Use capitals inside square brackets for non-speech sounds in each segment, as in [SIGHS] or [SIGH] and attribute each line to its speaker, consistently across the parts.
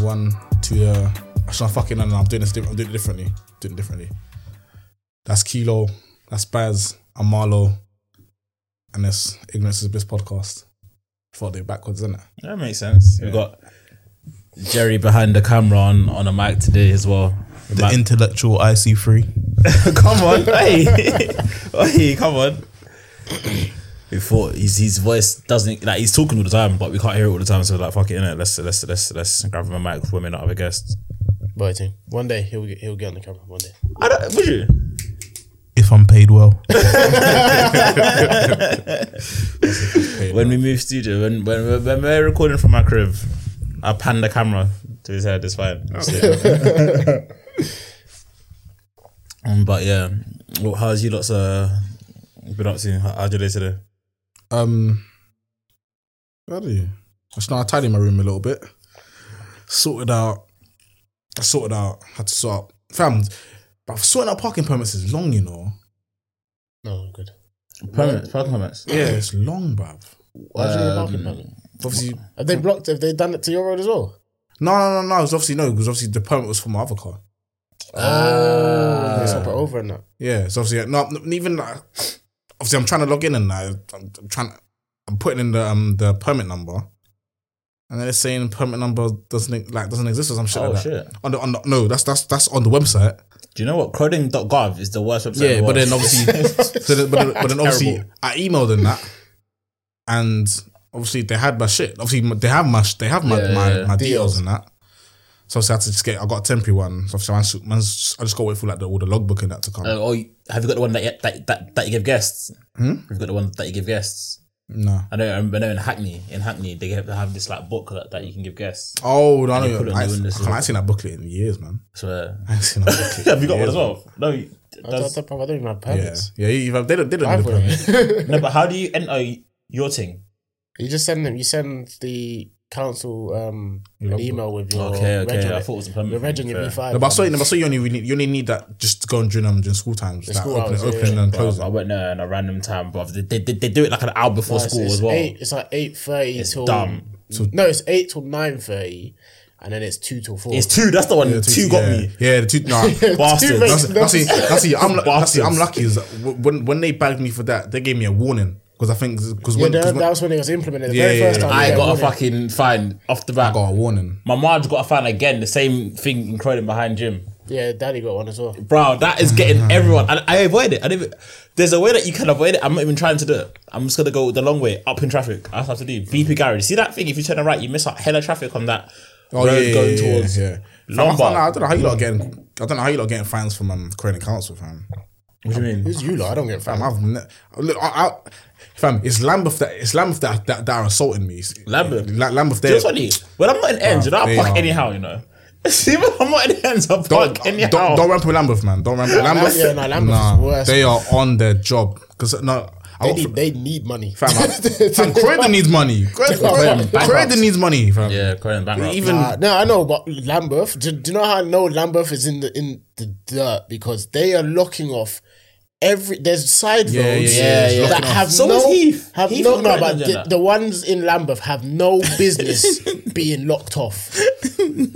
Speaker 1: one to uh, actually I'm fucking and I'm doing this. di- I'm doing it differently. Doing it differently. That's Kilo. That's Baz. I'm Marlo. And that's Ignorance is Bliss podcast. Thought they're backwards, isn't it?
Speaker 2: That makes sense. We've got Jerry behind the camera on, on a mic today as well.
Speaker 3: The intellectual IC3.
Speaker 2: [LAUGHS] come on, hey, hey, come on. We thought his his voice doesn't like he's talking all the time, but we can't hear it all the time. So like, fuck it, innit? Let's let's let's let's grab him a mic, women, other guests.
Speaker 4: Boy, team. One day he'll get he'll get on the camera. One day.
Speaker 2: I don't, would you?
Speaker 3: If I'm paid well,
Speaker 2: When we move studio, when when we're, when we're recording from my crib, I pan the camera to his head. It's fine. um, but yeah, well, how's you lots uh been up to? How, how'd your day today?
Speaker 1: [LAUGHS] Um, how do you? I just know I tidied my room a little bit. Sorted out. I sorted out. Had to sort out. Fam, but sorting out parking permits is long, you know.
Speaker 4: No, I'm good.
Speaker 2: Permits, parking permits.
Speaker 1: Yeah, it's long, bruv.
Speaker 4: Why do you need
Speaker 2: Um,
Speaker 4: a parking permit?
Speaker 1: Obviously,
Speaker 4: Have they blocked? Have they done it to your road as well?
Speaker 1: no, no, no, no. It was obviously no, because obviously the permit was for my other car.
Speaker 4: Oh,
Speaker 1: Uh,
Speaker 4: it's
Speaker 2: Ah.
Speaker 4: up over and that.
Speaker 1: Yeah, so obviously no, no, even like, obviously I'm trying to log in and I, I'm, I'm trying, I'm putting in the um the permit number, and then it's saying permit number doesn't like doesn't exist or some shit.
Speaker 2: Oh,
Speaker 1: like
Speaker 2: shit.
Speaker 1: That. On the on the, no, that's that's that's on the website.
Speaker 2: Do you know what? Coding.gov is the worst website.
Speaker 1: Yeah,
Speaker 2: in the
Speaker 1: but
Speaker 2: world.
Speaker 1: then
Speaker 2: [LAUGHS]
Speaker 1: obviously, so then, but, then, but then obviously, I emailed them that, and obviously they had my shit. Obviously, m- they have my sh- they have my
Speaker 2: Yeah,
Speaker 1: my,
Speaker 2: yeah.
Speaker 1: my deals and that. So obviously I had to just get. I got a temporary one. So obviously I just, man's just- I just got to wait for like the, all the logbook and that to come.
Speaker 2: Uh, oh, you- have you got the one that you, that, that that you give guests? You've got the one that you give guests.
Speaker 1: no.
Speaker 2: I know. I know in Hackney, in Hackney, they have, they have this like book that, that you can give guests.
Speaker 1: Oh, no, I
Speaker 2: you
Speaker 1: know.
Speaker 2: put it on
Speaker 1: I, I,
Speaker 2: the windows as
Speaker 1: can't- I ain't seen that booklet in years, man. [LAUGHS]
Speaker 2: I swear.
Speaker 1: I ain't seen that
Speaker 2: [LAUGHS]
Speaker 1: booklet.
Speaker 2: have you got one as well? No, you-
Speaker 4: I
Speaker 2: that's-
Speaker 4: don't, I don't even have
Speaker 1: yeah,
Speaker 4: permits.
Speaker 1: yeah. You, they don't. They don't
Speaker 4: I
Speaker 1: need a permit.
Speaker 4: have one.
Speaker 2: no. But how do you enter your thing?
Speaker 4: [LAUGHS] you just send them. You send the council um, an
Speaker 1: Logbook.
Speaker 4: email with your
Speaker 2: Okay, okay,
Speaker 4: reg on
Speaker 2: I
Speaker 4: it.
Speaker 2: thought it was a permit
Speaker 4: Your reg
Speaker 2: thing,
Speaker 4: on your
Speaker 2: fair.
Speaker 4: B five.
Speaker 1: No, but I saw, you- but I saw you only really, you only need that just to go and during um during school times, like
Speaker 4: school
Speaker 1: opening,
Speaker 4: hours, yeah,
Speaker 1: opening
Speaker 4: yeah.
Speaker 1: and
Speaker 2: I, was-
Speaker 1: closing.
Speaker 2: I went there in a random time, but they, they, they, they do it like an hour before
Speaker 4: It's,
Speaker 2: school
Speaker 4: it's
Speaker 2: as well.
Speaker 4: Eight, it's like eight thirty
Speaker 2: It's
Speaker 4: till.
Speaker 2: dumb.
Speaker 4: no, it's eight till nine thirty, and then it's two till four.
Speaker 2: It's two. That's the one. two, got
Speaker 1: yeah.
Speaker 2: me.
Speaker 1: Yeah, the two. Nah,
Speaker 2: Bastards.
Speaker 1: that's,
Speaker 4: [LAUGHS] Two
Speaker 1: that's,
Speaker 4: makes
Speaker 1: it- that's, it. I'm, lu- that's it. I'm
Speaker 2: Bastards.
Speaker 1: lucky. Is that w- when when they bagged me for that, they gave me a warning because I think because
Speaker 4: yeah,
Speaker 1: when,
Speaker 4: that,
Speaker 1: 'cause
Speaker 4: that
Speaker 1: when
Speaker 4: was when it was implemented. The
Speaker 1: Yeah,
Speaker 4: very
Speaker 1: yeah,
Speaker 4: first
Speaker 1: yeah.
Speaker 4: time.
Speaker 2: I
Speaker 4: yeah,
Speaker 2: got a
Speaker 4: wasn't it?
Speaker 2: fucking fine off the
Speaker 1: I
Speaker 2: back.
Speaker 1: got a warning.
Speaker 2: My Marge got a fine again. The same thing in Croydon behind Jim.
Speaker 4: Yeah, Daddy got one as well.
Speaker 2: Bro, that is getting
Speaker 1: Mm-hmm.
Speaker 2: everyone. And I avoid it. I didn't. There's a way that you can avoid it. I'm not even trying to do it. I'm just gonna go the long way up in traffic. I have to do
Speaker 1: Mm-hmm.
Speaker 2: BP garage. See that thing? If you turn right, you miss out hella traffic on that
Speaker 1: Oh yeah,
Speaker 2: road
Speaker 1: yeah,
Speaker 2: going
Speaker 1: yeah,
Speaker 2: towards.
Speaker 1: yeah.
Speaker 2: Lombard.
Speaker 1: Fam, I, can't lie, I don't know how you lot are getting. I don't know how you lot are getting fines from um Korean Council, fam.
Speaker 2: What do you mean?
Speaker 4: Who's you lot? I don't get
Speaker 1: Fam,
Speaker 4: fam.
Speaker 1: I've ne- look, I, I, fam, it's Lambeth that it's Lambeth that that, that are assaulting me. It's-
Speaker 2: Lambeth?
Speaker 1: La- Lambeth. There.
Speaker 2: Just funny. When I'm not in ends, you know, I
Speaker 1: they
Speaker 2: park
Speaker 1: are.
Speaker 2: anyhow. You know. [LAUGHS] See, when I'm not in ends, I park
Speaker 1: Don't,
Speaker 2: anyhow.
Speaker 1: don't, don't ramp with Lambeth, man. Don't ramp with Lambeth.
Speaker 4: Yeah, no, Lambeth is worse.
Speaker 1: They are on their job because no, I
Speaker 4: They
Speaker 1: work for-
Speaker 4: need, they need money. [LAUGHS]
Speaker 1: Fam, I- fam, Croydon needs money. Croydon, Croydon-
Speaker 2: bankrupt.
Speaker 1: Croydon needs money, fam.
Speaker 2: Yeah, Croydon bankrupt.
Speaker 1: Even
Speaker 4: Nah, no, I know, but Lambeth. Do, do you know how I know Lambeth is in the in the dirt because they are locking off every there's side roads
Speaker 1: yeah, yeah, yeah.
Speaker 4: that
Speaker 1: Locking off.
Speaker 4: have
Speaker 2: So
Speaker 4: no
Speaker 2: is Heath.
Speaker 4: have
Speaker 2: Heath
Speaker 4: no
Speaker 2: and
Speaker 4: no,
Speaker 2: Croydon do
Speaker 4: but the,
Speaker 2: that.
Speaker 4: the ones in Lambeth have no business being locked off.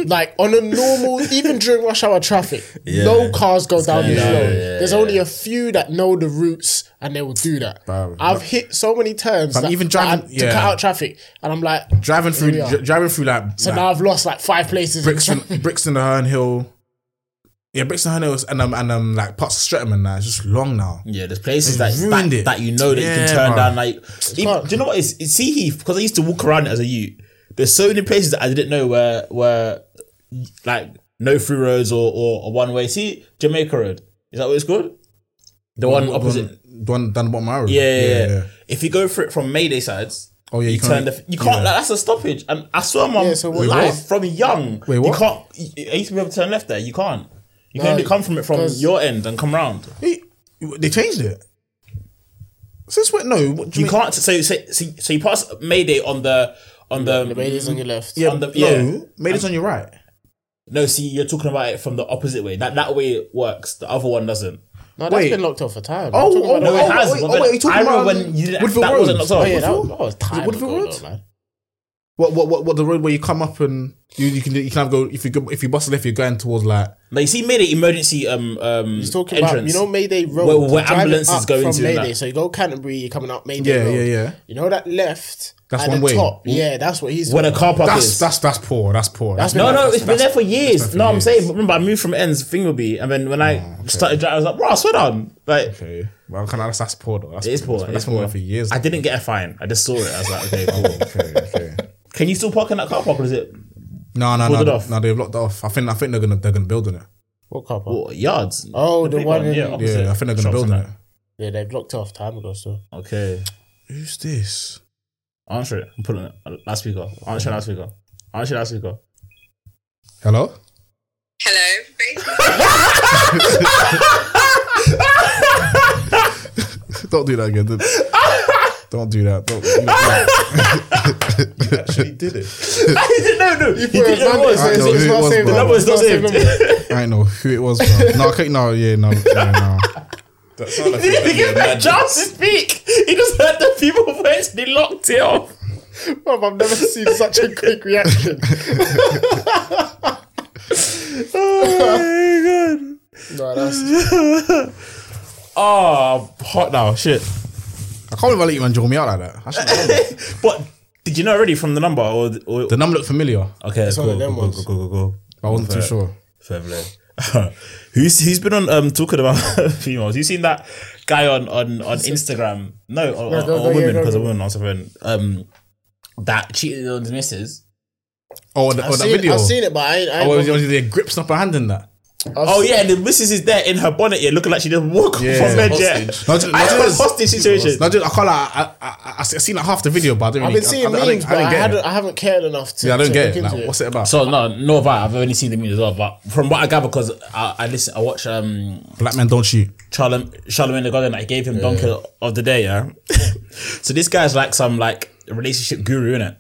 Speaker 4: like on a normal, even during rush hour traffic, no cars go down this
Speaker 2: yeah,
Speaker 4: road.
Speaker 2: yeah, yeah,
Speaker 4: there's only a few that know the routes and they will do that.
Speaker 1: Bro,
Speaker 4: I've hit so many turns
Speaker 1: Fam,
Speaker 4: that,
Speaker 1: even
Speaker 4: that I-
Speaker 1: driving-
Speaker 4: to
Speaker 1: yeah.
Speaker 4: cut out traffic, and I'm like
Speaker 1: driving through,
Speaker 4: Here we are.
Speaker 1: dri- driving through like,
Speaker 4: so
Speaker 1: like
Speaker 4: now I've lost like five places. in [LAUGHS]
Speaker 1: Brixton, Brixton, the Herne Hill. Yeah, Brixton, Herne Hill, and um, and um, like parts of Streatham and that. It's just long now.
Speaker 2: Yeah, there's places that
Speaker 1: They've
Speaker 2: that,
Speaker 1: ruined it.
Speaker 2: that you know that you
Speaker 1: Yeah,
Speaker 2: can turn
Speaker 1: man.
Speaker 2: down. Like, even, do you know what? It's, it's Sea Heath because I used to walk around it as a youth. There's so many places that I didn't know where where like no through roads or or, or one way. See Jamaica Road is that what it's called? The one opposite.
Speaker 1: the one down the bottom of my road.
Speaker 2: Yeah, yeah, yeah. If you go for it from Mayday sides.
Speaker 1: Oh, yeah,
Speaker 2: you,
Speaker 1: you
Speaker 2: turn
Speaker 1: can't-
Speaker 2: the you can't
Speaker 1: yeah.
Speaker 2: like that's a stoppage and I swear my
Speaker 4: Yeah, so what- Wait,
Speaker 2: life
Speaker 4: what?
Speaker 2: from young
Speaker 1: Wait,
Speaker 2: you
Speaker 1: what?
Speaker 2: can't you, I used to be able to turn left there you can't you can only come from it from
Speaker 4: 'cause-
Speaker 2: your end and come round
Speaker 1: Hey, They changed it. Since when? No, what, do
Speaker 2: You
Speaker 1: mean-
Speaker 2: can't. So, so, so, so you pass Mayday on the on the,
Speaker 4: Brady's on your left.
Speaker 2: on the yeah. No.
Speaker 1: No, made it on your right.
Speaker 2: see, you're talking about it from the opposite way. That that way it works. The other one doesn't.
Speaker 4: No, that's
Speaker 1: Wait.
Speaker 4: been locked off for time.
Speaker 1: Oh,
Speaker 4: I'm talking
Speaker 1: oh,
Speaker 4: about
Speaker 1: no,
Speaker 4: the-
Speaker 2: No,
Speaker 4: Oh,
Speaker 2: it has.
Speaker 1: wait,
Speaker 2: but
Speaker 1: oh, wait, you're talking
Speaker 2: I remember
Speaker 1: about
Speaker 2: when you didn't.
Speaker 1: Woodville
Speaker 2: that wasn't
Speaker 1: Road?
Speaker 2: not
Speaker 4: yeah, that,
Speaker 2: Woodville?
Speaker 4: that was time
Speaker 1: Woodford
Speaker 4: ago,
Speaker 1: Roads?
Speaker 4: though, man.
Speaker 1: What what what, what the road where you come up and you, you can you can have go if you go if you bust left you're going towards like
Speaker 2: Like you see, made an emergency um um
Speaker 4: He's talking about
Speaker 2: entrance.
Speaker 4: you know Mayday Road.
Speaker 2: Where- where
Speaker 4: you're driving
Speaker 2: ambulances
Speaker 4: up
Speaker 2: go
Speaker 4: from
Speaker 2: into and
Speaker 4: Mayday.
Speaker 2: that.
Speaker 4: So you go Canterbury, you're coming up Mayday
Speaker 1: Yeah,
Speaker 4: Road.
Speaker 1: yeah, yeah.
Speaker 4: You know that left
Speaker 1: That's
Speaker 4: at
Speaker 1: one
Speaker 4: the
Speaker 1: way.
Speaker 4: top. Yeah, that's what he's.
Speaker 2: where the
Speaker 4: talking
Speaker 2: car park
Speaker 1: that's
Speaker 2: is.
Speaker 1: that's that's poor that's poor that's,
Speaker 4: been
Speaker 2: no,
Speaker 4: like
Speaker 2: no,
Speaker 4: that
Speaker 2: it's been there for years.
Speaker 1: for
Speaker 2: No, I'm
Speaker 1: years.
Speaker 2: saying, remember, I moved from Ends, Fingerby, and then when I started driving, I was like, bro, I swear on. Like,
Speaker 1: okay. Well, kind of that's, that's poor though. That's,
Speaker 2: it's poor.
Speaker 1: That's
Speaker 2: it's
Speaker 1: been
Speaker 2: poor.
Speaker 1: there for years.
Speaker 2: I didn't get a fine. I just saw it. I was like,
Speaker 4: [LAUGHS] Oh,
Speaker 2: okay, cool.
Speaker 1: okay, okay.
Speaker 2: Can you still park in that car park or is it
Speaker 1: No, no,
Speaker 2: Pulled
Speaker 1: no,
Speaker 2: it off.
Speaker 1: no. They've locked it off. I think I think they're gonna they're gonna build on it.
Speaker 4: What car park?
Speaker 2: oh, yards?
Speaker 4: Oh, the
Speaker 2: big
Speaker 4: one in-
Speaker 2: Yeah,
Speaker 4: Yeah,
Speaker 2: opposite
Speaker 1: Yeah, I think they're gonna
Speaker 2: shops
Speaker 1: build
Speaker 2: and
Speaker 1: on it.
Speaker 2: that.
Speaker 4: Yeah, they blocked it off time ago. So
Speaker 2: Okay.
Speaker 1: Who's this?
Speaker 2: Answer it. I'm putting it. Last speaker. Answer last speaker. Answer
Speaker 1: [LAUGHS]
Speaker 2: last speaker.
Speaker 1: Hello.
Speaker 5: Hello. Basically,
Speaker 1: Don't do that again. Don't, [LAUGHS] don't do that. Don't, you, know, you actually did it.
Speaker 2: [LAUGHS] no, no. You didn't know what it
Speaker 1: I
Speaker 2: was.
Speaker 1: know who it was, bro.
Speaker 2: That was not [LAUGHS] saved.
Speaker 1: I ain't know who it was, bro. No, I can't, no, yeah, no, yeah, no. That sounded like
Speaker 2: He gave me a chance to speak. He just heard the people [LAUGHS] voice. They locked
Speaker 1: [LAUGHS]
Speaker 2: it off.
Speaker 4: Bruv, I've never seen such a quick reaction.
Speaker 2: Oh my god.
Speaker 4: no, that's
Speaker 2: Oh, I'm hot now. Shit.
Speaker 1: [LAUGHS]
Speaker 2: [LAUGHS]
Speaker 1: I can't believe I let you man draw me out like that. I shouldn't have done that.
Speaker 2: But did you know already from the number or, or
Speaker 1: the number looked familiar,
Speaker 2: okay?
Speaker 4: one of them
Speaker 2: cool,
Speaker 4: ones.
Speaker 2: cool, cool, cool, cool.
Speaker 1: but I wasn't too
Speaker 2: Fair.
Speaker 1: sure.
Speaker 2: Fair play. [LAUGHS] who's who's been on um talking about [LAUGHS] females? You seen that guy on on on Instagram? No, or,
Speaker 4: No,
Speaker 2: or-
Speaker 4: go-
Speaker 2: or
Speaker 4: go, yeah,
Speaker 2: women
Speaker 4: go,
Speaker 2: because
Speaker 4: go.
Speaker 2: a woman on something um that cheated on his missus.
Speaker 1: Oh, the, oh
Speaker 4: I've
Speaker 1: that
Speaker 4: seen, it,
Speaker 1: video.
Speaker 4: I've seen it, but I ain't. I ain't
Speaker 1: Oh, was, was there grips not hand in that?
Speaker 2: Oh yeah, and the missus is there in her bonnet, yeah, looking like she didn't walk
Speaker 1: Yeah.
Speaker 2: from bed yet.
Speaker 1: Hostage. No, ju- no,
Speaker 2: I know,
Speaker 1: just-
Speaker 2: hostage situation.
Speaker 1: No, dude, I can't. Like, I, I, I, I seen like half the video, but I didn't.
Speaker 4: I've
Speaker 1: really,
Speaker 4: been seeing
Speaker 1: I, I,
Speaker 4: memes,
Speaker 1: I, didn't,
Speaker 4: but I,
Speaker 1: I didn't get
Speaker 4: hadn't-
Speaker 1: it.
Speaker 4: I haven't cared enough to.
Speaker 1: Yeah, I don't
Speaker 4: to
Speaker 1: get
Speaker 4: look
Speaker 1: it.
Speaker 4: into
Speaker 1: Like, what's it about?
Speaker 2: So no, no, but I've only seen the memes as well. But from what I gather, because I, I listen, I watch um
Speaker 1: Black men don't shoot.
Speaker 2: Charlem- Charlemagne the God, and I gave him Donkey of the Day. Yeah. [LAUGHS] so this guy's like some like relationship guru, innit?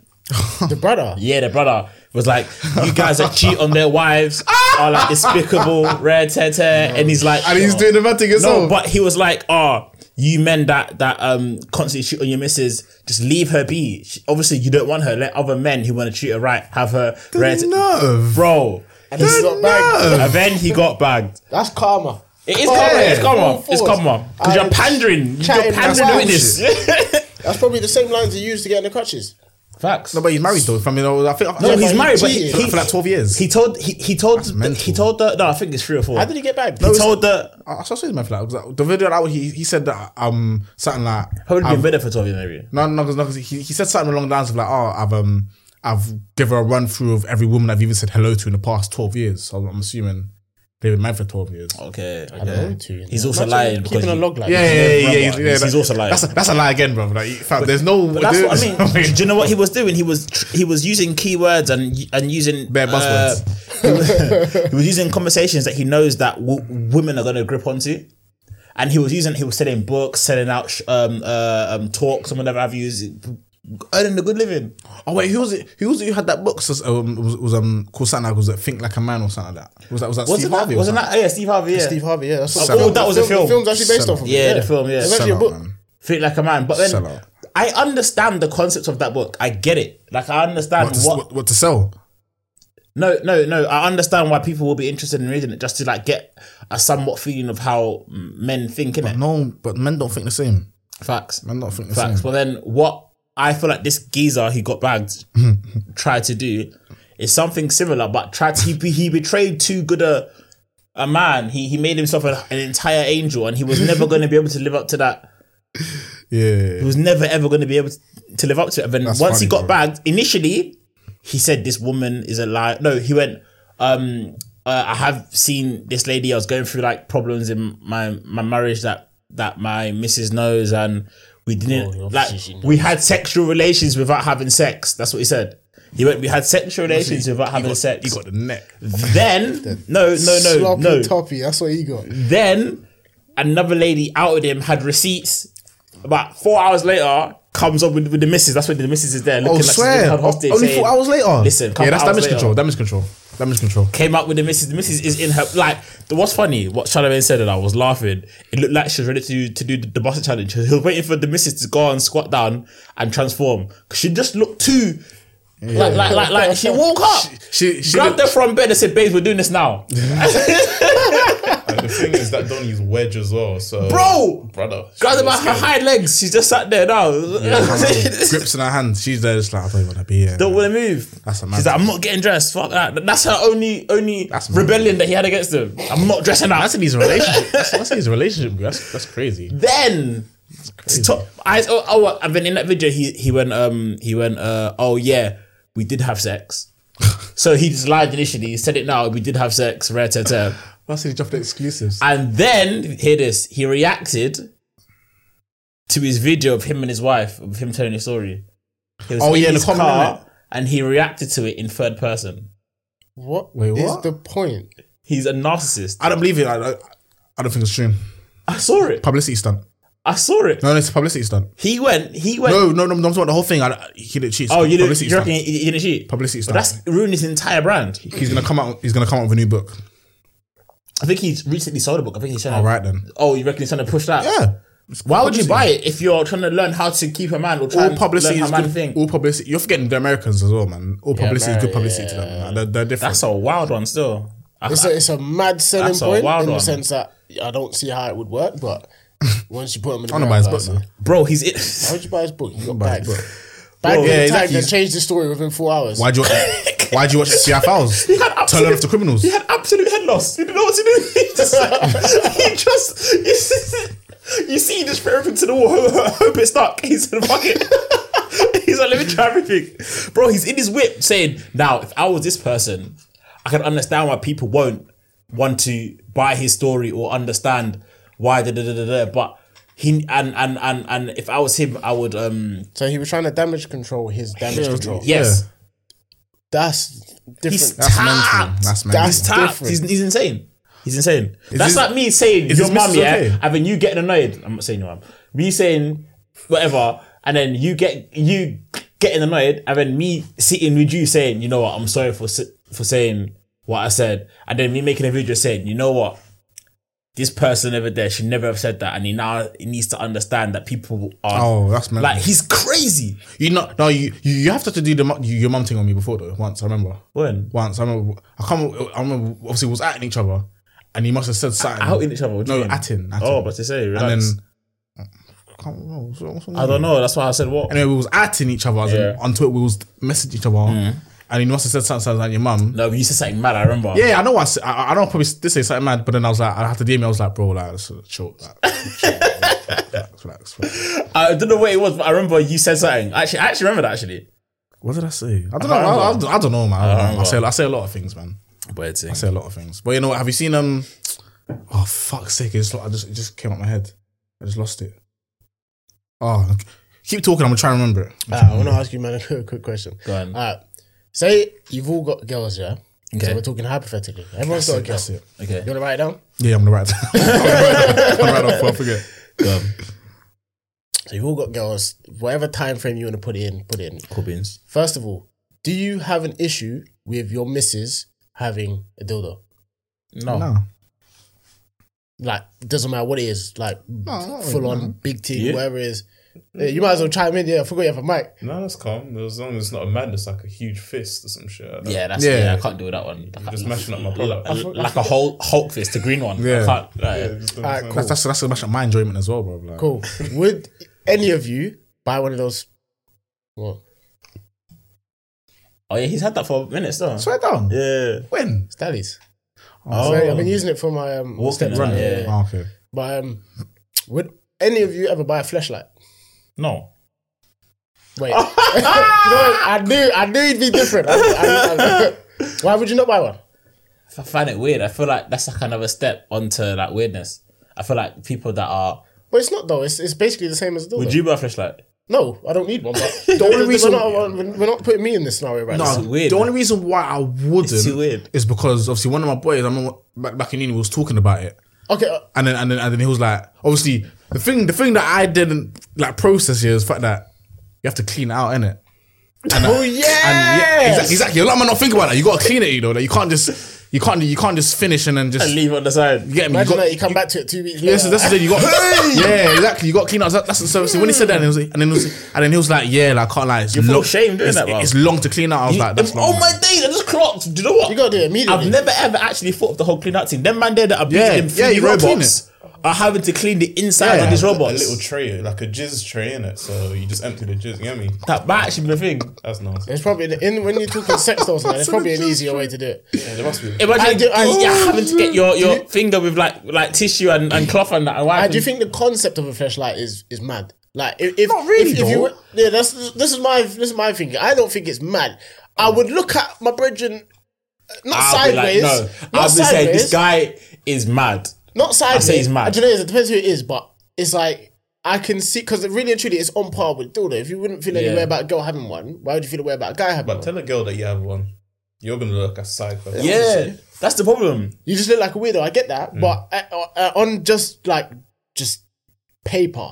Speaker 4: The brother.
Speaker 2: Yeah, the brother was like, "You guys that cheat on their wives are like despicable, rare tete," and he's like,
Speaker 1: And he's
Speaker 2: "Oh."
Speaker 1: doing the bad thing as
Speaker 2: No,
Speaker 1: well.
Speaker 2: but he was like, "Ah, you men that that um constantly shoot on your missus, just leave her be. She, obviously, you don't want her. Let other men who want to treat her right have her rare, te-
Speaker 1: nerve.
Speaker 2: bro."
Speaker 4: And he's got bagged.
Speaker 1: nerve.
Speaker 2: And then he got bagged.
Speaker 4: That's karma. Oh,
Speaker 2: It is karma. It's karma. It's
Speaker 4: Full force.
Speaker 2: karma. Because you're
Speaker 4: I-
Speaker 2: pandering. You're
Speaker 4: Chatting
Speaker 2: pandering to
Speaker 4: about
Speaker 2: witness.
Speaker 4: That's probably the same lines you used to get in the crutches.
Speaker 2: Facts.
Speaker 1: No, but he's married though. I mean, I think
Speaker 2: No,
Speaker 1: I,
Speaker 2: he's
Speaker 4: but he
Speaker 2: married, but
Speaker 4: cheated.
Speaker 2: he,
Speaker 1: For like 12 years.
Speaker 2: He told he, he told the,
Speaker 1: mental.
Speaker 2: he told the no, I think it's three or four.
Speaker 4: How did he get bagged?
Speaker 2: He told the
Speaker 1: I, I saw his man for like, 'cause the video that he he said that um something like
Speaker 2: probably been better for twelve years maybe.
Speaker 1: no no because he he said something along the lines of like oh I've um I've given a run through of every woman I've even said hello to in the past 12 years. So I'm, I'm assuming they've been married for 12 years.
Speaker 2: Okay,
Speaker 4: know,
Speaker 2: okay.
Speaker 4: to-
Speaker 2: He's also
Speaker 4: [LAUGHS] Imagine
Speaker 2: lying because
Speaker 4: keeping a
Speaker 2: he-
Speaker 4: log like
Speaker 1: Yeah,
Speaker 4: that.
Speaker 1: yeah, yeah, yeah, yeah,
Speaker 2: He's-
Speaker 1: yeah,
Speaker 2: he's
Speaker 1: that-
Speaker 2: also lying.
Speaker 1: That's a, that's a lie again, bro. Like, fam, there's no.
Speaker 2: But that's what I mean. Do you know what he was doing? He was he was using keywords and and using uh,
Speaker 1: Bare buzzwords.
Speaker 2: he was [LAUGHS] using conversations that he knows that w- women are going to grip onto, and he was using he was selling books, selling out sh- um, uh, um talks and whatever have you, earning a good living.
Speaker 1: [LAUGHS] Oh wait, who was it? Who was it? Who had that book? So, um, was, was um called something like was it Think Like a Man or something like that? Was that was that
Speaker 2: Wasn't
Speaker 1: Steve
Speaker 2: that?
Speaker 1: Harvey? or
Speaker 2: wasn't
Speaker 1: something?
Speaker 2: that? Yeah, Steve Harvey. Yeah.
Speaker 4: Steve Harvey, yeah. That's what
Speaker 1: Sellout.
Speaker 4: the
Speaker 1: Oh,
Speaker 2: that was a
Speaker 4: the
Speaker 2: film.
Speaker 4: The film's actually based
Speaker 1: Sellout.
Speaker 4: off of it,
Speaker 2: Yeah, the film, yeah.
Speaker 4: It's actually a
Speaker 1: Sellout,
Speaker 4: book.
Speaker 1: man.
Speaker 2: Think like a man. But
Speaker 1: Sell
Speaker 2: then
Speaker 1: out.
Speaker 2: I understand the concept of that book. I get it. Like I understand
Speaker 1: What to,
Speaker 2: what,
Speaker 1: what, what to sell?
Speaker 2: No, no, no. I understand why people will be interested in reading it just to like get a somewhat feeling of how men think in it.
Speaker 1: No, but men don't think the same.
Speaker 2: Facts.
Speaker 1: Men don't think the
Speaker 2: Facts.
Speaker 1: same.
Speaker 2: But then what I feel like this geezer who got bagged tried to do is something similar, but tried to, he, be- he betrayed too good a a man. He he made himself a, an entire angel, and he was never going to be able to live up to that.
Speaker 1: Yeah.
Speaker 2: He was never ever going to be able to, to live up to it. And then
Speaker 1: That's
Speaker 2: once he
Speaker 1: funny,
Speaker 2: got
Speaker 1: bro.
Speaker 2: bagged, initially he said this woman is a liar. No, he went. um uh, I have seen this lady. I was going through like problems in my my marriage that that my missus knows, and we
Speaker 1: Oh,
Speaker 2: didn't
Speaker 4: obviously
Speaker 2: like
Speaker 4: she knows.
Speaker 2: we had sexual relations without having sex. That's what he said. He went. We had sexual relations without having sex.
Speaker 1: He got the neck. [LAUGHS]
Speaker 2: then no no no
Speaker 4: Sloppy
Speaker 2: no
Speaker 4: toppy, that's what he got.
Speaker 2: then another lady outed him, had receipts. About four hours later, comes up with, with the missus. That's when the missus is there looking
Speaker 1: Oh,
Speaker 2: like she's been
Speaker 1: swear.
Speaker 2: held hostage.
Speaker 1: Only
Speaker 2: saying-
Speaker 1: four hours later.
Speaker 2: Listen, couple
Speaker 1: yeah, that's
Speaker 2: hours
Speaker 1: damage
Speaker 2: later.
Speaker 1: control. Damage control. Damage
Speaker 2: [LAUGHS]
Speaker 1: control.
Speaker 2: Came out with the missus. The missus is in her like. The, what's funny? What Charlamagne said, and I was laughing. It looked like she was ready to to do the, the buster challenge. He was waiting for the missus to go and squat down and transform. 'Cause she just looked too Like, like, like, like, she woke up,
Speaker 1: She, she
Speaker 2: grabbed her from bed, and said, "Babes, we're doing this
Speaker 6: [LAUGHS]
Speaker 2: now."
Speaker 6: And the thing is that Donny's wedge as well. So
Speaker 2: Bro!
Speaker 6: brother,
Speaker 2: Grabbed her by her hind legs. She's just sat there now. [LAUGHS]
Speaker 1: grips in her hand. She's there, just like I don't want to be here.
Speaker 2: Don't want to move.
Speaker 1: That's a man.
Speaker 2: She's like, I'm not getting dressed. Fuck that. That's her only only
Speaker 1: That's mad.
Speaker 2: rebellion that he had against them. I'm not dressing up.
Speaker 1: that's in his relationship. That's, that's in his relationship. bro. That's that's crazy.
Speaker 2: then to top, I oh, oh I've been in that video. He he went um he went uh oh yeah we did have
Speaker 1: [LAUGHS]
Speaker 2: sex. so he just lied initially. He said it now. We did have sex. Rare tear, tear.
Speaker 1: That's in dropped exclusives.
Speaker 2: And then hear this. He reacted to his video of him and his wife of him telling his story. He was
Speaker 1: Oh,
Speaker 2: in
Speaker 1: yeah, the
Speaker 2: his
Speaker 1: comment,
Speaker 2: car,
Speaker 1: innit?
Speaker 2: and he reacted to it in third person.
Speaker 4: What
Speaker 1: Wait,
Speaker 4: is
Speaker 1: what?
Speaker 4: the point?
Speaker 2: He's a narcissist.
Speaker 1: I don't believe it. I, I, I don't think it's true.
Speaker 2: I saw it.
Speaker 1: Publicity stunt.
Speaker 2: I saw it.
Speaker 1: No, no, it's a publicity stunt.
Speaker 2: He went. He went.
Speaker 1: No, no, no, no, I'm talking about the whole thing. I, I- he didn't cheat. It's
Speaker 2: oh, you didn't.
Speaker 1: publicity
Speaker 2: You reckon
Speaker 1: stunt.
Speaker 2: he, he didn't cheat?
Speaker 1: Publicity
Speaker 2: But
Speaker 1: stunt.
Speaker 2: that's ruined his entire brand.
Speaker 1: he's gonna come out. He's gonna come out with a new book.
Speaker 2: I think he's recently sold a book. I think he's trying
Speaker 1: All
Speaker 2: to.
Speaker 1: right then.
Speaker 2: Oh, you reckon he's trying to push that?
Speaker 1: Yeah.
Speaker 2: Why would you buy it if you're trying to learn how to keep a man or try
Speaker 1: All
Speaker 2: and publicity
Speaker 1: publicity
Speaker 2: learn
Speaker 1: is
Speaker 2: how man
Speaker 1: good.
Speaker 2: think?
Speaker 1: All publicity. You're forgetting the Americans as well, man. All publicity is
Speaker 2: Ameri-
Speaker 1: good publicity to them. man. They're, they're different.
Speaker 2: That's a wild one still. I,
Speaker 4: It's a, it's a mad selling
Speaker 2: That's a
Speaker 4: point
Speaker 2: wild
Speaker 4: in
Speaker 2: one.
Speaker 4: the sense that I don't see how it would work,
Speaker 1: [LAUGHS]
Speaker 4: but once you put him in the
Speaker 1: I don't
Speaker 4: ground,
Speaker 1: buy his
Speaker 4: like,
Speaker 1: book though.
Speaker 2: bro, he's it.
Speaker 1: Oh,
Speaker 4: How would you buy his book? You got
Speaker 1: buy his
Speaker 4: bagged.
Speaker 1: book. Yeah,
Speaker 4: Bagged yeah,
Speaker 1: exactly.
Speaker 4: and changed the story within four hours.
Speaker 1: Why'd you
Speaker 2: [LAUGHS]
Speaker 1: Why'd you watch FBI Files?
Speaker 2: had
Speaker 1: Turn
Speaker 2: absolute-
Speaker 1: off the criminals.
Speaker 2: He had absolute head loss. He didn't know what to do. [LAUGHS] He just, he just you see, you see, he just threw everything to the wall. Hope, hope it stuck. He said, "Fuck it." [LAUGHS] He's like, "Let me try everything, bro." He's in his whip saying, "Now, if I was this person, I can understand why people won't want to buy his story or understand why da da da da." da. But he and and and and if I was him, I would um
Speaker 4: So he was trying to damage control his damage control.
Speaker 2: yes.
Speaker 4: That's different.
Speaker 2: He's
Speaker 1: That's
Speaker 2: tapped.
Speaker 1: mental. That's mental.
Speaker 4: That's
Speaker 2: He's tapped.
Speaker 4: different.
Speaker 2: He's, he's insane. He's insane. That's
Speaker 1: this-
Speaker 2: like me saying your
Speaker 1: this
Speaker 2: mum,
Speaker 1: Mrs.
Speaker 2: yeah,
Speaker 1: okay?
Speaker 2: and then you getting annoyed. I'm not saying your mum. Me saying whatever, and then you get you getting annoyed, and then me sitting with you saying, you know what, I'm sorry for s- for saying what I said, and then me making a video saying, you know what, this person over there should never have said that, and he now he needs to understand that people are
Speaker 1: Oh, that's mental.
Speaker 2: like he's crazy.
Speaker 1: You know, no, you you, you have to, do the mu- you, your mum thing on me before though. Once I remember.
Speaker 2: When
Speaker 1: Once I remember. I can't. remember- I remember. Obviously, we was at each other, and he must have said something.
Speaker 2: out in each other, what do
Speaker 1: No,
Speaker 2: you mean?
Speaker 1: atting, atting.
Speaker 2: Oh, but to say, relax.
Speaker 1: and then I can't remember. What's- what's wrong
Speaker 2: I don't know. That's why I said what.
Speaker 1: Anyway, we was acting each other as in,
Speaker 2: Yeah.
Speaker 1: on Twitter. We was messaging each other, and he must have said something, something like your mum.
Speaker 2: No, you said something mad. I remember.
Speaker 1: Yeah, I know. I, s- I, I don't probably did say something mad, but then I was like, I had to DM. you, I was like, bro, like, it's chill, like, chill, relax, relax, relax.
Speaker 2: I don't know what it was, but I remember you said something. Actually, I actually remember that actually.
Speaker 1: What did I say? I don't know. I, I, I don't know, man. I, don't know. I say I say a lot of things, man.
Speaker 2: Weird thing.
Speaker 1: I say a lot of things. But you know what? Have you seen um? Oh fuck's sake! It's like, I just it just came out my head. I just lost it. Oh, okay. keep talking. I'm gonna try and remember it.
Speaker 4: Uh, I want to ask you, man, [LAUGHS] a quick question.
Speaker 2: Go on.
Speaker 4: All right. Say you've all got girls, yeah?
Speaker 2: Okay.
Speaker 4: So we're talking hypothetically. Everyone's got a girl.
Speaker 1: That's it.
Speaker 2: Okay.
Speaker 4: You want to write it down?
Speaker 1: Yeah, I'm gonna write. it down. [LAUGHS] I'm gonna write it down before I forget.
Speaker 4: So you've all got girls. Whatever time frame you want to put in, put in.
Speaker 2: Cool beans.
Speaker 4: First of all, do you have an issue with your missus having a dildo?
Speaker 2: No.
Speaker 1: No.
Speaker 4: Like, doesn't matter what it is, like
Speaker 1: not
Speaker 4: full
Speaker 1: really,
Speaker 4: on big T,
Speaker 2: Yeah.
Speaker 4: whatever it is. Yeah, you might as well chime in. Yeah, I forgot you have a mic.
Speaker 6: no, that's calm. As long as it's not a man, that's like a huge fist or some shit. I don't-
Speaker 2: Yeah, that's
Speaker 1: Yeah.
Speaker 2: yeah. I can't do that one. Like,
Speaker 6: just
Speaker 2: a-
Speaker 6: mashing up my
Speaker 2: like,
Speaker 6: product.
Speaker 2: a- like a whole Hulk fist, the green one.
Speaker 1: Yeah.
Speaker 2: I can't, like,
Speaker 4: All right, cool.
Speaker 1: That's that's that's a much of my enjoyment as well, bro. Like,
Speaker 2: [LAUGHS]
Speaker 4: Cool. Would any of you buy one of those? What?
Speaker 2: Oh yeah, he's had that for minutes though.
Speaker 1: Swear down.
Speaker 2: Yeah.
Speaker 1: When?
Speaker 4: Stallies.
Speaker 1: Oh.
Speaker 4: Sorry, I've been using it for my um,
Speaker 2: Walking
Speaker 4: steps,
Speaker 2: around,
Speaker 4: man.
Speaker 2: yeah.
Speaker 1: Oh, okay.
Speaker 4: But um, would any of you ever buy a flashlight?
Speaker 2: No. [LAUGHS]
Speaker 4: Wait, [LAUGHS] No, I knew, I knew it'd be different. I- I- I-
Speaker 2: [LAUGHS]
Speaker 4: why would you not buy one?
Speaker 2: I find it weird. I feel like that's like another step onto like weirdness. I feel like people that are.
Speaker 4: Well, it's not though. It's, it's basically the same as a dildo.
Speaker 2: Would you buy a flashlight?
Speaker 4: No, I don't need one. But the only reason we're not, we're not putting me in this scenario right
Speaker 1: No,
Speaker 4: now.
Speaker 2: too weird,
Speaker 1: the
Speaker 2: man.
Speaker 1: only reason why I wouldn't
Speaker 2: It's too weird.
Speaker 1: is because obviously one of my boys, I remember back, back in uni, was talking about it,
Speaker 4: Okay, uh,
Speaker 1: and then and then and then he was like, obviously the thing the thing that I didn't like process here is the fact that you have to clean it out, innit?
Speaker 4: oh yeah,
Speaker 1: And yeah, exactly, exactly. A lot of men don't think about that. You got to clean it, you know. Like you can't just You can't you can't just finish and then just
Speaker 2: leave it on the side.
Speaker 1: get me. You
Speaker 4: Imagine
Speaker 1: got,
Speaker 4: that you come back to it two weeks later. [LAUGHS]
Speaker 1: Yes, that's the thing. You got yeah, exactly. You got clean up. That- That's so, so when he said that, and, it was, and then it was, and then he was like, "Yeah, like can't lie, it's
Speaker 2: feel
Speaker 1: long,
Speaker 2: shame doing
Speaker 1: it's,
Speaker 2: that, bro.
Speaker 1: It's long to clean out." I was like, "That's long."
Speaker 2: oh my days, I just clocked. Do you know what?
Speaker 4: You gotta do it immediately.
Speaker 2: I've never ever actually thought of the whole clean out team. Them man there that are beating
Speaker 1: Yeah,
Speaker 2: them
Speaker 1: yeah,
Speaker 2: three
Speaker 1: you gotta clean
Speaker 2: robots are having to clean the inside of these robots.
Speaker 6: A little tray, like a jizz tray in it. So you just empty the jizz. You get me?
Speaker 2: that might actually be the thing.
Speaker 6: That's nasty.
Speaker 4: It's probably the, in, when you're talking sex dolls, man. It's probably an easier way to do it.
Speaker 6: Yeah, there must be.
Speaker 2: Imagine
Speaker 4: I do- I-
Speaker 2: you're having to get your, your finger with like like tissue and, and cloth and that. And
Speaker 4: I
Speaker 2: wiping.
Speaker 4: do think the concept of a flashlight is is mad. Like if, if
Speaker 1: Not really,
Speaker 4: if, if you
Speaker 1: though.
Speaker 4: were- yeah, that's this is my this is my thinking. I don't think it's mad. I would look at my brethren, not
Speaker 2: I'll be
Speaker 4: sideways,
Speaker 2: like, no.
Speaker 4: not
Speaker 2: I'll be
Speaker 4: sideways,
Speaker 2: saying this guy is mad.
Speaker 4: not sideways.
Speaker 2: say he's mad.
Speaker 4: I don't know. It depends who it is, but it's like I can see because really and truly, it's on par with dildo. If you wouldn't feel any
Speaker 2: Yeah.
Speaker 4: way about a girl having one, why would you feel a way about a guy having
Speaker 6: But
Speaker 4: one?
Speaker 6: tell a girl that you have one. You're gonna look a psycho.
Speaker 2: Yeah, that's the problem.
Speaker 4: You just look like a weirdo. I get that,
Speaker 1: Mm.
Speaker 4: but uh, uh, on just like just paper,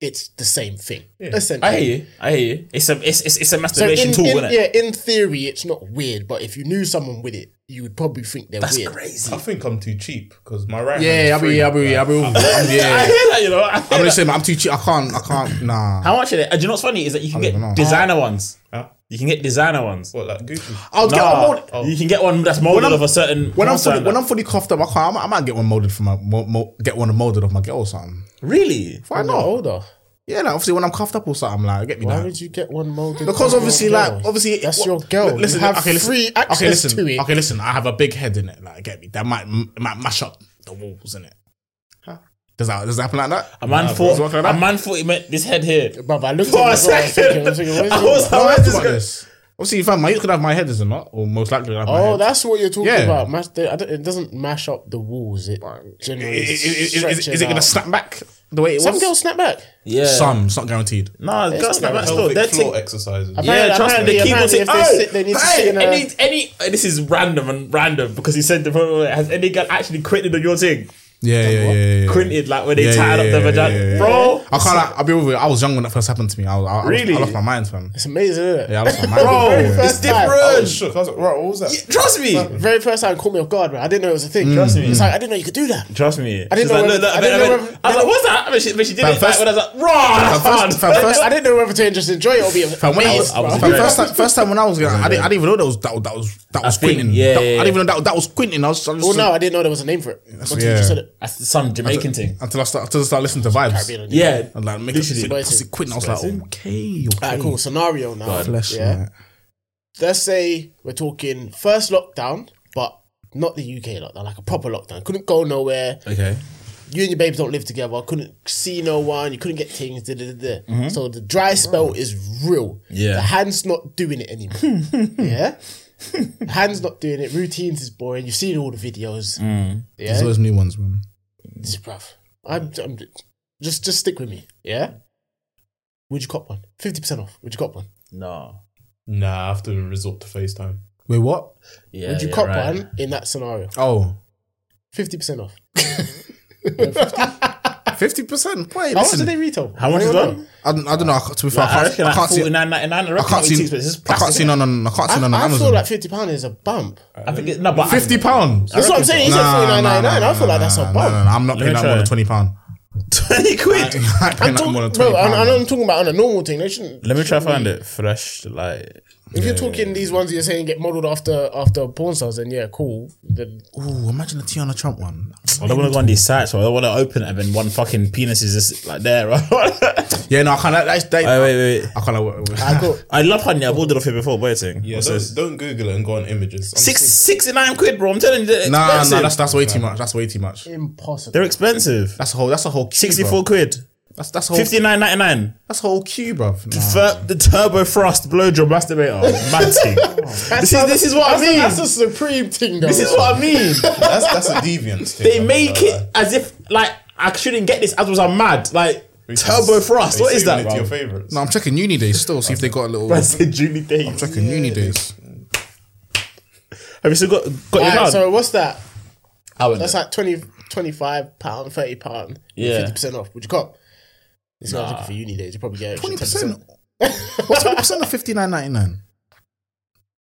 Speaker 4: it's the same thing. Essentially,
Speaker 2: I hear you. I hear you. It's a it's it's, it's a
Speaker 4: So
Speaker 2: masturbation
Speaker 4: in-
Speaker 2: tool,
Speaker 4: in-
Speaker 2: isn't it?
Speaker 4: yeah, in theory, it's not weird, but if you knew someone with it, you would probably think they're
Speaker 2: That's
Speaker 4: weird.
Speaker 2: crazy.
Speaker 6: I think I'm too cheap because my right. hand
Speaker 1: Yeah,
Speaker 6: is
Speaker 1: yeah, I'll be,
Speaker 6: free.
Speaker 1: I'll be, I'll be, I'm,
Speaker 2: [LAUGHS] I
Speaker 1: yeah.
Speaker 2: hear that, you know. I hear
Speaker 1: I'm
Speaker 2: that.
Speaker 1: just saying, I'm too cheap. I can't, I can't. Nah.
Speaker 2: How much are they? And you know what's funny is that you can
Speaker 1: don't know.
Speaker 2: get designer ones.
Speaker 6: Huh?
Speaker 2: You can get designer ones.
Speaker 6: What like Gucci?
Speaker 1: I'll get
Speaker 2: Nah,
Speaker 1: one molded.
Speaker 2: You can get one that's molded
Speaker 1: I'm-
Speaker 2: of a certain.
Speaker 1: When I'm
Speaker 2: pattern
Speaker 1: fully,
Speaker 2: and
Speaker 1: when
Speaker 2: that.
Speaker 1: I'm fully coughed up, I can't. I might, I might get one molded for my mo, mo, get one molded of my girl or something.
Speaker 2: really,
Speaker 1: Why
Speaker 4: Not
Speaker 1: not?
Speaker 4: older.
Speaker 1: Yeah, like obviously when I'm coughed up or something, like get me
Speaker 4: Why
Speaker 1: down.
Speaker 4: would you get one molded?
Speaker 1: Because
Speaker 4: on
Speaker 1: obviously,
Speaker 4: your
Speaker 1: like
Speaker 4: girl?
Speaker 1: obviously,
Speaker 4: that's
Speaker 1: what-
Speaker 4: your girl.
Speaker 1: Listen,
Speaker 4: you have
Speaker 1: okay, listen,
Speaker 4: free access
Speaker 1: okay, listen,
Speaker 4: to it.
Speaker 1: Okay, listen, I have a big head in it. Like, get me? That might m- might mash up the walls in it. Does that does that happen like that?
Speaker 4: Uh,
Speaker 2: a man
Speaker 1: Does it
Speaker 2: thought
Speaker 1: work like that?
Speaker 2: a man thought he meant this head here.
Speaker 4: Bruv, I looked
Speaker 2: For a
Speaker 4: at it.
Speaker 2: second,
Speaker 4: I was thinking,
Speaker 1: [LAUGHS]
Speaker 2: [LAUGHS] I
Speaker 4: where's
Speaker 2: was
Speaker 4: your-
Speaker 1: No, I
Speaker 2: like,
Speaker 1: think
Speaker 2: this
Speaker 1: about
Speaker 2: guy-
Speaker 1: this. Obviously, if I'm, you could have my head, is it not? Or most likely, have my
Speaker 4: Oh,
Speaker 1: head.
Speaker 4: that's what you're talking
Speaker 1: Yeah.
Speaker 4: about. Mash the, I don't, it doesn't mash up the walls. It generally
Speaker 1: is, is, is- is,
Speaker 4: stretches
Speaker 1: is it going to
Speaker 4: out.
Speaker 1: snap back the way it
Speaker 4: Some
Speaker 1: was?
Speaker 4: girls snap back.
Speaker 2: Yeah,
Speaker 1: Some, it's not guaranteed.
Speaker 2: nah, that's not
Speaker 4: not
Speaker 2: that
Speaker 4: like a
Speaker 2: still.
Speaker 6: Pelvic
Speaker 2: They're
Speaker 6: floor
Speaker 2: t-
Speaker 6: exercises.
Speaker 2: yeah,
Speaker 4: Apparently-
Speaker 2: trust me.
Speaker 4: apparently-
Speaker 2: The key will
Speaker 4: apparently
Speaker 2: say,
Speaker 4: if they
Speaker 2: oh,
Speaker 4: sit, they need to
Speaker 2: hey,
Speaker 4: sit in a-
Speaker 2: any, any, uh, this is random and random because he said the problem. Has any guy actually crinted on your thing?
Speaker 1: Yeah, yeah, yeah, yeah, yeah.
Speaker 2: Crinted like when they
Speaker 1: Yeah,
Speaker 2: tied
Speaker 1: yeah,
Speaker 2: up the
Speaker 1: yeah,
Speaker 2: vagina,
Speaker 1: yeah, yeah.
Speaker 2: bro.
Speaker 1: I can't. Like, I'll be real with you. I was young when that first happened to me. I, was, I, I,
Speaker 2: Really?
Speaker 1: was, I lost my mind, fam.
Speaker 4: It's amazing, isn't it?
Speaker 1: Yeah, I
Speaker 4: [LAUGHS]
Speaker 1: lost my mind.
Speaker 2: Bro,
Speaker 1: Yeah.
Speaker 2: it's
Speaker 4: first time. Oh,
Speaker 6: I was
Speaker 2: different.
Speaker 6: shook. I was like, right, what was that?
Speaker 2: Trust me.
Speaker 4: Very first time, caught me off guard, man. I didn't know it was a
Speaker 1: Mm.
Speaker 4: thing.
Speaker 2: Trust me.
Speaker 4: It's like I didn't know you could do that.
Speaker 2: Trust me. I
Speaker 4: didn't know whether-
Speaker 2: I,
Speaker 4: I
Speaker 2: bet-
Speaker 4: didn't know
Speaker 2: I, bet- I
Speaker 4: whether-
Speaker 2: was
Speaker 4: I
Speaker 2: like,
Speaker 4: didn't-
Speaker 2: what's that? But she, but she did it. First,
Speaker 1: first-
Speaker 2: when I was like, raw. that's
Speaker 1: first-
Speaker 2: hard.
Speaker 1: fam, first-
Speaker 4: I didn't know whether to just enjoy it or be amazed.
Speaker 1: Fam, when I was,
Speaker 2: I was
Speaker 4: bruv.
Speaker 1: fam,
Speaker 2: Yeah.
Speaker 1: first time, first time when I was, young, I, didn't, I didn't even know that was that, was- that was that was
Speaker 2: thing,
Speaker 1: quitting.
Speaker 2: yeah,
Speaker 1: That-
Speaker 2: yeah,
Speaker 1: I
Speaker 2: yeah.
Speaker 1: didn't even know that, that was quitting. I was, I was
Speaker 4: [LAUGHS] Well, no, I didn't know there was a name for it. Until you
Speaker 1: yeah.
Speaker 4: just said it.
Speaker 2: That's some Jamaican thing.
Speaker 1: until I start until I start listening to vibes.
Speaker 4: Caribbean.
Speaker 2: Yeah.
Speaker 1: And like make
Speaker 2: Literally.
Speaker 1: it pussy quitting. I was like, okay, okay.
Speaker 4: Alright, cool. Scenario now.
Speaker 1: Flesh,
Speaker 4: yeah.
Speaker 1: right.
Speaker 4: Let's say we're talking first lockdown, but not the UK lockdown, like a proper lockdown. Couldn't go nowhere.
Speaker 2: Okay.
Speaker 4: You and your babes don't live together. Couldn't see no one. You couldn't get things. Da, da, da, da. So the dry spell is real.
Speaker 2: Mm-hmm. Yeah.
Speaker 4: The hand's not doing it anymore.
Speaker 2: [LAUGHS]
Speaker 4: yeah. Hand's not doing it. Routines is boring. You've seen all the videos.
Speaker 2: Mm.
Speaker 4: Yeah.
Speaker 1: There's always new ones, man.
Speaker 4: This bruv. I'm, I'm just just stick with me. Yeah. Would you cop one? Fifty percent off. Would you cop one?
Speaker 2: No.
Speaker 6: Nah, I have to resort to FaceTime.
Speaker 1: Wait, what?
Speaker 2: Yeah.
Speaker 4: Would you
Speaker 2: yeah,
Speaker 4: cop
Speaker 2: right.
Speaker 4: one in that scenario?
Speaker 1: Oh.
Speaker 4: Fifty percent off.
Speaker 1: Fifty percent. Wait,
Speaker 4: How much do
Speaker 1: listen.
Speaker 4: they retail?
Speaker 2: How much is
Speaker 4: Anyone
Speaker 2: one?
Speaker 4: know?
Speaker 1: I, don't- I don't know. I can't- To be fair,
Speaker 2: Like, I
Speaker 1: I can't,
Speaker 2: reckon
Speaker 1: I
Speaker 2: like
Speaker 1: can't see.
Speaker 2: 49.99. I
Speaker 1: I
Speaker 2: reckon
Speaker 1: can't
Speaker 2: it's
Speaker 1: see.
Speaker 2: cheap, but it's just
Speaker 1: I can't
Speaker 2: plastic.
Speaker 1: see none on. I can't see none on
Speaker 4: I, I feel
Speaker 1: Amazon.
Speaker 4: like fifty pound is a bump.
Speaker 2: I think it, no, but
Speaker 1: Fifty pounds.
Speaker 4: That's what I'm saying. He said forty nine ninety nine. I feel like that's a
Speaker 1: No, no, no,
Speaker 4: bump.
Speaker 1: I'm not
Speaker 2: me
Speaker 1: paying that
Speaker 2: try.
Speaker 1: more than twenty pound.
Speaker 2: [LAUGHS] twenty quid.
Speaker 1: I'm paying that
Speaker 4: Talk-
Speaker 1: more than
Speaker 4: Bro,
Speaker 1: twenty
Speaker 4: I, I know I'm
Speaker 1: pound.
Speaker 4: talking about on a normal thing. They shouldn't.
Speaker 2: Let me try find it fresh. Like
Speaker 4: If you're talking these ones, you're saying get modelled after after porn stars, then yeah, cool. The,
Speaker 1: Ooh, imagine a Tiana Trump one.
Speaker 2: I don't want to go on these sites. Or I don't want to open it and then one fucking penis is just like there. [LAUGHS] Right? wait,
Speaker 1: Yeah, no, I can't. That's that.
Speaker 2: wait, wait.
Speaker 1: I can't. wait, wait.
Speaker 4: I got
Speaker 2: I love honey. I've ordered off here before. Waiting.
Speaker 6: Yeah,
Speaker 2: What's
Speaker 6: don't,
Speaker 2: this?
Speaker 6: don't Google it and go on images. I'm
Speaker 2: Six
Speaker 6: just-
Speaker 2: sixty nine quid, bro. I'm telling you, they're
Speaker 1: Nah,
Speaker 2: expensive.
Speaker 1: nah, that's that's way too much. That's way too much.
Speaker 4: impossible.
Speaker 2: they're expensive.
Speaker 1: That's a whole. That's a whole. queue,
Speaker 2: Sixty
Speaker 1: bro.
Speaker 2: four quid.
Speaker 1: That's that's a whole.
Speaker 2: Fifty nine ninety nine.
Speaker 1: That's a whole queue, bro.
Speaker 2: Fur- the turbo thrust blowjob masturbator. Mad
Speaker 1: [LAUGHS]
Speaker 2: thing. this is this is what I
Speaker 4: That's, a,
Speaker 2: mean.
Speaker 4: that's a supreme thing, though.
Speaker 2: this is what I mean.
Speaker 1: [LAUGHS]
Speaker 6: That's
Speaker 2: [LAUGHS]
Speaker 6: that's a deviant.
Speaker 2: they make it as if like I shouldn't get this. As was I'm mad. Like turbo thrust. What is that?
Speaker 6: It's your
Speaker 2: Bro?
Speaker 6: favorites.
Speaker 1: No, I'm checking uni days still. See if they got a little.
Speaker 2: I [LAUGHS]
Speaker 1: I'm
Speaker 2: said Julie Day.
Speaker 1: checking uni days.
Speaker 2: Have you still got got your
Speaker 4: Alright,
Speaker 2: card?
Speaker 4: so what's that?
Speaker 2: I wouldn't.
Speaker 4: That's like 20, 25 pound, thirty pound,
Speaker 2: Yeah.
Speaker 4: fifty percent off. Would you cop? This guy's looking for uni days. You probably get
Speaker 1: Twenty
Speaker 4: twenty
Speaker 1: percent.
Speaker 4: percent.
Speaker 1: What's twenty percent of fifty nine ninety nine?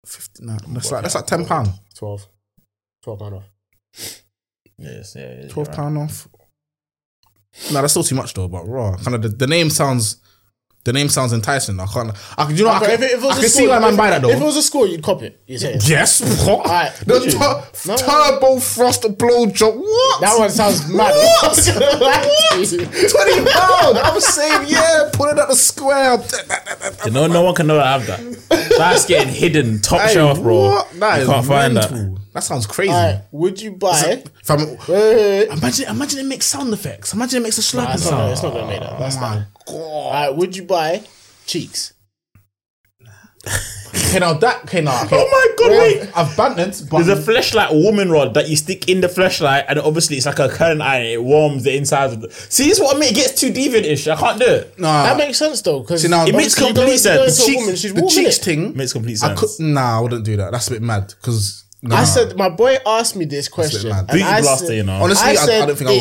Speaker 1: Fifty nine. That's like that's like ten pound.
Speaker 4: Twelve. Twelve pound off.
Speaker 2: Yes, yeah, yeah,
Speaker 1: Twelve
Speaker 2: you're right.
Speaker 1: pound off. No, that's still too much though. But raw, kind of the, the name sounds, the name sounds enticing. I can't. I can, you know, I
Speaker 4: Okay,
Speaker 1: can,
Speaker 4: if it, if it
Speaker 1: I
Speaker 4: was a
Speaker 1: can
Speaker 4: score,
Speaker 1: see why man
Speaker 4: if-
Speaker 1: buy that though.
Speaker 4: If it was a score, you'd cop it.
Speaker 1: [LAUGHS]
Speaker 4: You say
Speaker 1: yes, what?
Speaker 4: Alright,
Speaker 1: [LAUGHS] the
Speaker 4: would you?
Speaker 1: tur-
Speaker 4: No.
Speaker 1: turbo frost blow job. What?
Speaker 4: that one sounds mad.
Speaker 1: [LAUGHS] Twenty pound. I'm saying yeah. Put it at the square.
Speaker 2: You know, no one can know I
Speaker 1: [LAUGHS]
Speaker 2: have that. That's getting hidden top
Speaker 1: Hey,
Speaker 2: shelf, bro.
Speaker 1: what? That
Speaker 2: you
Speaker 1: is
Speaker 2: can't find that.
Speaker 1: mental. That sounds crazy.
Speaker 4: [LAUGHS] Alright, would you buy?
Speaker 1: If I'm-
Speaker 4: Wait, wait, wait.
Speaker 1: Imagine, imagine it makes sound effects. Imagine it makes a slapping
Speaker 4: That's not, it's
Speaker 1: sound.
Speaker 4: not Eh, gonna make that. That's
Speaker 1: Oh
Speaker 4: not.
Speaker 1: my god!
Speaker 4: Alright, would you buy cheeks?
Speaker 1: Okay, now that okay now. Okay.
Speaker 2: Oh my God, wait.
Speaker 1: I've banned it, but
Speaker 2: There's a flashlight woman rod that you stick in the flashlight, and obviously it's like a current iron. It warms the inside of the. See, this is what I mean. It gets too deviant-ish. I can't do it.
Speaker 1: nah.
Speaker 4: That makes sense though, because
Speaker 1: See, now- It
Speaker 2: makes complete sense.
Speaker 1: the cheeks,
Speaker 4: Woman, she's
Speaker 1: the
Speaker 4: warming
Speaker 1: cheeks
Speaker 4: it.
Speaker 1: thing.
Speaker 2: Makes complete
Speaker 1: I
Speaker 2: sense.
Speaker 1: could, nah, I wouldn't do that. That's a bit mad. Because nah.
Speaker 4: I said my boy asked me this question.
Speaker 1: mad.
Speaker 4: and
Speaker 1: Booty
Speaker 4: I
Speaker 2: blaster,
Speaker 4: said-
Speaker 2: you know.
Speaker 1: honestly, I, I, don't think I would.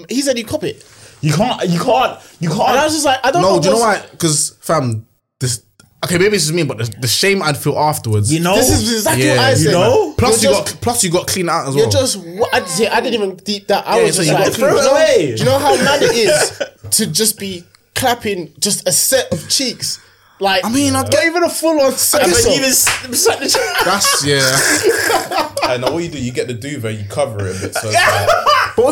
Speaker 4: would. He said he cop it,
Speaker 2: you can't. You can't. You can't.
Speaker 4: and I was just like, I don't know.
Speaker 1: No, do you know
Speaker 4: what's-
Speaker 1: why? Because fam, this. Okay, maybe it's just me, but the, the shame I'd feel afterwards.
Speaker 2: You know.
Speaker 4: This is exactly
Speaker 1: Yeah,
Speaker 4: what I
Speaker 1: you
Speaker 4: said.
Speaker 2: know?
Speaker 1: Plus
Speaker 4: You're
Speaker 1: you
Speaker 4: just-
Speaker 1: got plus you got clean out as well.
Speaker 4: You're just. wha- I, see, I didn't even deep that. I
Speaker 1: Yeah,
Speaker 4: was
Speaker 1: so
Speaker 4: just
Speaker 1: you
Speaker 4: like,
Speaker 1: got thrown
Speaker 4: do you know-
Speaker 2: away.
Speaker 4: Do you know how mad it
Speaker 1: [LAUGHS]
Speaker 4: is to just be clapping just a set of cheeks? Like,
Speaker 1: I mean, I
Speaker 4: not even a full on set.
Speaker 2: I
Speaker 4: of
Speaker 2: couldn't
Speaker 4: cheeks.
Speaker 2: even. s- suck the- [LAUGHS]
Speaker 1: That's yeah.
Speaker 6: And what you do, you get the duvet, you cover it a bit, so it's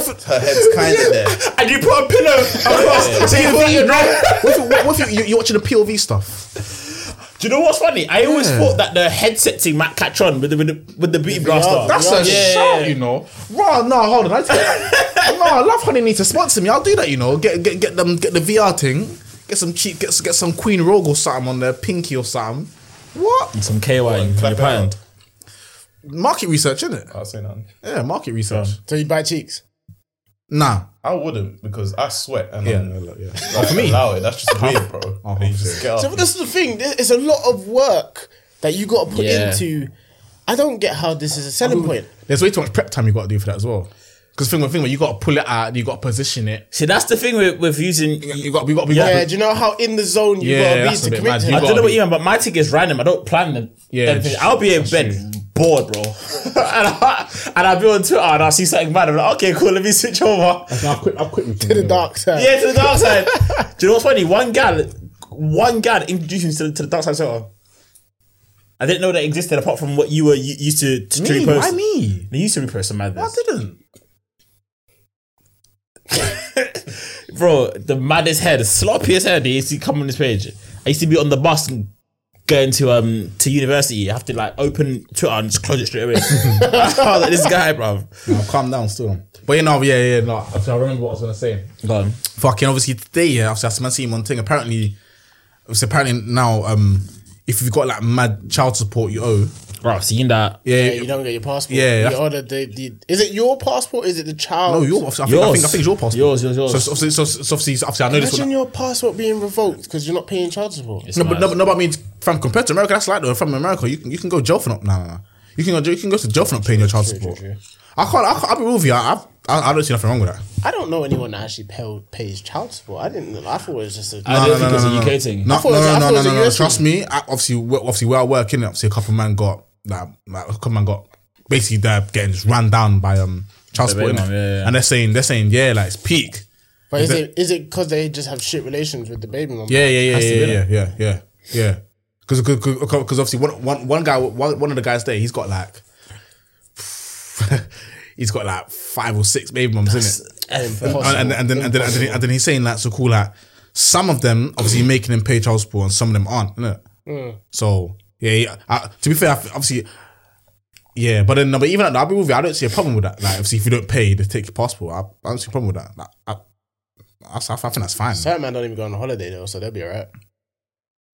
Speaker 6: like, her head's kind of there.
Speaker 2: and you put a pillow across. so you put your drum-
Speaker 1: what if, you- what if you, you, are watching the POV stuff?
Speaker 2: Do you know what's funny? I always
Speaker 1: Yeah.
Speaker 2: thought that the headset thing might catch on with the with the, with the beat blaster.
Speaker 1: That's a
Speaker 2: Yeah.
Speaker 1: shout, you know. Raw, no, hold on. I tell [LAUGHS] you, no, I love how they need to sponsor me. I'll do that, you know. Get get get them get the VR thing. Get some cheap. Get get some Queen Rogue or something on there, Pinky or something. What
Speaker 2: some KY in
Speaker 6: clap
Speaker 2: your
Speaker 6: it out.
Speaker 2: pound.
Speaker 1: market research, is it?
Speaker 6: I'll say nothing.
Speaker 1: Yeah, market research.
Speaker 4: So you buy cheeks.
Speaker 1: Nah,
Speaker 6: I wouldn't because I sweat and
Speaker 1: Yeah.
Speaker 6: I'm, for me, allow it. That's just weird, bro. And you just get
Speaker 4: So
Speaker 6: up.
Speaker 4: this is the thing. there- It's a lot of work that you got to put
Speaker 2: Yeah.
Speaker 4: into. I don't get how this is a selling point.
Speaker 1: there's way too much prep time you got to do for that as well. Because thing, thing, where you got to pull it out, you got to position it.
Speaker 2: See, that's the thing with, with using.
Speaker 1: You got, you got, you
Speaker 4: Yeah,
Speaker 1: got.
Speaker 4: do you know how in the zone you
Speaker 1: Yeah,
Speaker 4: gotta be
Speaker 1: that's a
Speaker 4: to
Speaker 1: bit
Speaker 4: commit
Speaker 1: mad.
Speaker 4: to
Speaker 1: You
Speaker 4: that?
Speaker 2: I don't
Speaker 1: gotta
Speaker 2: know
Speaker 1: be-
Speaker 2: about you, man, but my ticket is random. I don't plan them.
Speaker 1: Yeah,
Speaker 2: them things.
Speaker 1: true,
Speaker 2: I'll be in bed bored, bro. [LAUGHS] and, I, and I'll be on Twitter and I'll see something mad. I'm like, okay, cool, let me switch over. [LAUGHS]
Speaker 1: I'll quit. I'll quit.
Speaker 4: To the dark side.
Speaker 2: yeah, to the dark side. Do you know what's funny? One gal, one gal introduced me to, the- to the dark side Twitter. I didn't know that existed apart from what you were u- used to, to, to
Speaker 1: Me?
Speaker 2: repost.
Speaker 1: Why me?
Speaker 2: They used to repost some
Speaker 1: I
Speaker 2: madness.
Speaker 1: didn't.
Speaker 2: Bro, the maddest head, sloppiest head. They used to come on this page. I used to be on the bus and going to um to university. You have to like open Twitter and just close it [LAUGHS] straight away. I was
Speaker 1: Oh, [LAUGHS]
Speaker 2: like, this guy, bro.
Speaker 1: No, calm down, still. But you know, yeah, yeah, no. Actually, I remember what I was gonna say.
Speaker 2: Go on.
Speaker 1: Fucking obviously today, yeah. Obviously, I've been seeing one thing. Apparently, it's apparently now, um, if you've got like mad child support, you owe.
Speaker 2: Bro, I've seen that.
Speaker 1: Yeah,
Speaker 4: Yeah, you don't get your passport.
Speaker 1: Yeah,
Speaker 4: you
Speaker 1: that's-
Speaker 4: order the, the, is it your passport? Is it the child?
Speaker 1: no, your. I think, I think, I think it's your passport.
Speaker 2: Yours, yours, yours.
Speaker 1: So, so, so, so, so obviously, so obviously, I know this
Speaker 4: Imagine
Speaker 1: one.
Speaker 4: your passport being revoked because you're not paying child support.
Speaker 1: No, but no, but- no, but I mean, from compared to America, that's like though. From America, you can you can go jail for not. Nah, nah, nah. You can go you can go to jail for not paying your child support. I can't. I can't, I'll be real with you. I, I I don't see nothing wrong with that.
Speaker 4: I don't know anyone that actually pay, pays child support. I didn't. I thought it was just a.
Speaker 2: I don't think it's a UK thing.
Speaker 1: No,
Speaker 4: I thought it
Speaker 1: no,
Speaker 4: was- I
Speaker 1: no, no,
Speaker 4: thought it
Speaker 1: no,
Speaker 4: was a
Speaker 1: no, no.
Speaker 4: US
Speaker 1: Trust me. I, obviously, we- obviously, where I work in, obviously, a couple man got like, like a couple man got basically they're getting just ran down by um child support,
Speaker 2: baby
Speaker 1: innit?
Speaker 2: mum, yeah, yeah.
Speaker 1: and they're saying they're saying yeah, like it's peak.
Speaker 4: but is
Speaker 1: that-
Speaker 4: it is it because they just have shit relations with the baby mom?
Speaker 1: Yeah, yeah, yeah, yeah, yeah, yeah, yeah, yeah. Because because obviously one one one guy one one of the guys there, he's got like. [LAUGHS] He's got like five or six baby mums, is it?
Speaker 4: Impossible.
Speaker 1: and, and, and, then, and, then, and, then, and then he's saying like so cool like some of them obviously making him pay child support and some of them aren't innit?
Speaker 4: Mm.
Speaker 1: so yeah, yeah I, to be fair I f obviously yeah but then no, but even at the Abu Dhabi I don't see a problem with that like obviously if you don't pay they take your passport I, I don't see a problem with that like, I, I, I think that's fine
Speaker 4: Certain man don't even go on holiday though, so they'll be alright.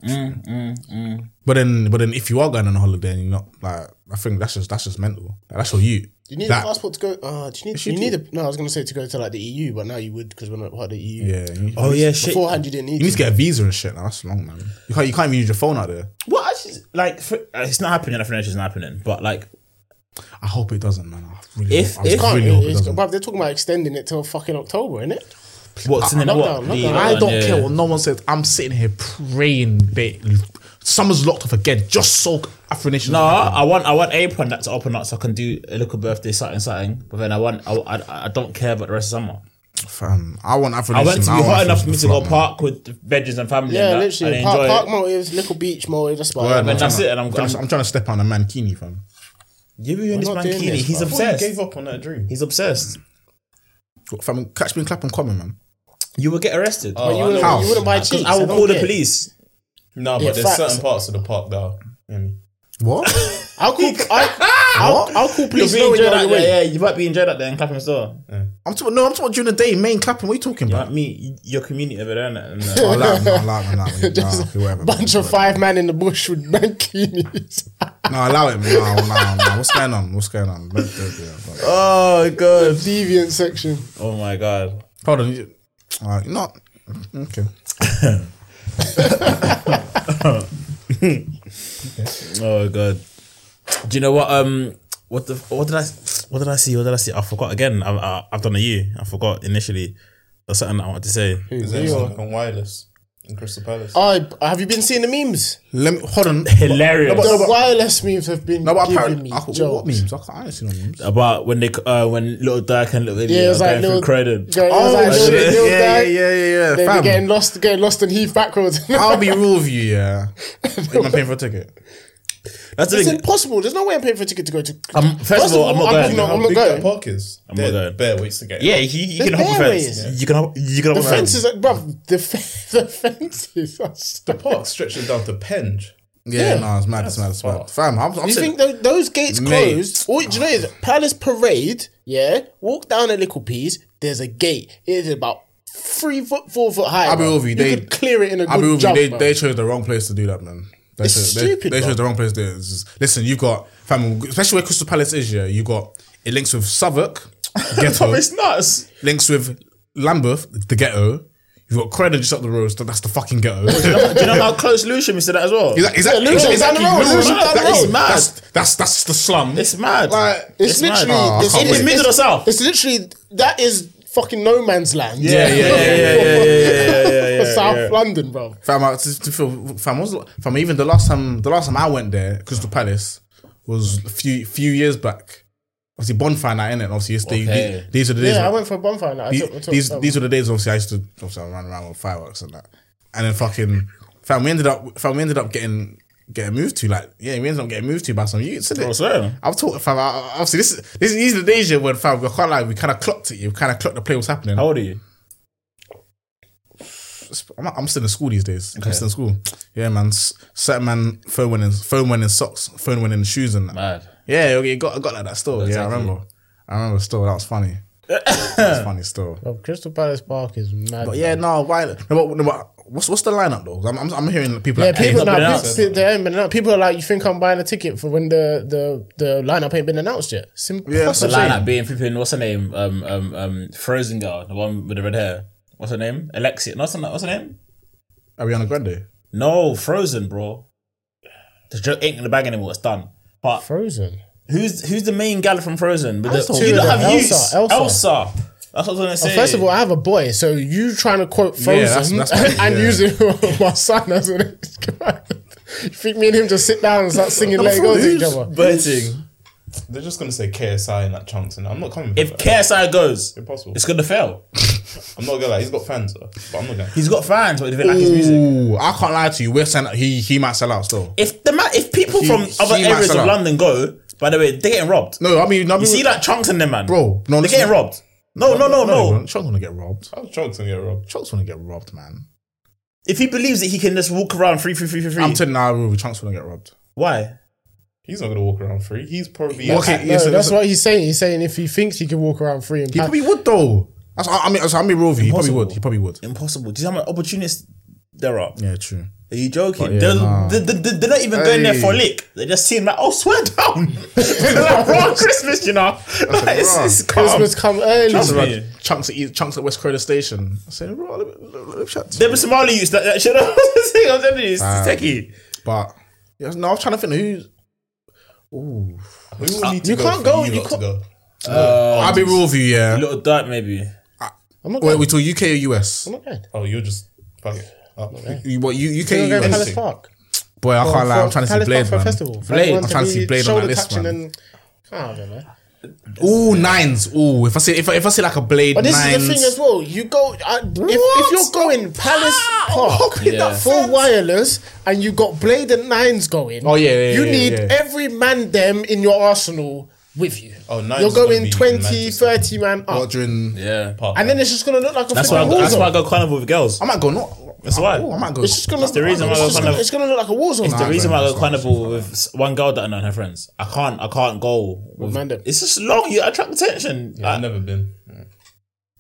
Speaker 2: Mm, mm, mm.
Speaker 1: but then but then if you are going on a holiday and you're not like I think that's just that's just mental like, that's all you
Speaker 4: You need
Speaker 1: That-
Speaker 4: a passport to go. Uh, do you need?
Speaker 1: Yes, you
Speaker 4: you
Speaker 1: do.
Speaker 4: need a. No, I was gonna say to go to like the EU, but now you would because we're not part of the EU.
Speaker 1: yeah you,
Speaker 2: Oh yeah, shit.
Speaker 4: Beforehand, you didn't need.
Speaker 1: you need to get a visa and shit now that's long man you can't you can't even use your phone out there
Speaker 2: What actually? Like, for, uh, it's not happening. I think it's not happening. But like,
Speaker 1: I hope it doesn't man I really
Speaker 2: If-
Speaker 1: hope, I really
Speaker 2: if-
Speaker 4: Can't,
Speaker 1: hope it
Speaker 4: it's,
Speaker 1: doesn't
Speaker 4: but they're talking about extending it till fucking October, isn't it?
Speaker 2: What's in the
Speaker 4: Lockdown,
Speaker 2: what? The-
Speaker 4: lockdown.
Speaker 1: I don't
Speaker 2: yeah,
Speaker 1: care
Speaker 2: yeah.
Speaker 1: what no one says. I'm sitting here praying, bit. Someone's locked off again, just so Afro Nation.
Speaker 2: No, Uh, I want I want apron that to open up so I can do a little birthday something something. But then I want I, I, I don't care about the rest of summer.
Speaker 1: fam, I want Afro
Speaker 2: I
Speaker 1: Nation.
Speaker 2: want it to be
Speaker 1: want
Speaker 2: hot enough
Speaker 1: Afro
Speaker 2: for me to
Speaker 1: Nation flop,
Speaker 2: go park with veggies and family.
Speaker 4: Yeah,
Speaker 2: and that,
Speaker 4: literally.
Speaker 2: and
Speaker 4: Park,
Speaker 2: enjoy
Speaker 4: park
Speaker 2: it.
Speaker 4: motives, little beach motive. That's about
Speaker 1: man.
Speaker 4: it.
Speaker 1: Word, man.
Speaker 2: that's it, and I'm-
Speaker 1: I'm trying, to,
Speaker 2: I'm-
Speaker 1: I'm trying to step on a mankini, fam.
Speaker 2: You and this
Speaker 4: not doing
Speaker 2: mankini,
Speaker 4: this,
Speaker 2: he's
Speaker 4: bro.
Speaker 6: I thought
Speaker 2: obsessed.
Speaker 6: you gave up on that dream.
Speaker 2: He's obsessed.
Speaker 1: Fam, catch me in clap and comment, man.
Speaker 2: You will get arrested.
Speaker 6: Oh,
Speaker 4: You
Speaker 6: I
Speaker 4: wouldn't,
Speaker 6: know.
Speaker 1: How?
Speaker 4: you wouldn't buy cheeks.
Speaker 2: I will
Speaker 4: don't
Speaker 2: call the
Speaker 4: care.
Speaker 2: police.
Speaker 6: No, but
Speaker 4: Yeah,
Speaker 6: there's
Speaker 4: facts.
Speaker 6: certain parts of the park that are. you know,
Speaker 1: What?
Speaker 4: I'll call. I, I'll, I'll call
Speaker 2: You'll
Speaker 4: police.
Speaker 2: be
Speaker 4: knowing
Speaker 2: enjoying
Speaker 4: you're on
Speaker 2: that
Speaker 4: your way.
Speaker 2: there. Yeah, you might be enjoying that there in Clapham store.
Speaker 1: [LAUGHS] I'm talking. No, I'm talking during the day. Main clapping. What are you talking
Speaker 2: You
Speaker 1: about? [LAUGHS]
Speaker 2: might meet your community over there. innit? And, uh,
Speaker 4: [LAUGHS]
Speaker 1: I like him. I like him. I like him. [LAUGHS] Nah, okay, whatever.
Speaker 4: Bunch of five man in the bush with [LAUGHS] mankinis.
Speaker 1: No, allow it. No, no, no. What's going on? What's going on? Don't- don't do that, bro.
Speaker 2: oh god.
Speaker 4: Deviant section.
Speaker 2: Oh my god.
Speaker 1: Hold on. Uh, you- All right, not okay.
Speaker 2: Oh god. Do you know what? Um, what the? What did I? What did I see? What did I see? I forgot again. I, I, I've done a you. I forgot initially. That's something I wanted to say.
Speaker 6: Is there something on wireless in Crystal Palace?
Speaker 4: Oh, have you been seeing the memes?
Speaker 1: Let me hold [LAUGHS] on.
Speaker 2: Hilarious.
Speaker 4: The wireless memes have been
Speaker 1: No, but
Speaker 4: giving
Speaker 1: apparently,
Speaker 4: me
Speaker 1: I, what,
Speaker 4: jokes.
Speaker 1: what memes? I, can't- I don't see no memes.
Speaker 2: About when they uh, when little Dirk and little
Speaker 4: Yeah,
Speaker 2: Lily
Speaker 4: it
Speaker 2: are
Speaker 4: was like
Speaker 2: going
Speaker 4: little
Speaker 2: through Croydon.
Speaker 4: Yeah, it was like
Speaker 2: Oh,
Speaker 4: little,
Speaker 2: shit.
Speaker 4: little guy.
Speaker 1: yeah,
Speaker 4: They be getting [LAUGHS] lost, getting lost and heaved backwards. [LAUGHS]
Speaker 1: I'll be real with you. Yeah, am I paying for a ticket?
Speaker 2: That's the
Speaker 4: it's
Speaker 2: thing.
Speaker 4: impossible. There's no way I'm paying for a ticket to go to.
Speaker 2: Um, first, of all, I'm not going.
Speaker 4: not- I'm
Speaker 6: How
Speaker 4: not
Speaker 6: big that
Speaker 4: going.
Speaker 6: park is? I'm
Speaker 2: not going.
Speaker 6: Bare ways to get. in.
Speaker 2: Yeah, you, you can
Speaker 4: There's
Speaker 2: hop a
Speaker 4: barriers.
Speaker 2: fence. You can hop, you can hop
Speaker 4: The
Speaker 2: a fence.
Speaker 4: fences, bro. The, fe- [LAUGHS] the fences are
Speaker 6: The
Speaker 4: stuck.
Speaker 6: park stretches down to Penge.
Speaker 1: Yeah, no, it's mad. It's mad. It's mad. Fam, I'm, I'm
Speaker 4: You
Speaker 1: sitting.
Speaker 4: think tho- those gates
Speaker 1: Mate.
Speaker 4: closed? All, do you know is Palace Parade. Yeah, walk down a little piece. There's a gate. It is about three foot, four foot high.
Speaker 1: I'll be
Speaker 4: bro.
Speaker 1: with you, they-
Speaker 4: could clear it in a
Speaker 1: I'll be with
Speaker 4: good
Speaker 1: you.
Speaker 4: jump.
Speaker 1: They,
Speaker 4: bro.
Speaker 1: they chose the wrong place to do that, man. They
Speaker 4: It's
Speaker 1: chose,
Speaker 4: stupid,
Speaker 1: They, they
Speaker 4: bro.
Speaker 1: chose the wrong place. To do it. It's just- listen, you got fam, especially where Crystal Palace is. Yeah, you got it links with
Speaker 4: [LAUGHS]
Speaker 1: Southwark ghetto,
Speaker 2: It's nuts.
Speaker 1: links with Lambeth, the ghetto. You've got Croydon just up the road. so That's the fucking ghetto.
Speaker 2: Do you know how close Lucian is to that as
Speaker 1: [LAUGHS]
Speaker 2: well?
Speaker 1: Is that, is that,
Speaker 4: Yeah, Lewisham
Speaker 1: is that
Speaker 4: down the road,
Speaker 1: Lewisham?
Speaker 4: Lewisham down the
Speaker 1: That is
Speaker 2: road.
Speaker 1: mad. That's, that's that's the slum.
Speaker 2: It's mad.
Speaker 1: Like,
Speaker 4: It's,
Speaker 2: mad.
Speaker 4: literally
Speaker 1: Oh, I
Speaker 4: it's,
Speaker 1: can't
Speaker 4: it's-
Speaker 1: wait.
Speaker 2: In the middle of South.
Speaker 4: It's literally that is fucking no man's land.
Speaker 1: yeah,
Speaker 4: [LAUGHS]
Speaker 1: yeah, yeah, yeah, yeah,
Speaker 4: South London, bro.
Speaker 1: fam, I- to, to feel, fam, what was, the- fam, even the last time, the last time I went there, Crystal Palace, was a few few years back. Obviously, bonfire night in it. Obviously, it's the-
Speaker 2: Okay.
Speaker 1: these are the days.
Speaker 4: Yeah, I
Speaker 1: when-
Speaker 4: went for a bonfire. Night. I took, I
Speaker 1: these
Speaker 4: took,
Speaker 1: these,
Speaker 4: um,
Speaker 1: these were the days. Obviously, I used to obviously I ran around with fireworks and that, and then fucking fam, we ended up fam, we ended up getting getting moved to like yeah, we ended up getting moved to by some youths. innit?
Speaker 2: Oh, so?
Speaker 1: I'm talking fam. I, I- obviously, this is this is these are the days yeah, when fam. We can't lie. We kind of clocked it. You kind of clocked the play was happening.
Speaker 2: How old are you?
Speaker 1: I'm, I'm still in school these days. I'm still in school. Yeah, man. S- Certain man phone winning phone winning socks, phone winning shoes and that.
Speaker 2: Mad.
Speaker 1: Yeah, okay, got got like that still. Yeah, I
Speaker 2: Exactly.
Speaker 1: remember. I remember still. That was funny. That's funny still.
Speaker 4: bro, Crystal Palace Park is mad.
Speaker 1: But yeah, no, why? No, but, no, but what's what's the lineup though? I'm I'm, I'm hearing people.
Speaker 4: Yeah,
Speaker 1: like,
Speaker 4: people,
Speaker 2: not been
Speaker 4: now,
Speaker 2: announced.
Speaker 4: people, they ain't been announced. people are like, you think I'm buying a ticket for when the the, the lineup ain't been announced yet? It's
Speaker 1: Yeah, that's
Speaker 4: impossible.
Speaker 1: the
Speaker 2: Line
Speaker 1: lineup.
Speaker 2: up being flipping, what's her name? Um, um, um, Frozen girl, the one with the red hair. What's her name? Alexia. No, what's her, what's her name?
Speaker 1: Ariana Grande.
Speaker 2: No, Frozen, bro. The joke ain't in the bag anymore. It's done. But
Speaker 4: Frozen.
Speaker 2: who's who's the main gal from Frozen? With
Speaker 4: Elsa.
Speaker 2: the, you don't have
Speaker 4: Elsa,
Speaker 2: use. Elsa.
Speaker 4: Elsa.
Speaker 2: That's what I was gonna say.
Speaker 4: First of all, I have a boy, so you trying to quote Frozen
Speaker 1: Yeah, that's- that's what-
Speaker 4: [LAUGHS] and
Speaker 1: yeah.
Speaker 4: using my son as an [LAUGHS] You think me and him just sit down and start singing Let It Go to
Speaker 1: Who's
Speaker 4: each other?
Speaker 2: betting
Speaker 6: They're just gonna say KSI in that chunks, and I'm not coming.
Speaker 2: if
Speaker 6: for that.
Speaker 2: KSI goes,
Speaker 6: Impossible.
Speaker 2: it's gonna fail.
Speaker 6: I'm not gonna lie, he's got fans, though, but I'm not gonna.
Speaker 2: He's got fans, but they don't like his music.
Speaker 1: Ooh, I can't lie to you. We're saying that he he might sell out still.
Speaker 2: If the ma- if people
Speaker 1: He-
Speaker 2: from
Speaker 1: he
Speaker 2: other
Speaker 1: might
Speaker 2: areas
Speaker 1: sell
Speaker 2: of
Speaker 1: out.
Speaker 2: London go, by the way, they're getting robbed.
Speaker 1: No, I mean, I mean
Speaker 2: You see that chunks in them, man,
Speaker 1: bro. No,
Speaker 2: They're getting robbed. No, no, no, no.
Speaker 1: Chuck's gonna get robbed.
Speaker 6: How's chunks gonna get robbed?
Speaker 1: Chuck's gonna get robbed, man.
Speaker 2: If he believes that he can just walk around free, free, free, free, free,
Speaker 1: I'm telling you, now, Ruby, Chuck's gonna get robbed.
Speaker 2: why?
Speaker 6: He's not gonna walk around free. He's probably
Speaker 1: Okay,
Speaker 6: At-
Speaker 4: No,
Speaker 1: listen,
Speaker 4: that's
Speaker 1: listen.
Speaker 4: what he's saying. He's saying if he thinks he can walk around free and
Speaker 1: He
Speaker 4: pack-
Speaker 1: probably would though. That's, I I mean, that's, I mean, real with you. He probably
Speaker 2: Impossible.
Speaker 1: would. He probably would.
Speaker 2: Impossible. Do you know how many opportunists there are?
Speaker 1: Yeah, true.
Speaker 2: Are you joking?
Speaker 1: yeah,
Speaker 2: they're,
Speaker 1: nah.
Speaker 2: they're, they're, they're not even going there for a
Speaker 1: Hey.
Speaker 2: lick. They're just seeing like, oh, swear down. [LAUGHS] They're like, raw Christmas, you know. Like, it's,
Speaker 1: raw.
Speaker 2: it's calm.
Speaker 4: Christmas come early.
Speaker 2: Trust
Speaker 4: bro.
Speaker 2: me.
Speaker 1: Chunks at East- chunks at West Croydon Station. I said, bro, let me, let me chat.
Speaker 2: There were Somali youths that, that shit. [LAUGHS] I'm telling you, it's techie.
Speaker 1: But yeah, no, I'm trying to think who.
Speaker 6: Who would need to
Speaker 1: you
Speaker 6: go
Speaker 1: can't
Speaker 6: for
Speaker 4: Ah,
Speaker 1: go,
Speaker 6: You
Speaker 1: you
Speaker 6: lot
Speaker 1: can't-
Speaker 6: to go.
Speaker 1: I'll be real with you. Yeah,
Speaker 2: Little dirt, maybe.
Speaker 4: I'm not
Speaker 1: Wait,
Speaker 4: going.
Speaker 1: we talk UK or US?
Speaker 4: I'm not going.
Speaker 6: Oh, you're just fuck Oh, it up.
Speaker 1: You, what, you, UK
Speaker 4: We're
Speaker 1: or
Speaker 4: going to
Speaker 1: US?
Speaker 4: Palace Park.
Speaker 1: Boy, I can't lie. I'm
Speaker 4: For-
Speaker 1: trying to see
Speaker 4: Palace
Speaker 1: Blade,
Speaker 4: Park for a
Speaker 1: man.
Speaker 4: festival. For
Speaker 1: Blade.
Speaker 4: everyone
Speaker 1: I'm
Speaker 4: to
Speaker 1: trying to
Speaker 4: be
Speaker 1: see Blade on
Speaker 4: shoulder
Speaker 1: that list,
Speaker 4: touching
Speaker 1: man.
Speaker 4: And, I don't know.
Speaker 1: Ooh, nines. Ooh, if I see if I, if I see like a Blade
Speaker 4: But this
Speaker 1: nines.
Speaker 4: is the thing as well. You go uh, if, if you're going Palace
Speaker 1: Ah, oh,
Speaker 4: Park
Speaker 2: hoping that
Speaker 4: full wireless, and you got Blade and Nines going.
Speaker 1: Oh, yeah, yeah,
Speaker 4: you
Speaker 1: yeah,
Speaker 4: need
Speaker 1: yeah.
Speaker 4: every man them in your arsenal with you.
Speaker 6: Oh, Nines
Speaker 4: you're
Speaker 6: is gonna
Speaker 4: going
Speaker 6: be
Speaker 4: 20,
Speaker 6: Manchester.
Speaker 4: 30 man up,
Speaker 1: Wondering-
Speaker 2: Yeah.
Speaker 4: and then it's just gonna look like a
Speaker 2: That's why, I,
Speaker 4: flipping war
Speaker 2: that's why I
Speaker 4: zone.
Speaker 2: go carnival with girls.
Speaker 1: I might go. No,
Speaker 2: That's why.
Speaker 1: Ooh, I might go.
Speaker 4: It's just gonna. That's
Speaker 2: the reason why I
Speaker 4: it's,
Speaker 2: go
Speaker 4: just
Speaker 2: kind
Speaker 4: gonna,
Speaker 2: of-
Speaker 4: it's gonna look like a war zone.
Speaker 2: the reason why I go
Speaker 1: that's not-
Speaker 2: carnival with s- one girl that I know and her friends. I can't. I can't go. With,
Speaker 4: man them.
Speaker 2: it's just long. You attract attention.
Speaker 6: I've
Speaker 2: Like,
Speaker 6: never been.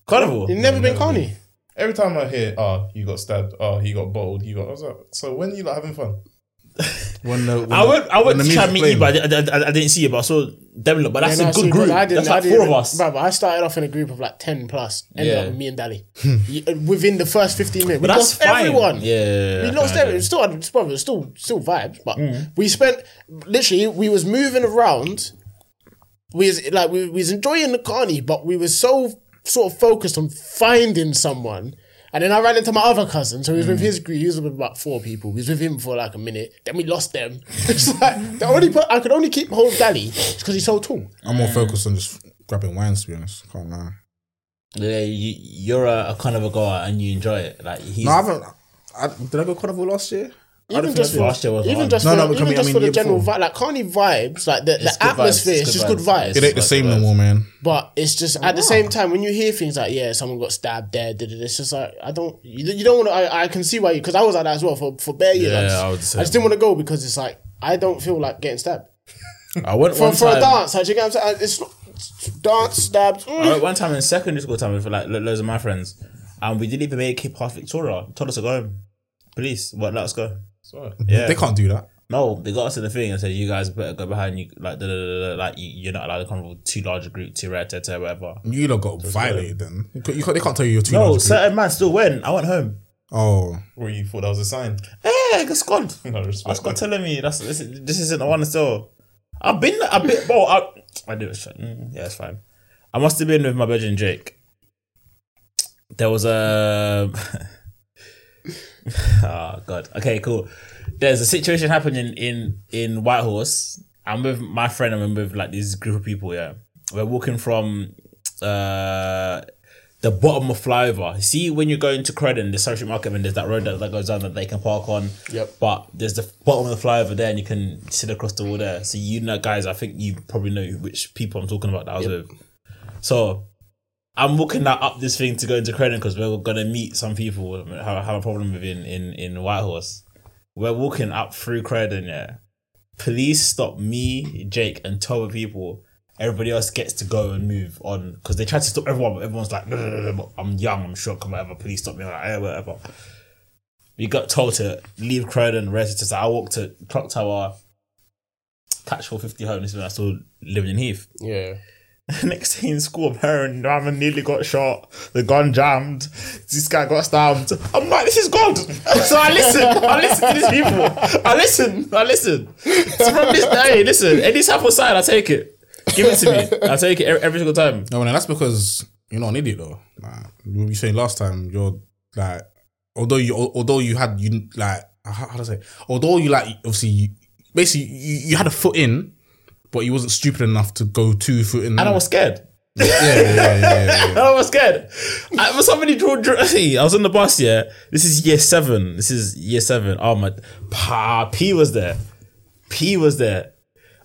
Speaker 2: carnival.
Speaker 4: You've never been Carney.
Speaker 6: Every time I hear, oh, you got stabbed, oh, you got bottled, you got. I was like, so when are you like having fun?
Speaker 1: When the, when
Speaker 2: I went. I
Speaker 1: when
Speaker 2: went
Speaker 1: the
Speaker 2: to
Speaker 1: music's
Speaker 2: try and meet
Speaker 1: playing.
Speaker 2: you, but I, di- I, di- I didn't see you. But I saw them. Look, but that's
Speaker 4: Yeah,
Speaker 2: a
Speaker 4: no,
Speaker 2: good
Speaker 4: see, 'cause
Speaker 2: group.
Speaker 4: I didn't-
Speaker 2: That's
Speaker 4: I
Speaker 2: like
Speaker 4: didn't-
Speaker 2: four of us.
Speaker 4: Bruv, I started off in a group of like 10 plus, ended
Speaker 2: Yeah.
Speaker 4: up with me
Speaker 2: [LAUGHS]
Speaker 4: and Dali. You- uh, Within the first 15 minutes.
Speaker 2: But
Speaker 4: we
Speaker 2: that's
Speaker 4: lost
Speaker 2: fine.
Speaker 4: everyone.
Speaker 2: Yeah,
Speaker 4: We
Speaker 2: I Mm.
Speaker 4: lost
Speaker 2: can
Speaker 4: everyone. It was still, it's probably- it was still, still vibes, but we spent, literally, we was moving around. We was, like, we, we was enjoying the carney, but we were so sort of focused on finding someone. And then I ran into my other cousin, so he was with
Speaker 2: Mm.
Speaker 4: his group. He was with about four people. He was with him for like a minute. Then we lost them. [LAUGHS] It's like the only per- I could only keep hold of Dali because he's so tall.
Speaker 1: I'm more focused on just grabbing wines. To be honest, can't lie.
Speaker 2: Yeah, you, you're a, a carnival girl and you enjoy it. Like he's
Speaker 1: No, I haven't. I, did I go carnival last year?
Speaker 4: even just for,
Speaker 2: last year was
Speaker 4: even
Speaker 2: hard.
Speaker 4: just
Speaker 1: No,
Speaker 4: for,
Speaker 1: no, but
Speaker 4: even
Speaker 1: I mean- I
Speaker 4: just
Speaker 1: mean
Speaker 4: for the
Speaker 1: year
Speaker 4: general
Speaker 1: before.
Speaker 4: vibe, like Carney vibes, like the,
Speaker 2: It's
Speaker 4: the
Speaker 2: good vibes,
Speaker 4: atmosphere,
Speaker 2: it's good
Speaker 4: it's just good
Speaker 2: vibes.
Speaker 4: vibes.
Speaker 1: It ain't the
Speaker 2: Like
Speaker 1: same
Speaker 2: that.
Speaker 1: no more, man.
Speaker 4: But it's just at the same time when you hear things like yeah, someone got stabbed there, did it. It's just like I don't, you, you don't want to. I, I can see why you because I was like that as well for for bare years. I
Speaker 2: Yeah,
Speaker 4: just,
Speaker 2: I was the
Speaker 4: I just
Speaker 2: same.
Speaker 4: didn't want to go because it's like I don't feel like getting stabbed
Speaker 2: I went
Speaker 4: for,
Speaker 2: one
Speaker 4: for a
Speaker 2: time-
Speaker 4: dance. Like, do you get what I'm saying? Uh, It's not- dance mm. stabbed.
Speaker 2: I went one time in secondary school time with like lo- loads of my friends, and we didn't even make it past Victoria. Told us to go home. Police, what? Let's go.
Speaker 6: So,
Speaker 2: Yeah.
Speaker 1: They can't do that.
Speaker 2: No, they got us in the thing and said, "You guys better go behind you, like, da, da, da, da, like you, you're not allowed to come with too large a group, too rare, ta, ta, whatever."
Speaker 1: You lot got violated then. You can't, you can't- they can't tell you you're too
Speaker 2: No,
Speaker 1: large.
Speaker 2: certain man still went. I went home.
Speaker 1: Oh,
Speaker 6: where you thought that was a sign?
Speaker 2: Yeah, that's God.
Speaker 6: No
Speaker 2: That's
Speaker 6: respect.
Speaker 2: God telling me that's this. is- This isn't the one still. I've been a bit. Bro, I, I do. it's fine. Mm, Yeah, it's fine. I must have been with my bedroom Jake. There was a. [LAUGHS] oh God. Okay, cool. There's a situation happening in in Whitehorse. I'm with my friend. I'm with like this group of people. Yeah, we're walking from uh the bottom of flyover. See when you're going to Croydon, the social market, and there's that road that, that goes down that they can park on.
Speaker 4: Yep.
Speaker 2: But there's the bottom of the flyover there, and you can sit across the wall there. So you know, guys, I think you probably know which people I'm talking about. That I was with. So I'm walking now up this thing to go into Croydon because we're gonna meet some people. I have, have a problem with in in in Whitehorse. We're walking up through Croydon. Yeah. Police stop me, Jake, and two other people. Everybody else gets to go and move on because they tried to stop everyone, but everyone's like, no, no, no, no, no, I'm young, I'm shook, and whatever. Police stop me, I'm like, eh, whatever. We got told to leave Croydon, rest. So I walked to Clock Tower, catch 450 home. This is when I still living in Heath.
Speaker 4: Yeah,
Speaker 2: [LAUGHS] Next day in school, I'm hearing Ramen nearly got shot, the gun jammed, this guy got stabbed. I'm like, this is God. [LAUGHS] So I listen, I listen to these people. I listen, I listen. So from this day, listen, any sample side, I take it. Give it to me. I take it every, every single time.
Speaker 1: no, man, that's because you're not an idiot though. Like, we were saying last time, you're like, although you, although you had you like, how, how do I say? Although you like, obviously, you, basically, you, you had a foot in, but you wasn't stupid enough to go two foot in. Oh.
Speaker 2: And I was scared.
Speaker 1: Mm-hmm. yeah, yeah, yeah, yeah, yeah.
Speaker 2: [LAUGHS] And I was scared. I, for somebody drew, drew I was on the bus, yeah. This is year seven. This is year seven. Oh my pa P was there. P was there.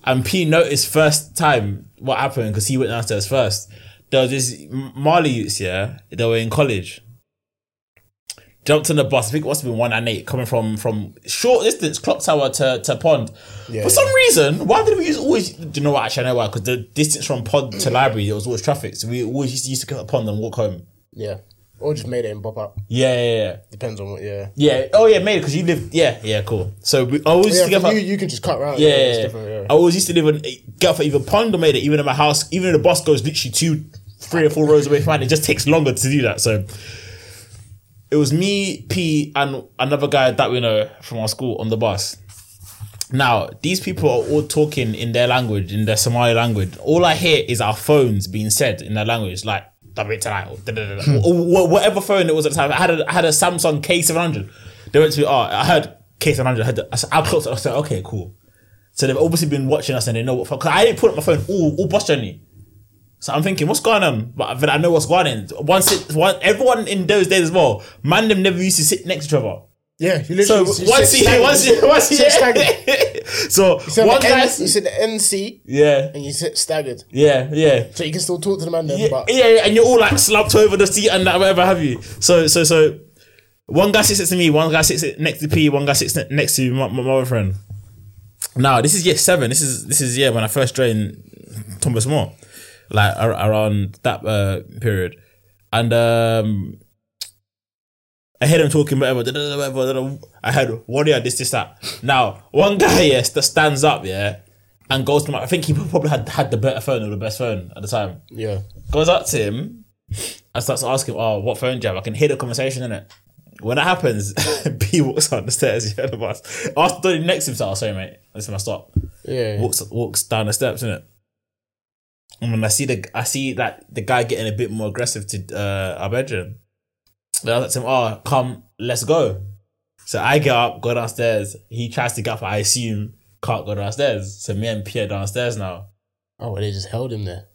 Speaker 2: And P noticed first time what happened because he went downstairs first. There was this Mali youths, yeah, they were in college. Jumped on the bus, I think it must have been one and eight, coming from from short distance, clock tower to, to pond. For some reason, why did we use always do you know what actually I know why? Because the distance from pond to library there was always traffic. So we always used to, used to get a pond and walk home.
Speaker 4: yeah. Or just made it and pop up.
Speaker 2: Yeah, yeah, yeah.
Speaker 4: Depends on what. Yeah,
Speaker 2: Yeah. Oh yeah, mate, because you live yeah, yeah, cool. So we I always used to
Speaker 4: yeah.
Speaker 2: get
Speaker 4: for
Speaker 2: up.
Speaker 4: You you can just cut around.
Speaker 2: Yeah,
Speaker 4: it's
Speaker 2: yeah,
Speaker 4: different, yeah.
Speaker 2: I always used to live on get up at either Pond or Made it, even at my house, even if the bus goes literally two, three or four rows away from mine, it just takes longer to do that. So it was me, P, and another guy that we know from our school on the bus. Now, these people are all talking in their language, in their Somali language. All I hear is our phones being said in their language, like W8 tonight or da, da, da,
Speaker 4: Hmm.
Speaker 2: da, or wh- whatever phone it was at the time. I had a, I had a Samsung K700. They went to, oh, I heard K700. I heard the, I said, I clocked it. I said, okay, cool. So they've obviously been watching us and they know what phone. Because I didn't put up my phone all, all bus journey. So I'm thinking, what's going on? But then I know what's going on. Once it, one, everyone in those days as well, man, them never used to sit next to each other.
Speaker 4: Yeah, you
Speaker 2: So
Speaker 4: literally. you
Speaker 2: once
Speaker 4: said
Speaker 2: he,
Speaker 4: staggered. [LAUGHS]
Speaker 2: once he, once he,
Speaker 4: Said
Speaker 2: [LAUGHS]
Speaker 4: staggered.
Speaker 2: so
Speaker 4: You said
Speaker 2: one
Speaker 4: the N-
Speaker 2: guy,
Speaker 4: you said the NC
Speaker 2: yeah,
Speaker 4: and you said staggered,
Speaker 2: yeah, yeah.
Speaker 4: so you can still talk to the man then.
Speaker 2: Yeah,
Speaker 4: but
Speaker 2: yeah, yeah, and you're all like slumped over the seat and that, whatever have you. So, so, so, one guy sits next to me, one guy sits next to P, one guy sits ne- next to my, my, my other friend. Now, this is year seven. This is this is year when I first joined Thomas More, like ar- around that uh, period, and um, I heard him talking whatever, da- da- da- whatever. da- da- I heard warrior this this that. Now, one guy yes that stands up yeah. And goes to my. I think he probably had had the better phone or the best phone at the time
Speaker 4: yeah,
Speaker 2: goes up to him and starts asking, "Oh, what phone do you have?" I can hear the conversation in it. When that happens, [LAUGHS] B walks down the stairs [LAUGHS] ahead of us. After the next to him, he's like, "Oh, sorry, mate, this is my stop."
Speaker 4: yeah,
Speaker 2: Walks walks down the steps in it. And when I see the I see that the guy getting a bit more aggressive to uh, our bedroom, then I was like to him, "Oh, come, let's go." So I get up, go downstairs. He tries to get up. I assume can't go downstairs. So me and Pierre downstairs now,
Speaker 4: Oh, well, they just held him there.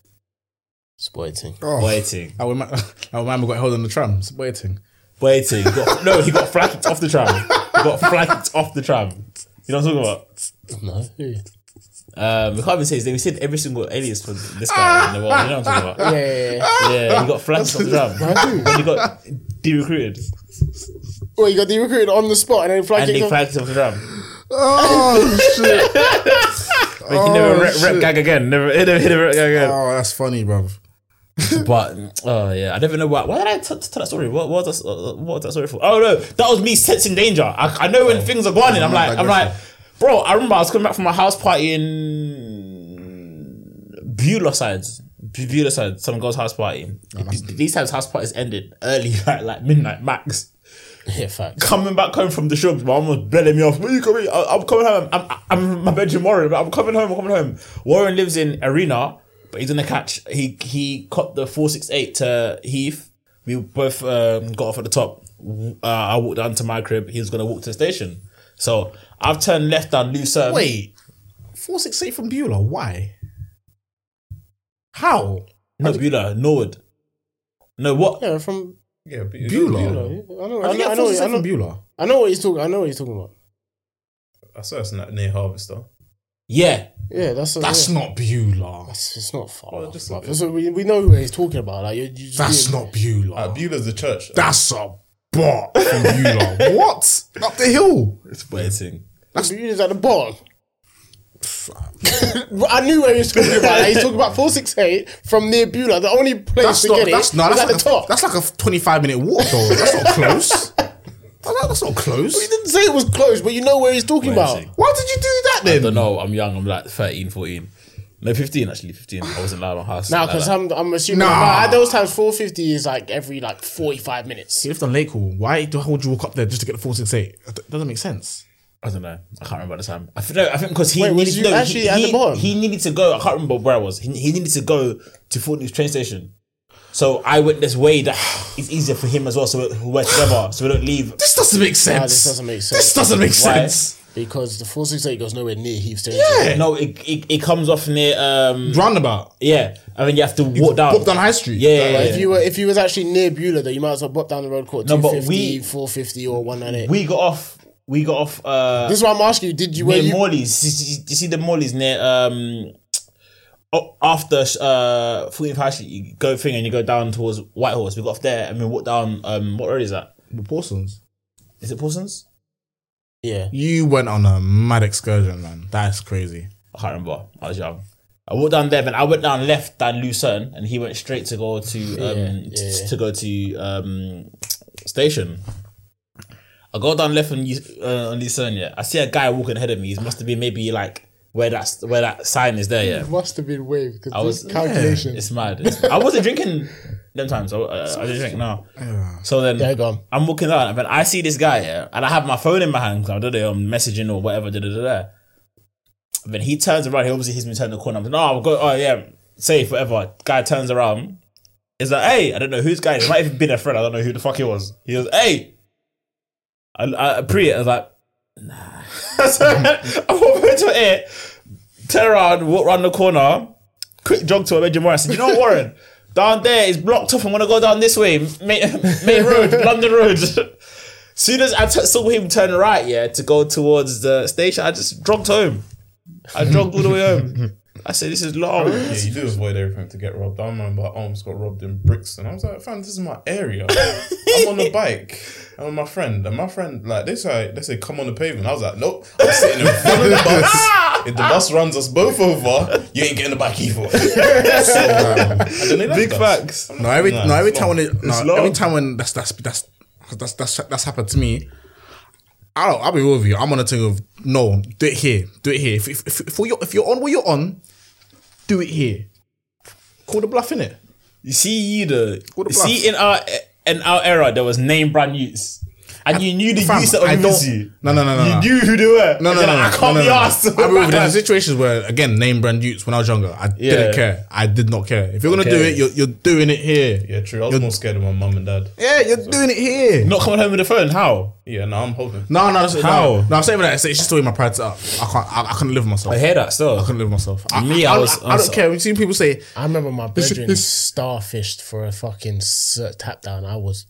Speaker 4: Spoiling.
Speaker 1: Oh,
Speaker 2: waiting.
Speaker 1: Our [LAUGHS] man, our man got held on the tram. It's waiting.
Speaker 2: Waiting. He got, no, he got flanked off the tram. He got flanked off the tram. You know what I'm talking
Speaker 4: No, yeah,
Speaker 2: about? Um, we can't even say his name. We said every single alias for this guy in the world. You know what I'm talking about?
Speaker 4: yeah. [LAUGHS] yeah.
Speaker 2: Yeah, he got flanked off the tram. When he got de-recruited.
Speaker 4: Well, you got the recruited on the spot, and then flag
Speaker 2: And
Speaker 4: kicked
Speaker 2: they
Speaker 4: off.
Speaker 2: flanked off the tram.
Speaker 1: Oh shit!
Speaker 2: But he never rep, rep
Speaker 1: shit.
Speaker 2: gag again. Never [LAUGHS] hit him, hit him, rep gag again.
Speaker 1: Oh, that's funny, bruv.
Speaker 2: But, oh yeah, I never know why. Why did I t- t- tell that story? What, what, was that, uh, what was that story for? Oh no, that was me sensing danger. I, I know when things are going in. I'm like, I'm like, bro, I remember I was coming back from my house party in Beulah sides. Bu- Beulah side, some girl's house party. These times house parties ended early, [LAUGHS] like, like midnight max.
Speaker 4: Yeah, facts.
Speaker 2: Coming back home from the shops, my mum was belling me off. When you coming? I- I'm coming home. I'm, I'm, I'm in my bedroom, Warren. But I'm coming home. I'm coming home. Warren lives in Arena, but he's gonna catch. He he caught the four six eight to Heath. We both um, got off at the top. Uh, I walked down to my crib. He was gonna walk to the station. So I've turned left down Lucerne.
Speaker 1: Wait, four six eight from Beulah. Why? How?
Speaker 2: not Beulah, Norwood. No, what?
Speaker 4: Yeah, from
Speaker 6: Yeah, but you do
Speaker 1: Beulah.
Speaker 4: I
Speaker 1: Beulah.
Speaker 4: know,
Speaker 1: I
Speaker 4: I know, I know, I
Speaker 1: from
Speaker 4: know,
Speaker 1: Beulah.
Speaker 4: I know what he's talking. I know what he's talking about.
Speaker 6: I saw it's not near Harvester.
Speaker 2: Yeah,
Speaker 4: Yeah, that's a,
Speaker 1: That's
Speaker 4: yeah.
Speaker 1: not Beulah.
Speaker 4: It's, it's not far.
Speaker 6: Well,
Speaker 4: off,
Speaker 6: just a
Speaker 4: bruv.
Speaker 6: bit.
Speaker 4: So we, we know who he's talking about. Like you, you just
Speaker 1: That's
Speaker 4: yeah.
Speaker 1: not Beulah.
Speaker 6: Uh, Beulah's the church.
Speaker 1: That's a bot from Beulah.
Speaker 4: [LAUGHS]
Speaker 1: what? Up the hill?
Speaker 2: it's waiting.
Speaker 4: you just at the bottom. [LAUGHS] I knew where he was talking about. Like, he's talking about four six eight from near Beulah. The only place
Speaker 1: That's
Speaker 4: to
Speaker 1: not.
Speaker 4: get it
Speaker 1: That's not.
Speaker 4: was
Speaker 1: That's
Speaker 4: at
Speaker 1: like
Speaker 4: the
Speaker 1: a,
Speaker 4: top.
Speaker 1: that's like a twenty-five minute walk though. That's not
Speaker 4: [LAUGHS]
Speaker 1: close. That's not- that's not
Speaker 4: he
Speaker 1: close.
Speaker 4: didn't say it was close, but you know where he's talking about.
Speaker 2: Amazing.
Speaker 1: Why did you do that
Speaker 2: I
Speaker 1: then?
Speaker 2: don't know. I'm young. I'm like 13, 14. No, 15 actually. 15. I wasn't allowed in my house.
Speaker 4: Now,
Speaker 2: like
Speaker 4: because
Speaker 2: that.
Speaker 4: I'm, I'm assuming
Speaker 1: Nah.
Speaker 4: at those times, 450 is like every like 45 minutes.
Speaker 1: You lived on Lake Hall. Why the hell would you walk up there just to get the four six eight? It doesn't make sense.
Speaker 2: I don't know. I can't remember the time. I think, no, I think because he
Speaker 4: Wait, was
Speaker 2: needed
Speaker 4: you
Speaker 2: no, he-
Speaker 4: actually at
Speaker 2: he,
Speaker 4: the bottom?
Speaker 2: he needed to go. I can't remember where I was. He, he needed to go to Fort News train station. So I went this way that [SIGHS] is easier for him as well. So we're we're together. So we don't leave.
Speaker 1: This doesn't make sense.
Speaker 4: this doesn't make sense.
Speaker 1: This doesn't make
Speaker 2: Why?
Speaker 1: sense.
Speaker 4: Because the 468 goes nowhere near Heath Station.
Speaker 1: Yeah.
Speaker 2: No, it, it, it comes off near. Um,
Speaker 1: Roundabout.
Speaker 2: yeah, I mean you have to walk down.
Speaker 1: Walk down High Street.
Speaker 2: Yeah, yeah,
Speaker 4: Like,
Speaker 2: yeah.
Speaker 4: If you were if you was actually near Beulah, though, you might as well bop down the road court
Speaker 2: No, but
Speaker 4: 250,
Speaker 2: we-
Speaker 4: 450, or 198.
Speaker 2: we got off. We got off. Uh,
Speaker 4: this is why I'm asking you. Did you where
Speaker 2: near
Speaker 4: you?
Speaker 2: Morley's. You see- You see the Morley's near um o- after uh 45 High Street, you go thing and you go down towards Whitehorse. We got off there and we walked down um what road is that?
Speaker 1: Pawsons.
Speaker 2: Is it Paulson's?
Speaker 4: yeah,
Speaker 1: You went on a mad excursion, man. That's crazy.
Speaker 2: I can't remember. I was young. I walked down there, then I went down left down Lucerne and he went straight to go to um t-
Speaker 4: yeah.
Speaker 2: to go to um station. I go down left on, Lu- uh, on Lucerne, yeah. I see a guy walking ahead of me. He must have been maybe like where that's where that sign is there, yeah.
Speaker 4: must have been waved because
Speaker 2: was-
Speaker 4: these calculations.
Speaker 2: It's mad. It's- I wasn't drinking them times. uh, I, I, I didn't drink now. So then
Speaker 4: Yeah, go on.
Speaker 2: I'm walking out and then I see this guy, yeah, and I have my phone in my hand 'cause I don't know, I'm messaging or whatever. Da, da, da, da. And then he turns around. He obviously he's been turning the corner. I'm like, no, I'll go. Oh yeah, safe, whatever. Guy turns around. It's like, hey, I don't know who's guy. It might have even been a friend. I don't know who the fuck it was. He goes, hey. I, I, I pre it. I was like, nah. [LAUGHS] so I walked over to it, turn around, walk around the corner, quick jog to a Major Morris. You know what, Warren? [LAUGHS] down there is blocked off. I'm going to go down this way, main, [LAUGHS] main road, London Road. [LAUGHS] Soon as I t- saw him turn right, yeah, to go towards the station, I just jogged home. I jogged all the way home. I said, this is long. [LAUGHS]
Speaker 6: Yeah, you do avoid everything to get robbed. I remember I almost got robbed in Brixton. I was like, fam, this is my area. I'm on a bike. I'm with my friend. And my friend, like, they say, they say, come on the pavement. I was like, nope. I'm sitting in front of the bus. If the bus runs us both over, you ain't getting the bike either. [LAUGHS]
Speaker 2: Big facts.
Speaker 1: No, every
Speaker 6: No,
Speaker 1: no every
Speaker 6: it's
Speaker 1: time when it, no, every
Speaker 2: long.
Speaker 1: time when that's that's that's that's that's that's happened to me. I don't, I'll be real with you. I'm on a thing of no, do it here, do it here. If if if, if you're if you're on where you're on, do it here. Call the bluff in it.
Speaker 2: You see, you E the,
Speaker 1: the
Speaker 2: see in our in our era, there was name brand youths, and you knew the
Speaker 1: Fam,
Speaker 2: youths that were
Speaker 1: I
Speaker 2: with
Speaker 1: "Oh, don't-
Speaker 2: you.
Speaker 1: No, no, no, no,
Speaker 2: You
Speaker 1: no.
Speaker 2: knew who they were.
Speaker 1: No,
Speaker 2: And [LAUGHS]
Speaker 1: no,
Speaker 2: you're
Speaker 1: no,
Speaker 2: like,
Speaker 1: no,
Speaker 2: I can't
Speaker 1: no,
Speaker 2: be
Speaker 1: no, no.
Speaker 2: asked.
Speaker 1: I remember there were situations where, again, name brand youths when I was younger, I
Speaker 2: Yeah.
Speaker 1: didn't care. I did not care. If you're gonna do
Speaker 2: Okay.
Speaker 1: it, you're, you're doing it here.
Speaker 6: Yeah, true. I was more scared of my mum and dad.
Speaker 1: Yeah, you're doing it here.
Speaker 2: Not coming home with a phone. How?
Speaker 6: Yeah, no, I'm holding.
Speaker 1: No, no, that's,
Speaker 2: How?
Speaker 1: No, no, I'm saying that. It's just the way my pride's up. I can't. I, I couldn't live with myself.
Speaker 2: I
Speaker 1: I
Speaker 2: hear that still.
Speaker 1: couldn't live with myself. I,
Speaker 2: Me, I was-
Speaker 1: I, don't care. We've seen people say
Speaker 4: I remember my bedroom
Speaker 1: this-
Speaker 4: starfished for a fucking s- tap down. I was.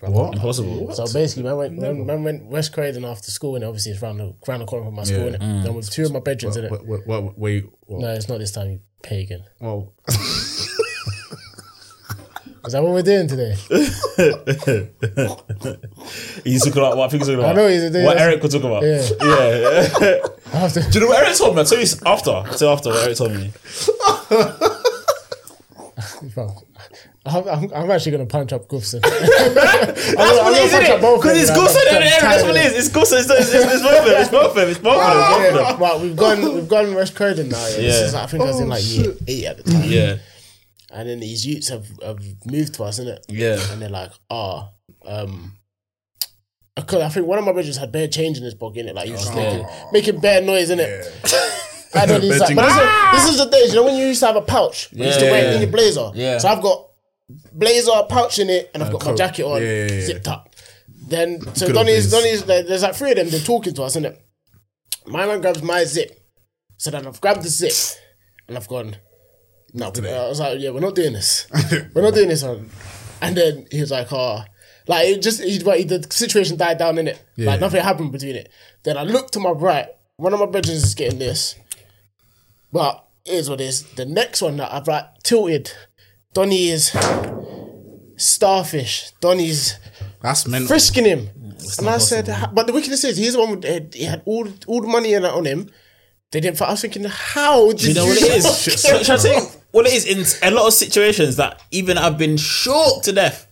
Speaker 1: what?
Speaker 2: Impossible.
Speaker 4: So basically, I went, man, man went West Croydon after school, and obviously it's round the, round the corner from my school,
Speaker 1: Yeah. Mm.
Speaker 4: and and with two of my bedrooms in it.
Speaker 1: Wait, wait, wait, wait,
Speaker 4: No, it's not this time, you pagan.
Speaker 1: well,
Speaker 4: Is that what we're doing
Speaker 1: [LAUGHS]
Speaker 4: today?
Speaker 2: He's talking about what I think he's talking about.
Speaker 4: I know he's-
Speaker 2: what
Speaker 4: that's-
Speaker 2: Eric was talking about.
Speaker 4: Yeah.
Speaker 2: yeah.
Speaker 4: After, [LAUGHS]
Speaker 2: Do you know what Eric told me? I'll tell you after. I'll tell you after what Eric told me.
Speaker 4: bro, I'm, I'm, I'm actually gonna punch up [LAUGHS] Goofson. I'm
Speaker 2: That's
Speaker 4: gonna- I'm
Speaker 2: what it
Speaker 4: gonna
Speaker 2: is,
Speaker 4: punch
Speaker 2: isn't
Speaker 4: up both
Speaker 2: it?
Speaker 4: of
Speaker 2: Because it's
Speaker 4: them, man.
Speaker 2: Goulson
Speaker 4: I'm
Speaker 2: and Eric. That's
Speaker 4: tired
Speaker 2: what
Speaker 4: of
Speaker 2: it
Speaker 4: it.
Speaker 2: is. It's Goulson. It's, it's, it's both of them. It's both of them. It's both of them. It's both of them.
Speaker 4: Yeah, Right, we've gone, we've gone West Croydon now. Yeah, This
Speaker 2: Yeah.
Speaker 4: is, I think I
Speaker 1: Oh,
Speaker 4: was in like year eight at the time.
Speaker 2: Yeah.
Speaker 4: and then these youths have, have moved to us, innit?
Speaker 2: Yeah.
Speaker 4: And they're like, ah, um, because I think one of my brothers had bare change in his pocket, innit? Like he was just making, making bare noise, innit? [LAUGHS] I know these like, but this, is, this is the days, you know, when you used to have a pouch, you used to
Speaker 2: Yeah,
Speaker 4: wear
Speaker 2: yeah,
Speaker 4: it in your blazer.
Speaker 2: Yeah.
Speaker 4: So I've got blazer, pouch in it, and I've got my
Speaker 1: coat.
Speaker 4: jacket on,
Speaker 1: Yeah, yeah, yeah.
Speaker 4: zipped up. Then, so
Speaker 1: Good old days.
Speaker 4: Donny's, Donny's, like, there's like three of them, they're talking to us, innit? My man grabs my zip. So then I've grabbed the zip and I've gone, no, we- I was like, yeah, we're not
Speaker 2: [LAUGHS]
Speaker 4: doing this. we're not doing this. man. And then he was like, oh, like it just, he, but he- the situation died down in it. Like nothing happened between it. Then I look to my right, one of my bedrooms is getting this. But here's what it is. The next one that I've like tilted, Donny is starfish. Donny's
Speaker 1: [LAUGHS] that's meant.
Speaker 4: frisking him. and I said, "Ha- but the wickedness is, he's the one with, he had all all the money in it on him. They didn't. I was thinking, how did you?
Speaker 2: You know what it
Speaker 4: [LAUGHS]
Speaker 2: is? Shall shall I tell you what it is in a lot of situations that even I've been shocked to death.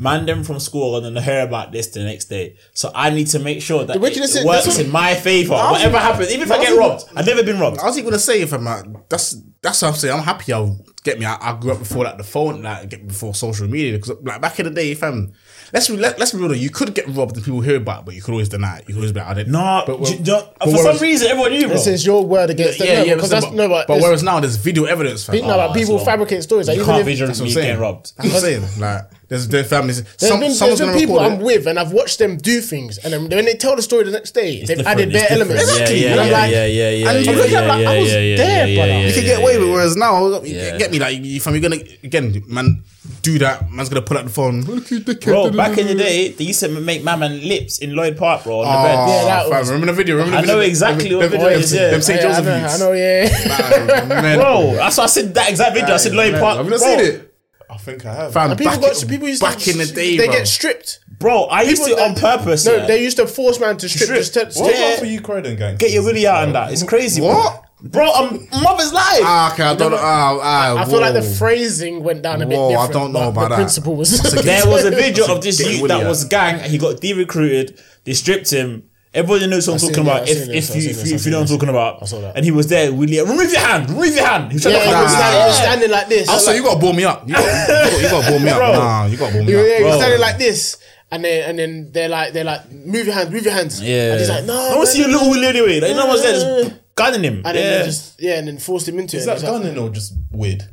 Speaker 2: Man them from school and then hear about this the next day. So I need to make sure that
Speaker 4: wickedness
Speaker 2: it
Speaker 4: is-
Speaker 2: works
Speaker 4: that's what-
Speaker 2: in my favour.
Speaker 1: was-
Speaker 2: Whatever happens, even if I
Speaker 1: that
Speaker 2: get
Speaker 1: was-
Speaker 2: robbed. I've never been robbed.
Speaker 1: I was even gonna say if I'm like, that's that's what I'm saying. I'm happy. I'll get me. I, I grew up before like the phone, like get before social media. Because like back in the day, fam, let's be let, let's be real. though, You could get robbed and people hear about, it, but you could always deny it. You could always be like, I didn't.
Speaker 2: No,
Speaker 1: but, we're-
Speaker 2: do you know-
Speaker 1: but
Speaker 2: for some
Speaker 1: whereas-
Speaker 2: reason everyone knew. Bro.
Speaker 4: This is your word against
Speaker 1: Yeah,
Speaker 4: them.
Speaker 1: yeah,
Speaker 4: Yeah,
Speaker 1: but,
Speaker 4: because that's
Speaker 1: but,
Speaker 4: no, but,
Speaker 1: but
Speaker 4: it's-
Speaker 1: whereas now there's video evidence, fam.
Speaker 4: no, like,
Speaker 2: it's
Speaker 4: people
Speaker 2: not.
Speaker 4: fabricate stories. Like
Speaker 2: you
Speaker 4: even
Speaker 2: can't
Speaker 4: if
Speaker 2: vision
Speaker 1: That's what
Speaker 2: me
Speaker 1: I'm saying.
Speaker 2: getting robbed.
Speaker 1: That's what I'm saying. Like, there's their families.
Speaker 4: there's
Speaker 1: Some,
Speaker 4: been, there's
Speaker 1: someone's
Speaker 4: been
Speaker 1: gonna
Speaker 4: people
Speaker 1: record
Speaker 4: I'm
Speaker 1: it.
Speaker 4: with and I've watched them do things, and then when they tell the story the next day, they've
Speaker 2: different,
Speaker 4: added
Speaker 2: it's
Speaker 4: their
Speaker 2: different.
Speaker 4: elements.
Speaker 2: Yeah, yeah,
Speaker 4: and I'm
Speaker 2: yeah,
Speaker 4: like,
Speaker 2: yeah, yeah, yeah,
Speaker 4: and
Speaker 2: yeah,
Speaker 4: I'm looking at it like,
Speaker 2: yeah,
Speaker 4: I was
Speaker 2: yeah, yeah,
Speaker 4: there,
Speaker 2: yeah,
Speaker 4: brother.
Speaker 2: yeah,
Speaker 1: You
Speaker 2: yeah.
Speaker 1: can get away with it, whereas now, you get me like, if I'm gonna again, man, do that, man's gonna pull out the phone. Look, you dickhead.
Speaker 2: Bro, back in the day, they used to make my man lips in Lloyd Park, bro, on the
Speaker 1: Oh,
Speaker 2: bed.
Speaker 4: Yeah, that
Speaker 1: fam,
Speaker 4: was-
Speaker 1: remember the video? Remember
Speaker 2: I
Speaker 1: the video?
Speaker 2: know exactly
Speaker 1: Them-
Speaker 2: what
Speaker 1: them-
Speaker 2: video it
Speaker 1: them-
Speaker 2: is, yeah.
Speaker 1: Them St.
Speaker 4: Yeah, I
Speaker 1: Joseph
Speaker 4: know, I know,
Speaker 1: youths.
Speaker 4: yeah.
Speaker 1: Ah, man.
Speaker 2: Bro, that's why I said that exact video. I said Lloyd Park.
Speaker 1: Have you not
Speaker 2: Bro,
Speaker 1: seen it?
Speaker 6: I think I have.
Speaker 1: Fam,
Speaker 4: And people
Speaker 1: back
Speaker 4: got
Speaker 1: in-
Speaker 4: people used to-
Speaker 1: back in the day,
Speaker 4: They
Speaker 1: bro.
Speaker 4: get stripped.
Speaker 2: Bro, I used
Speaker 4: People
Speaker 2: it on
Speaker 4: that-
Speaker 2: purpose.
Speaker 4: No,
Speaker 2: yeah.
Speaker 4: they used to force man to strip.
Speaker 2: Strip.
Speaker 4: Just to-
Speaker 6: What's
Speaker 2: Yeah.
Speaker 6: up for you, Croydon gang?
Speaker 2: Get your willy out and that. It's crazy. bro.
Speaker 1: What?
Speaker 2: Bro, I'm mother's life.
Speaker 1: Ah, okay, I don't know. Ah, ah,
Speaker 4: I feel like the
Speaker 1: whoa.
Speaker 4: phrasing went down a bit
Speaker 1: Whoa, I
Speaker 4: different.
Speaker 1: don't know
Speaker 4: but
Speaker 1: about
Speaker 4: the
Speaker 1: that.
Speaker 4: principle was
Speaker 1: [LAUGHS]
Speaker 2: there [LAUGHS] was a video of this
Speaker 1: Get
Speaker 2: youth
Speaker 1: Willy
Speaker 2: that
Speaker 1: out.
Speaker 2: was gang and he got de-recruited. They stripped him. Everybody knows what I'm
Speaker 4: seen
Speaker 2: talking
Speaker 4: it,
Speaker 2: about.
Speaker 4: I've
Speaker 2: If
Speaker 4: seen it,
Speaker 2: if
Speaker 4: I've
Speaker 2: you
Speaker 4: seen
Speaker 2: if
Speaker 4: it,
Speaker 2: you-
Speaker 4: I've
Speaker 2: if you know what I'm
Speaker 4: seen
Speaker 2: talking about,
Speaker 4: saw that.
Speaker 2: and he was there, Willie. Remove your hand. Remove your hand. He was
Speaker 4: Yeah,
Speaker 2: trying to
Speaker 4: he
Speaker 2: fuck
Speaker 4: was
Speaker 2: with his
Speaker 4: standing, he was
Speaker 2: hand.
Speaker 4: standing like this.
Speaker 1: Oh, so you gotta ball me up. You gotta, you gotta, you gotta ball me up.
Speaker 2: [LAUGHS] Bro.
Speaker 1: Nah, you gotta ball me
Speaker 4: Yeah, yeah,
Speaker 1: up.
Speaker 4: he was
Speaker 2: Bro.
Speaker 4: standing like this, and then and then they're like they're like, move your hands, move your hands.
Speaker 2: Yeah.
Speaker 4: and he's like, no.
Speaker 2: I want to see
Speaker 4: man,
Speaker 2: your little Willie anyway. Like, no one's there. Just gunning him.
Speaker 4: And then
Speaker 2: yeah.
Speaker 4: they just yeah, and then forced him into
Speaker 6: Is
Speaker 4: it.
Speaker 6: that
Speaker 4: It's like-
Speaker 6: gunning or just weird?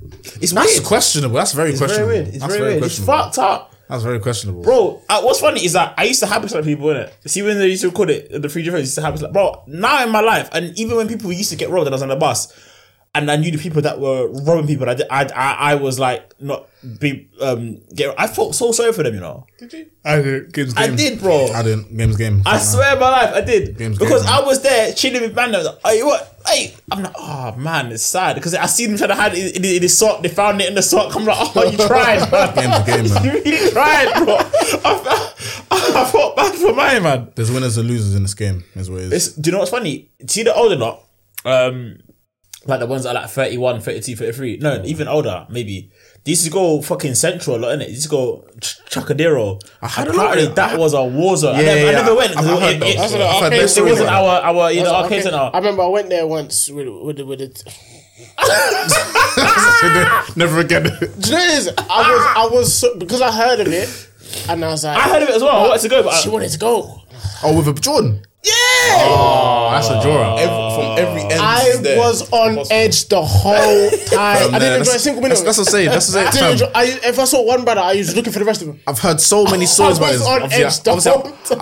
Speaker 2: it's
Speaker 1: That's
Speaker 2: weird.
Speaker 1: questionable. That's very
Speaker 2: It's very
Speaker 1: questionable.
Speaker 2: weird. It's
Speaker 1: That's
Speaker 2: very weird. It's
Speaker 1: questionable.
Speaker 2: fucked up.
Speaker 1: That's very questionable.
Speaker 2: Bro, uh, what's funny is that I used to happen to like people, innit? See, when they used to record it, the free difference used to happen. Like, bro, now in my life, and even when people used to get robbed and I was on the bus, and I knew the people that were robbing people, I, did- I, I, I was like, not be, um, get, I felt so sorry for them, you know?
Speaker 6: Did you?
Speaker 1: I did. Game's
Speaker 2: I did, bro.
Speaker 1: I didn't. Game's game.
Speaker 2: I swear my life, I did.
Speaker 1: Game's
Speaker 2: because
Speaker 1: game,
Speaker 2: I
Speaker 1: man.
Speaker 2: was there chilling with man. I was like, hey, what? Hey, I'm like, oh man, it's sad because I seen them trying to hide it in, in the sock. They found it in the sock. I'm like, oh, you tried, man.
Speaker 1: [LAUGHS] Game's game, man.
Speaker 2: [LAUGHS]
Speaker 4: [LAUGHS]
Speaker 2: you really tried, bro. I, felt- I felt bad for mine, man.
Speaker 1: There's winners and losers in this game. Is what it is.
Speaker 2: It's, do you know what's funny? See the older lot, um, like the ones that are like 31, 32, 33. No, even older, maybe. They used to go fucking central a lot, innit? They used to go ch- Chacadero. I
Speaker 1: had a lot of
Speaker 2: Apparently,
Speaker 1: it.
Speaker 2: that was a war zone. I, never, I
Speaker 1: yeah.
Speaker 2: never went. 'cause
Speaker 1: I've- I've
Speaker 2: it-
Speaker 1: heard
Speaker 2: it-
Speaker 1: those.
Speaker 2: it-
Speaker 1: I've heard
Speaker 2: it
Speaker 1: those stories,
Speaker 2: wasn't
Speaker 1: man.
Speaker 2: our our you know,
Speaker 4: I,
Speaker 2: arcade
Speaker 4: think-
Speaker 2: center.
Speaker 4: I remember I went there once with with with, with a, ah!
Speaker 1: [LAUGHS] Never again.
Speaker 4: Do you know what it is? I was I was so, because I heard of it, and Ah! I was like,
Speaker 2: I heard of it as well. I wanted to go, but I-
Speaker 4: She wanted to go.
Speaker 1: oh, with a Jordan.
Speaker 4: Yeah,
Speaker 1: Oh, that's a draw.
Speaker 6: Every, from every end.
Speaker 4: I
Speaker 6: it's there.
Speaker 4: was on
Speaker 6: Impossible.
Speaker 4: edge the [LAUGHS] whole time. I didn't enjoy a single minute.
Speaker 1: That's, that's what I'm saying. That's what I'm
Speaker 4: I
Speaker 1: saying.
Speaker 4: didn't
Speaker 1: Fam,
Speaker 4: enjoy, I, if I saw one brother, I was looking for the rest of them.
Speaker 1: I've heard so many stories about
Speaker 4: was
Speaker 1: this.
Speaker 4: on
Speaker 1: Obviously,
Speaker 4: edge the
Speaker 1: obviously,
Speaker 4: whole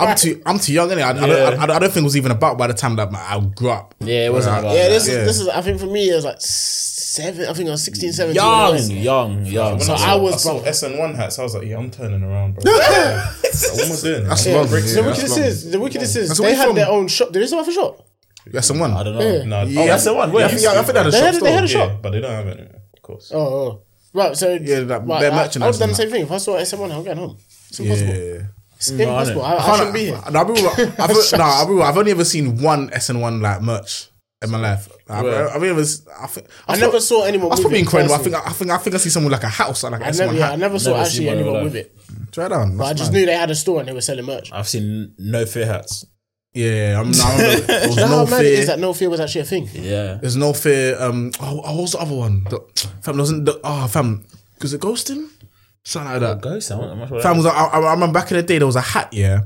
Speaker 1: I'm,
Speaker 4: [LAUGHS]
Speaker 1: I'm
Speaker 4: time.
Speaker 1: too. I'm too young. Innit? I, I, don't, I, I don't think it was even about by the time that I grew up.
Speaker 2: Yeah, it wasn't about
Speaker 4: Yeah,
Speaker 2: that.
Speaker 4: this
Speaker 1: Yeah.
Speaker 4: is this is. I think for me, it was like seven. I think I was 16, 17. when I
Speaker 2: young,
Speaker 4: went.
Speaker 2: young, young.
Speaker 6: When
Speaker 4: So
Speaker 6: I, saw,
Speaker 4: I
Speaker 6: I
Speaker 4: was-
Speaker 6: saw SN1 hats. I was like, yeah, I'm turning
Speaker 1: [LAUGHS]
Speaker 6: around, bro. Yeah. Like, what am I doing?
Speaker 1: That's
Speaker 6: I'm
Speaker 1: long.
Speaker 6: bricks.
Speaker 1: Yeah,
Speaker 4: The
Speaker 1: that's
Speaker 4: wickedest
Speaker 1: long.
Speaker 4: is the wickedest is
Speaker 1: That's
Speaker 4: they
Speaker 1: where
Speaker 4: had
Speaker 1: from.
Speaker 4: their own shop. There is no other shop.
Speaker 1: Yeah, someone.
Speaker 2: I don't know.
Speaker 6: No,
Speaker 1: Yeah.
Speaker 6: oh,
Speaker 1: Yeah,
Speaker 2: That's the one. Where
Speaker 1: Yeah, I
Speaker 2: you
Speaker 1: think, I think they had a
Speaker 4: They
Speaker 1: shop.
Speaker 4: had- they
Speaker 1: still.
Speaker 4: had a shop.
Speaker 6: Yeah, but they don't have it anymore, of course.
Speaker 4: Oh, oh. right. So
Speaker 1: Yeah, that-
Speaker 4: right,
Speaker 1: their
Speaker 4: I,
Speaker 1: merchandise
Speaker 4: I would have done the
Speaker 1: and
Speaker 4: same thing. If I saw someone, I'm going home. It's
Speaker 1: Yeah.
Speaker 4: impossible. It's impossible. I, I,
Speaker 1: I
Speaker 4: shouldn't be here.
Speaker 1: Nah, I'll be real. I've,
Speaker 4: [LAUGHS]
Speaker 1: nah, I'll be real. I've only ever seen one SN1 like merch in my life. Like, I've, I've ever. s- I, think,
Speaker 4: I never saw anyone.
Speaker 1: That's
Speaker 4: with
Speaker 1: probably
Speaker 4: it
Speaker 1: incredible. I think
Speaker 4: personally.
Speaker 1: I think I think I see someone like a house like an
Speaker 4: I
Speaker 1: S1
Speaker 4: never, yeah, I
Speaker 1: hat.
Speaker 4: never saw
Speaker 2: Never seen
Speaker 4: actually
Speaker 2: one in
Speaker 4: anyone
Speaker 2: my
Speaker 4: with
Speaker 2: life.
Speaker 4: it.
Speaker 1: Try down.
Speaker 4: But I just knew they had a store and they were selling merch.
Speaker 2: I've seen no fear hats.
Speaker 1: Yeah,
Speaker 4: [LAUGHS]
Speaker 1: I'm not. There was
Speaker 4: How
Speaker 1: no
Speaker 4: mad it is
Speaker 1: fear.
Speaker 4: that no fear was actually a thing?
Speaker 2: Yeah.
Speaker 1: There's no fear. Um, oh, oh, what was the other one? The, fam, there wasn't the oh fam? Because it ghosting, something like that.
Speaker 2: Ghost. I'm not sure.
Speaker 1: Fam was. I, I I remember back in the day there was a hat. Yeah,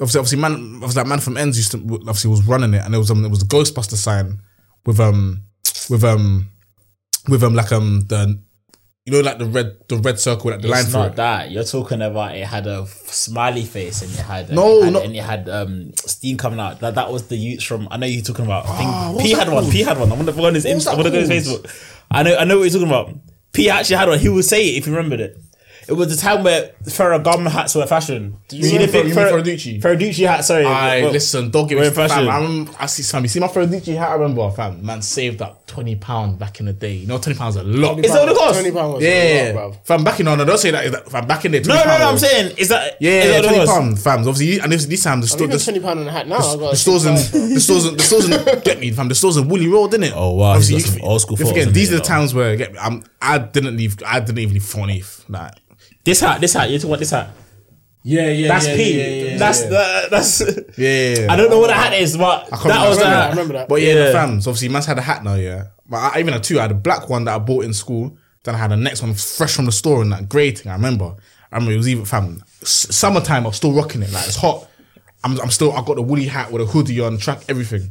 Speaker 1: obviously, obviously, man, obviously, that man from Ends used to obviously was running it, and there was um, there was a Ghostbuster sign with um, with um, with um, like um the, you know, like the red the red circle, like the line
Speaker 2: it's
Speaker 1: for
Speaker 2: not
Speaker 1: it.
Speaker 2: that you're talking about. It had a f- smiley face, and it had
Speaker 1: No,
Speaker 2: it had,
Speaker 1: not-
Speaker 2: and it had um steam coming out. That that was the youths from. I know you're talking about. I think
Speaker 1: Ah, what
Speaker 2: P
Speaker 1: was
Speaker 2: had
Speaker 1: that
Speaker 2: one. P had one. I want to go on his.
Speaker 1: was
Speaker 2: Insta,
Speaker 1: that
Speaker 2: I want to go on his
Speaker 1: called?
Speaker 2: Facebook. I know. I know what you're talking about. P actually had one. He would say it if you remembered it. It was the time where Ferragamo hats were fashion. Do
Speaker 6: mean Fer- you mean Ferraducci?
Speaker 2: Ferraducci hat. Sorry.
Speaker 1: I
Speaker 2: Well,
Speaker 1: listen, don't get
Speaker 2: we're
Speaker 1: me
Speaker 2: in fashion.
Speaker 1: fam. I, remember, I see Sam. You see my friend Nietzsche hat. I remember, fam. Man saved up twenty pound back in the day. You know, twenty pounds a lot.
Speaker 2: Is that what it costs?
Speaker 4: Twenty pound was
Speaker 1: yeah,
Speaker 4: a lot, bruv.
Speaker 1: fam. Back in no, no, don't say that. Is that fam? Back in the day,
Speaker 2: No, no,
Speaker 1: 20
Speaker 2: no.
Speaker 1: pound
Speaker 2: I'm
Speaker 1: was-
Speaker 2: saying is that
Speaker 1: Yeah,
Speaker 2: is that what it
Speaker 1: twenty
Speaker 2: was?
Speaker 1: pound, fam. Obviously, and this this time the store,
Speaker 4: Even
Speaker 1: the,
Speaker 4: twenty pound on a hat now. I've got
Speaker 1: the stores in the stores in the stores in get me, fam. The stores in Woolly Road, didn't it?
Speaker 2: Oh, wow, he's got some old school
Speaker 1: You
Speaker 2: photos
Speaker 1: forget
Speaker 2: in
Speaker 1: these
Speaker 2: there,
Speaker 1: are the
Speaker 2: though.
Speaker 1: times where get me. I'm, I didn't leave. I didn't even leave funny. Like,
Speaker 2: This hat. This hat. You talking about this hat?
Speaker 1: yeah, yeah.
Speaker 2: That's P. that's that- that's.
Speaker 1: [LAUGHS] yeah.
Speaker 2: I don't know what the hat is, but
Speaker 1: can't
Speaker 2: that was
Speaker 1: remember.
Speaker 2: the
Speaker 4: I
Speaker 2: hat.
Speaker 4: remember that.
Speaker 1: But yeah, the
Speaker 2: Yeah.
Speaker 1: fam. So obviously, man's had a hat now, yeah. But I, I even had two. I had a black one that I bought in school. Then I had the next one fresh from the store and that grey thing. I remember. I remember it was even fam. S- summertime. I'm still rocking it. Like it's hot. I'm, I'm still. I got the woolly hat with a hoodie on, track everything.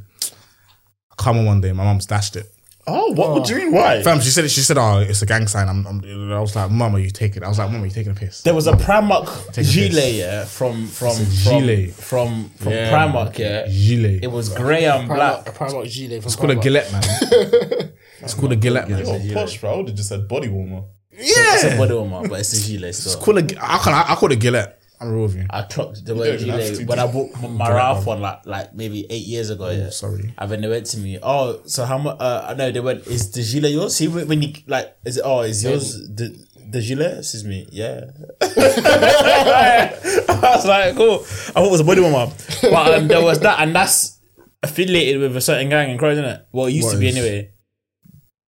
Speaker 1: Come on, one day, my mum stashed it.
Speaker 2: Oh, what would you mean? Why?
Speaker 1: Fam, she said it. She said, "Oh, it's a gang sign." I'm, I'm, I was like, "Mama, you take it." I was like, "Mama, you taking a piss?"
Speaker 2: There was a Primark
Speaker 1: a
Speaker 2: gilet, yeah, from from from
Speaker 1: gilet.
Speaker 2: from, from
Speaker 1: Yeah,
Speaker 2: Primark, yeah.
Speaker 1: Gilet.
Speaker 2: It was grey and
Speaker 4: Primark,
Speaker 2: black.
Speaker 4: Primark gilet. It's
Speaker 1: called a Gillette,
Speaker 6: [LAUGHS]
Speaker 1: man. it's called a Gillette, man.
Speaker 6: Oh, posh, bro. I would have just said body warmer.
Speaker 2: It's a body warmer, but it's a gilet. So
Speaker 1: Call a, I can. I, I call it Gillette. I'm real with you.
Speaker 2: I clocked the word
Speaker 6: even have to
Speaker 2: gilet
Speaker 6: do
Speaker 2: when I
Speaker 6: that. Oh,
Speaker 2: bought my, my Ralph one like like maybe eight years ago. yeah.
Speaker 1: sorry.
Speaker 2: And then they went to me. Oh, so how much? Uh, no, they went. Is the gilet yours? See when when you like, is it? Oh, is yours the the gilet? Excuse me. Yeah. [LAUGHS] I was like, cool. I thought it was a body warmer, but um, there was that, and that's affiliated with a certain gang in Croydon, isn't it? Well, it used to be
Speaker 1: is?
Speaker 2: anyway.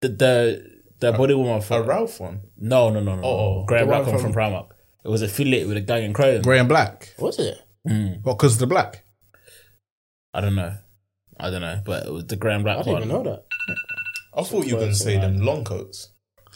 Speaker 2: The the the body warmer for
Speaker 6: A Ralph one.
Speaker 2: no no no no.
Speaker 6: Oh, oh.
Speaker 2: Graham
Speaker 4: The one
Speaker 2: Black one from
Speaker 4: from-
Speaker 2: Primark. It was affiliated with a gang in Croydon.
Speaker 1: Grey and black.
Speaker 4: Was it?
Speaker 1: What? Because the black.
Speaker 2: I don't know. I don't know, but it was the grand black
Speaker 4: I
Speaker 2: one.
Speaker 4: didn't even know that.
Speaker 6: I thought you were going to say them long coats.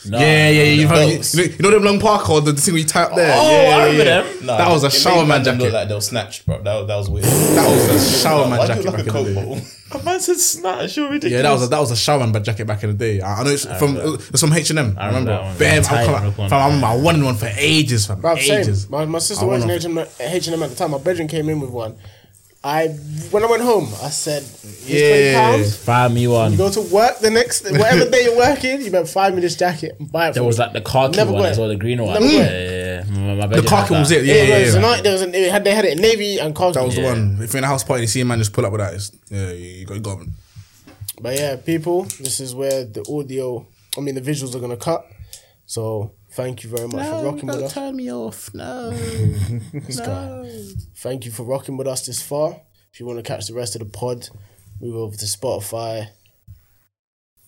Speaker 2: Nah,
Speaker 1: yeah, yeah, yeah. You've had, you,
Speaker 2: Belts.
Speaker 1: know, you know them long park or the thing we tap there?
Speaker 2: Oh,
Speaker 1: yeah,
Speaker 2: I
Speaker 1: yeah,
Speaker 2: remember
Speaker 1: yeah.
Speaker 2: them.
Speaker 6: Nah,
Speaker 1: that was a
Speaker 6: it made
Speaker 1: shower man
Speaker 6: them look
Speaker 1: jacket.
Speaker 6: Like they were snatched, bro. That, that
Speaker 1: [LAUGHS]
Speaker 6: was weird.
Speaker 1: That was a shower man
Speaker 6: Why do
Speaker 1: jacket
Speaker 6: you look like
Speaker 1: back
Speaker 6: a
Speaker 1: in the
Speaker 6: coke
Speaker 1: day.
Speaker 6: bottle?
Speaker 2: A man said snatch. You're ridiculous.
Speaker 1: Yeah, that was a, that was a shower man jacket back in the day. I, I know it's from
Speaker 6: remember.
Speaker 1: it's from H and M. I remember.
Speaker 6: remember that one.
Speaker 1: Bam,
Speaker 2: Yeah,
Speaker 1: I,
Speaker 2: tight
Speaker 1: come,
Speaker 2: one.
Speaker 1: fam, I remember I wanted one for ages, fam.
Speaker 4: Bruv,
Speaker 1: ages.
Speaker 4: same. My, my sister
Speaker 1: I
Speaker 4: worked in
Speaker 1: wanna-
Speaker 4: H&M, at- H&M at the time. My bedroom came in with one. I when I went home, I said, yeah.
Speaker 1: Yeah.
Speaker 4: pounds.
Speaker 2: Find me one.
Speaker 4: You go to work
Speaker 1: [LAUGHS]
Speaker 4: the next whatever day you're working, you better find me this jacket and buy it.
Speaker 2: There was like the khaki
Speaker 4: Never
Speaker 2: one
Speaker 4: got
Speaker 2: as
Speaker 4: it.
Speaker 2: well, the green one.
Speaker 4: Never
Speaker 2: yeah,
Speaker 4: got
Speaker 2: yeah, yeah. My, my
Speaker 1: The
Speaker 2: bedroom
Speaker 1: cock
Speaker 2: had
Speaker 1: was
Speaker 2: that.
Speaker 1: it. Yeah, yeah,
Speaker 4: there was
Speaker 1: yeah.
Speaker 4: a night. There was an, it had they had it in navy and khaki.
Speaker 1: That was the
Speaker 2: Yeah.
Speaker 1: one. If you're in a house party, you see a man just pull up with that. It's, yeah, you you got you got him.
Speaker 4: But yeah, people, this is where the audio, I mean, the visuals are going to cut. So thank you very much for rocking with us.
Speaker 1: turn me off. [LAUGHS] No.
Speaker 4: Thank you for rocking with us this far. If you want to catch the rest of the pod, move over to Spotify,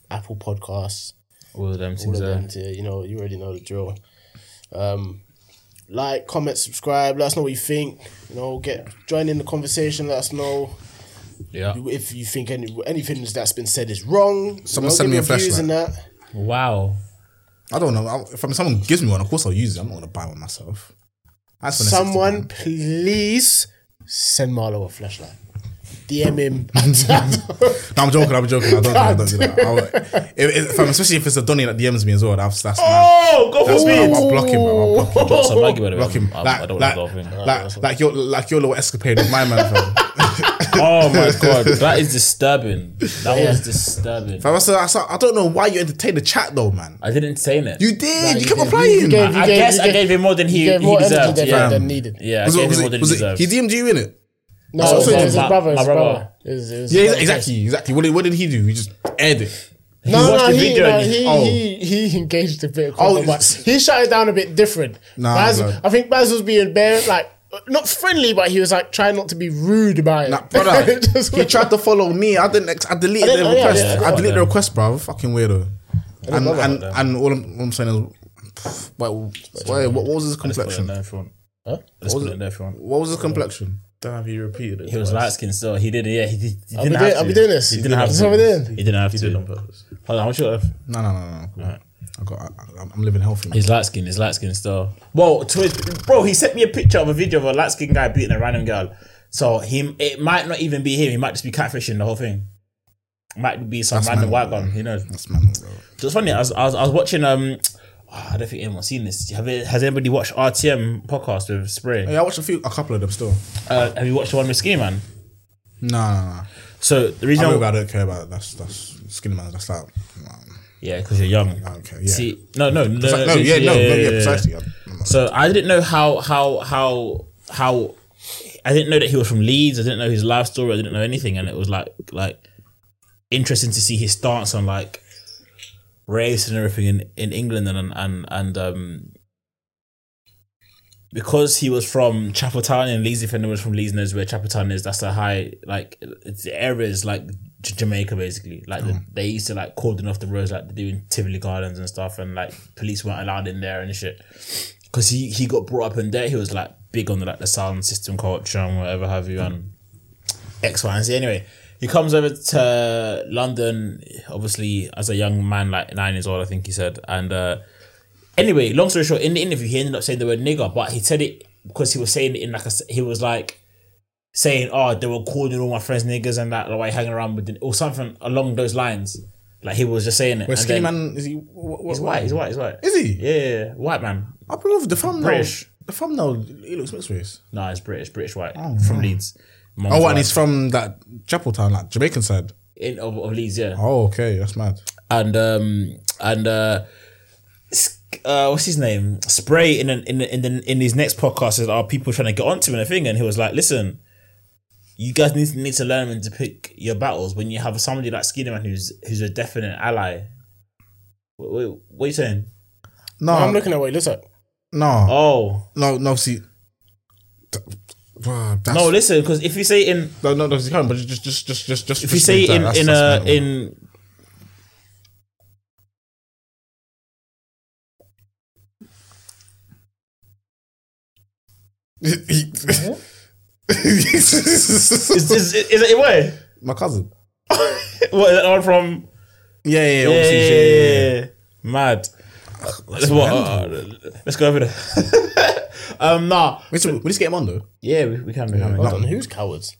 Speaker 4: Apple Podcasts,
Speaker 2: All of them uh,
Speaker 4: all
Speaker 2: things
Speaker 4: of
Speaker 2: there.
Speaker 4: them. To, you know, you already know the drill. Um, like, comment, subscribe. Let us know what you think. You know, get join in the conversation. Let us know
Speaker 2: Yeah.
Speaker 4: if you think any anything that's been said is wrong. You
Speaker 1: Someone
Speaker 4: know,
Speaker 1: send
Speaker 4: give
Speaker 1: me a
Speaker 4: your views
Speaker 1: flashlight.
Speaker 4: and that.
Speaker 2: Wow.
Speaker 1: I don't know. I, if someone gives me one, of course I'll use it. I'm not gonna buy one myself. I just wanna sit down.
Speaker 4: Someone, please send Marlo a flashlight.
Speaker 1: [LAUGHS]
Speaker 4: DM him.
Speaker 1: No, I'm joking. I'm joking. I don't, I don't do
Speaker 4: [LAUGHS]
Speaker 1: that. I would, if, if, if, especially if it's a Donny that DMs me as well. That's that's mad.
Speaker 2: Oh, go
Speaker 1: That's
Speaker 2: for
Speaker 1: mad. I'll
Speaker 2: me.
Speaker 1: block him. bro. I'll block him.
Speaker 2: [LAUGHS] Drop some baggy, by the way.
Speaker 1: Block him.
Speaker 2: I,
Speaker 1: like,
Speaker 2: I don't
Speaker 1: like,
Speaker 2: want to go off him.
Speaker 1: like, like your like your little escapade with my man. Fam. [LAUGHS]
Speaker 2: Oh my god, that is disturbing. That was disturbing.
Speaker 1: Fam, I, said, I, said, I don't know why you entertain the chat though, man.
Speaker 2: I didn't say that.
Speaker 1: You did. you kept
Speaker 4: did. You
Speaker 1: applying.
Speaker 4: gave-
Speaker 2: I
Speaker 4: gave-
Speaker 2: guess
Speaker 4: you
Speaker 2: I
Speaker 4: gave-
Speaker 2: gave him more than he,
Speaker 4: He gave
Speaker 2: he
Speaker 4: more energy
Speaker 2: deserved.
Speaker 4: than,
Speaker 2: Yeah,
Speaker 4: than needed.
Speaker 2: yeah I
Speaker 1: Was
Speaker 2: gave
Speaker 1: it,
Speaker 2: him
Speaker 1: was
Speaker 2: more
Speaker 1: it,
Speaker 2: than
Speaker 1: was
Speaker 2: he
Speaker 1: it,
Speaker 2: deserved.
Speaker 1: he DM'd you in it.
Speaker 4: No,
Speaker 2: So-
Speaker 4: it was
Speaker 2: so
Speaker 4: his
Speaker 2: my-
Speaker 4: brother. His
Speaker 2: my brother.
Speaker 4: brother. It was- it was his
Speaker 1: Yeah,
Speaker 4: brother.
Speaker 1: exactly, exactly. What did, what did he do? He just aired it.
Speaker 2: He
Speaker 4: No,
Speaker 2: watched
Speaker 4: no,
Speaker 2: the
Speaker 4: he,
Speaker 2: video
Speaker 4: no,
Speaker 2: and he-
Speaker 4: he,
Speaker 1: oh.
Speaker 4: he, he engaged a bit. Of
Speaker 1: Oh,
Speaker 4: oh, but
Speaker 1: it's-
Speaker 4: he shut it down a bit different.
Speaker 1: Nah,
Speaker 4: Baz,
Speaker 1: bro.
Speaker 4: I think Baz was being bare, like not friendly, but he was like trying not to be rude about it.
Speaker 1: Nah, [LAUGHS] brother,
Speaker 4: It [LAUGHS] just
Speaker 1: he
Speaker 4: went-
Speaker 1: tried to follow me. I didn't. Ex- I deleted
Speaker 4: I didn't-
Speaker 1: the
Speaker 4: oh, yeah,
Speaker 1: request.
Speaker 4: yeah, yeah.
Speaker 1: I deleted the request, bro. Fucking weirdo. And
Speaker 4: bother
Speaker 1: and, and all, I'm, all I'm saying is, why, why, what was his complexion?
Speaker 2: if you want. Huh? Let's
Speaker 1: was
Speaker 2: put
Speaker 1: it?
Speaker 2: it there if you want.
Speaker 1: What was his complexion?
Speaker 6: Don't have you repeated it.
Speaker 2: He was light skinned, so he did. Yeah, he, did, he
Speaker 4: I'll
Speaker 2: didn't have
Speaker 4: be doing-
Speaker 2: to.
Speaker 4: I'll be doing this.
Speaker 2: He didn't have
Speaker 4: This is
Speaker 2: to.
Speaker 4: what we're doing.
Speaker 2: He didn't have to.
Speaker 6: did on
Speaker 2: Hold
Speaker 6: purpose.
Speaker 2: on, how much you left?
Speaker 1: No, no, no, no. no. I got. I, I'm- I'm living healthy. Man.
Speaker 2: He's light skinned, he's light skinned still. Well, to his, bro, he sent me a picture of a video of a light skinned guy beating a random girl. So he, it might not even be him. He might just be catfishing the whole thing. Might be some
Speaker 1: That's
Speaker 2: random
Speaker 1: mad.
Speaker 2: white one. Who knows?
Speaker 1: That's man, bro.
Speaker 2: So it's funny. I was, I was, I was watching. Um, I don't think anyone's seen this. Have it, has anybody watched RTM podcast with Spray?
Speaker 1: Yeah, I watched a few, a couple of them still.
Speaker 2: Uh, have you watched the one with Ski Man?
Speaker 1: Nah, nah, nah.
Speaker 2: So the
Speaker 1: I,
Speaker 2: reason,
Speaker 1: don't,
Speaker 2: I,
Speaker 1: I don't care about it. that's that's skinny man. That's like,
Speaker 2: yeah, because you're young.
Speaker 1: I don't care. Yeah.
Speaker 2: See, uh, no, no, no,
Speaker 1: It's like, no,
Speaker 2: literally,
Speaker 1: yeah, no, no, yeah, precisely. I'm- I'm not-
Speaker 2: So I didn't know how how how how I didn't know that he was from Leeds. I didn't know his life story. I didn't know anything, and it was like like interesting to see his stance on like race and everything in, in England and and and um because he was from Chapel Town and Leeds. If anyone was from Leeds knows where Chapel Town is, that's a high like it's the area is like J- Jamaica basically. Like the, they used to like cordon off the roads like they do in Tivoli Gardens and stuff, and like police weren't allowed in there and shit because he, he got brought up in there. He was like big on the, like the sound system culture and whatever have you and X, Y, and Z. Anyway, he comes over to London, obviously as a young man, like nine years old, I think he said. And uh, anyway, long story short, in the interview, he ended up saying the word nigger, but he said it because he was saying it in like a s he was like saying, "Oh, they were calling all my friends niggers and that, like why you hanging around with the, or something along those lines." Like he was just saying it.
Speaker 1: Wait,
Speaker 2: and
Speaker 1: skinny
Speaker 2: then-
Speaker 1: man is he? What, what,
Speaker 2: He's white. He's white. He's white.
Speaker 1: Is he?
Speaker 2: Yeah, yeah, yeah. white man.
Speaker 1: I believe the thumbnail.
Speaker 2: British.
Speaker 1: The thumbnail. He looks mixed race.
Speaker 2: No, it's British, British white from Leeds. Mum's
Speaker 1: Oh,
Speaker 2: white.
Speaker 1: and he's from that Chapel Town, like Jamaican side.
Speaker 2: in of, of Leeds, yeah.
Speaker 1: Oh, okay, that's mad.
Speaker 2: And um and uh, s- uh what's his name? Spray in an, in the- in the, in his next podcast says, "Are people trying to get onto him?" And a thing, and he was like, "Listen, you guys need to, need to learn when to pick your battles when you have somebody like Skinnerman who's who's a definite ally." What, what, what are you saying?
Speaker 1: No,
Speaker 4: I'm looking at what he looks like.
Speaker 1: no,
Speaker 2: Oh
Speaker 1: no, no. See, th- bruh, that's,
Speaker 2: no, listen, because if you say in
Speaker 1: no, no, no. See, come on, but just, just, just, just, just.
Speaker 2: if you say in in a
Speaker 1: [LAUGHS]
Speaker 2: in is, is, is it in way?
Speaker 1: my cousin.
Speaker 2: [LAUGHS] What is that one from?
Speaker 1: Yeah, yeah, yeah.
Speaker 2: Yeah,
Speaker 1: obviously, yeah, yeah, yeah.
Speaker 2: Mad. Let's, what, uh, let's go over there. [LAUGHS] um, nah.
Speaker 1: Wait, so we just get him on though.
Speaker 2: Yeah, we, we can. We can.
Speaker 4: Hold on, who's cowards?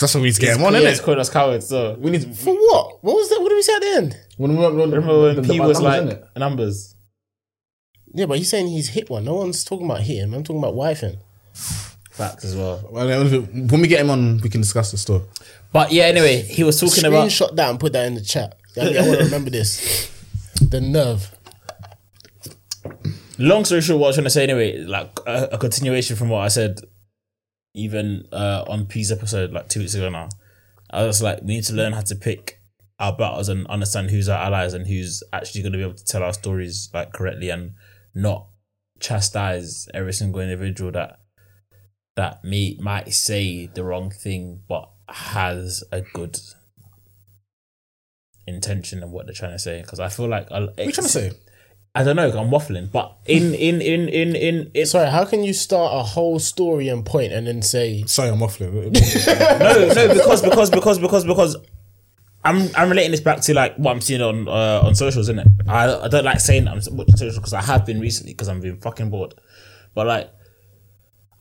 Speaker 1: That's what we need to get him on,
Speaker 2: yeah, it's
Speaker 1: isn't it?
Speaker 2: called us cowards. So
Speaker 1: We need.
Speaker 4: For what? What was that? What did we say at the end?
Speaker 1: When, when, when,
Speaker 2: remember when P was
Speaker 1: innit?
Speaker 2: like numbers.
Speaker 4: Yeah, but he's saying he's hit one. No one's talking about hitting. I'm talking about wifing.
Speaker 2: Facts as well.
Speaker 1: Well, then, When we get him on, we can discuss the store.
Speaker 2: But yeah, anyway, he was talking about
Speaker 4: Screenshot that and put that in the chat. I, I want to remember this. The nerve.
Speaker 2: long story short, what I was trying to say anyway, like a, a continuation from what I said, even uh, on P's episode like two weeks ago now. I was like, we need to learn how to pick our battles and understand who's our allies and who's actually going to be able to tell our stories like correctly and not chastise every single individual that that me might say the wrong thing but has a good intention of what they're trying to say because I feel like what
Speaker 1: What are you trying to say?
Speaker 2: I don't know. I'm waffling, but in in in in in it's
Speaker 4: Sorry, how can you start a whole story and point and then say
Speaker 1: Sorry, I'm waffling.
Speaker 2: no no because because because because because I'm I'm relating this back to like what I'm seeing on uh, on socials, isn't it? I I don't like saying I'm watching socials because I have been recently because I'm being fucking bored, but like.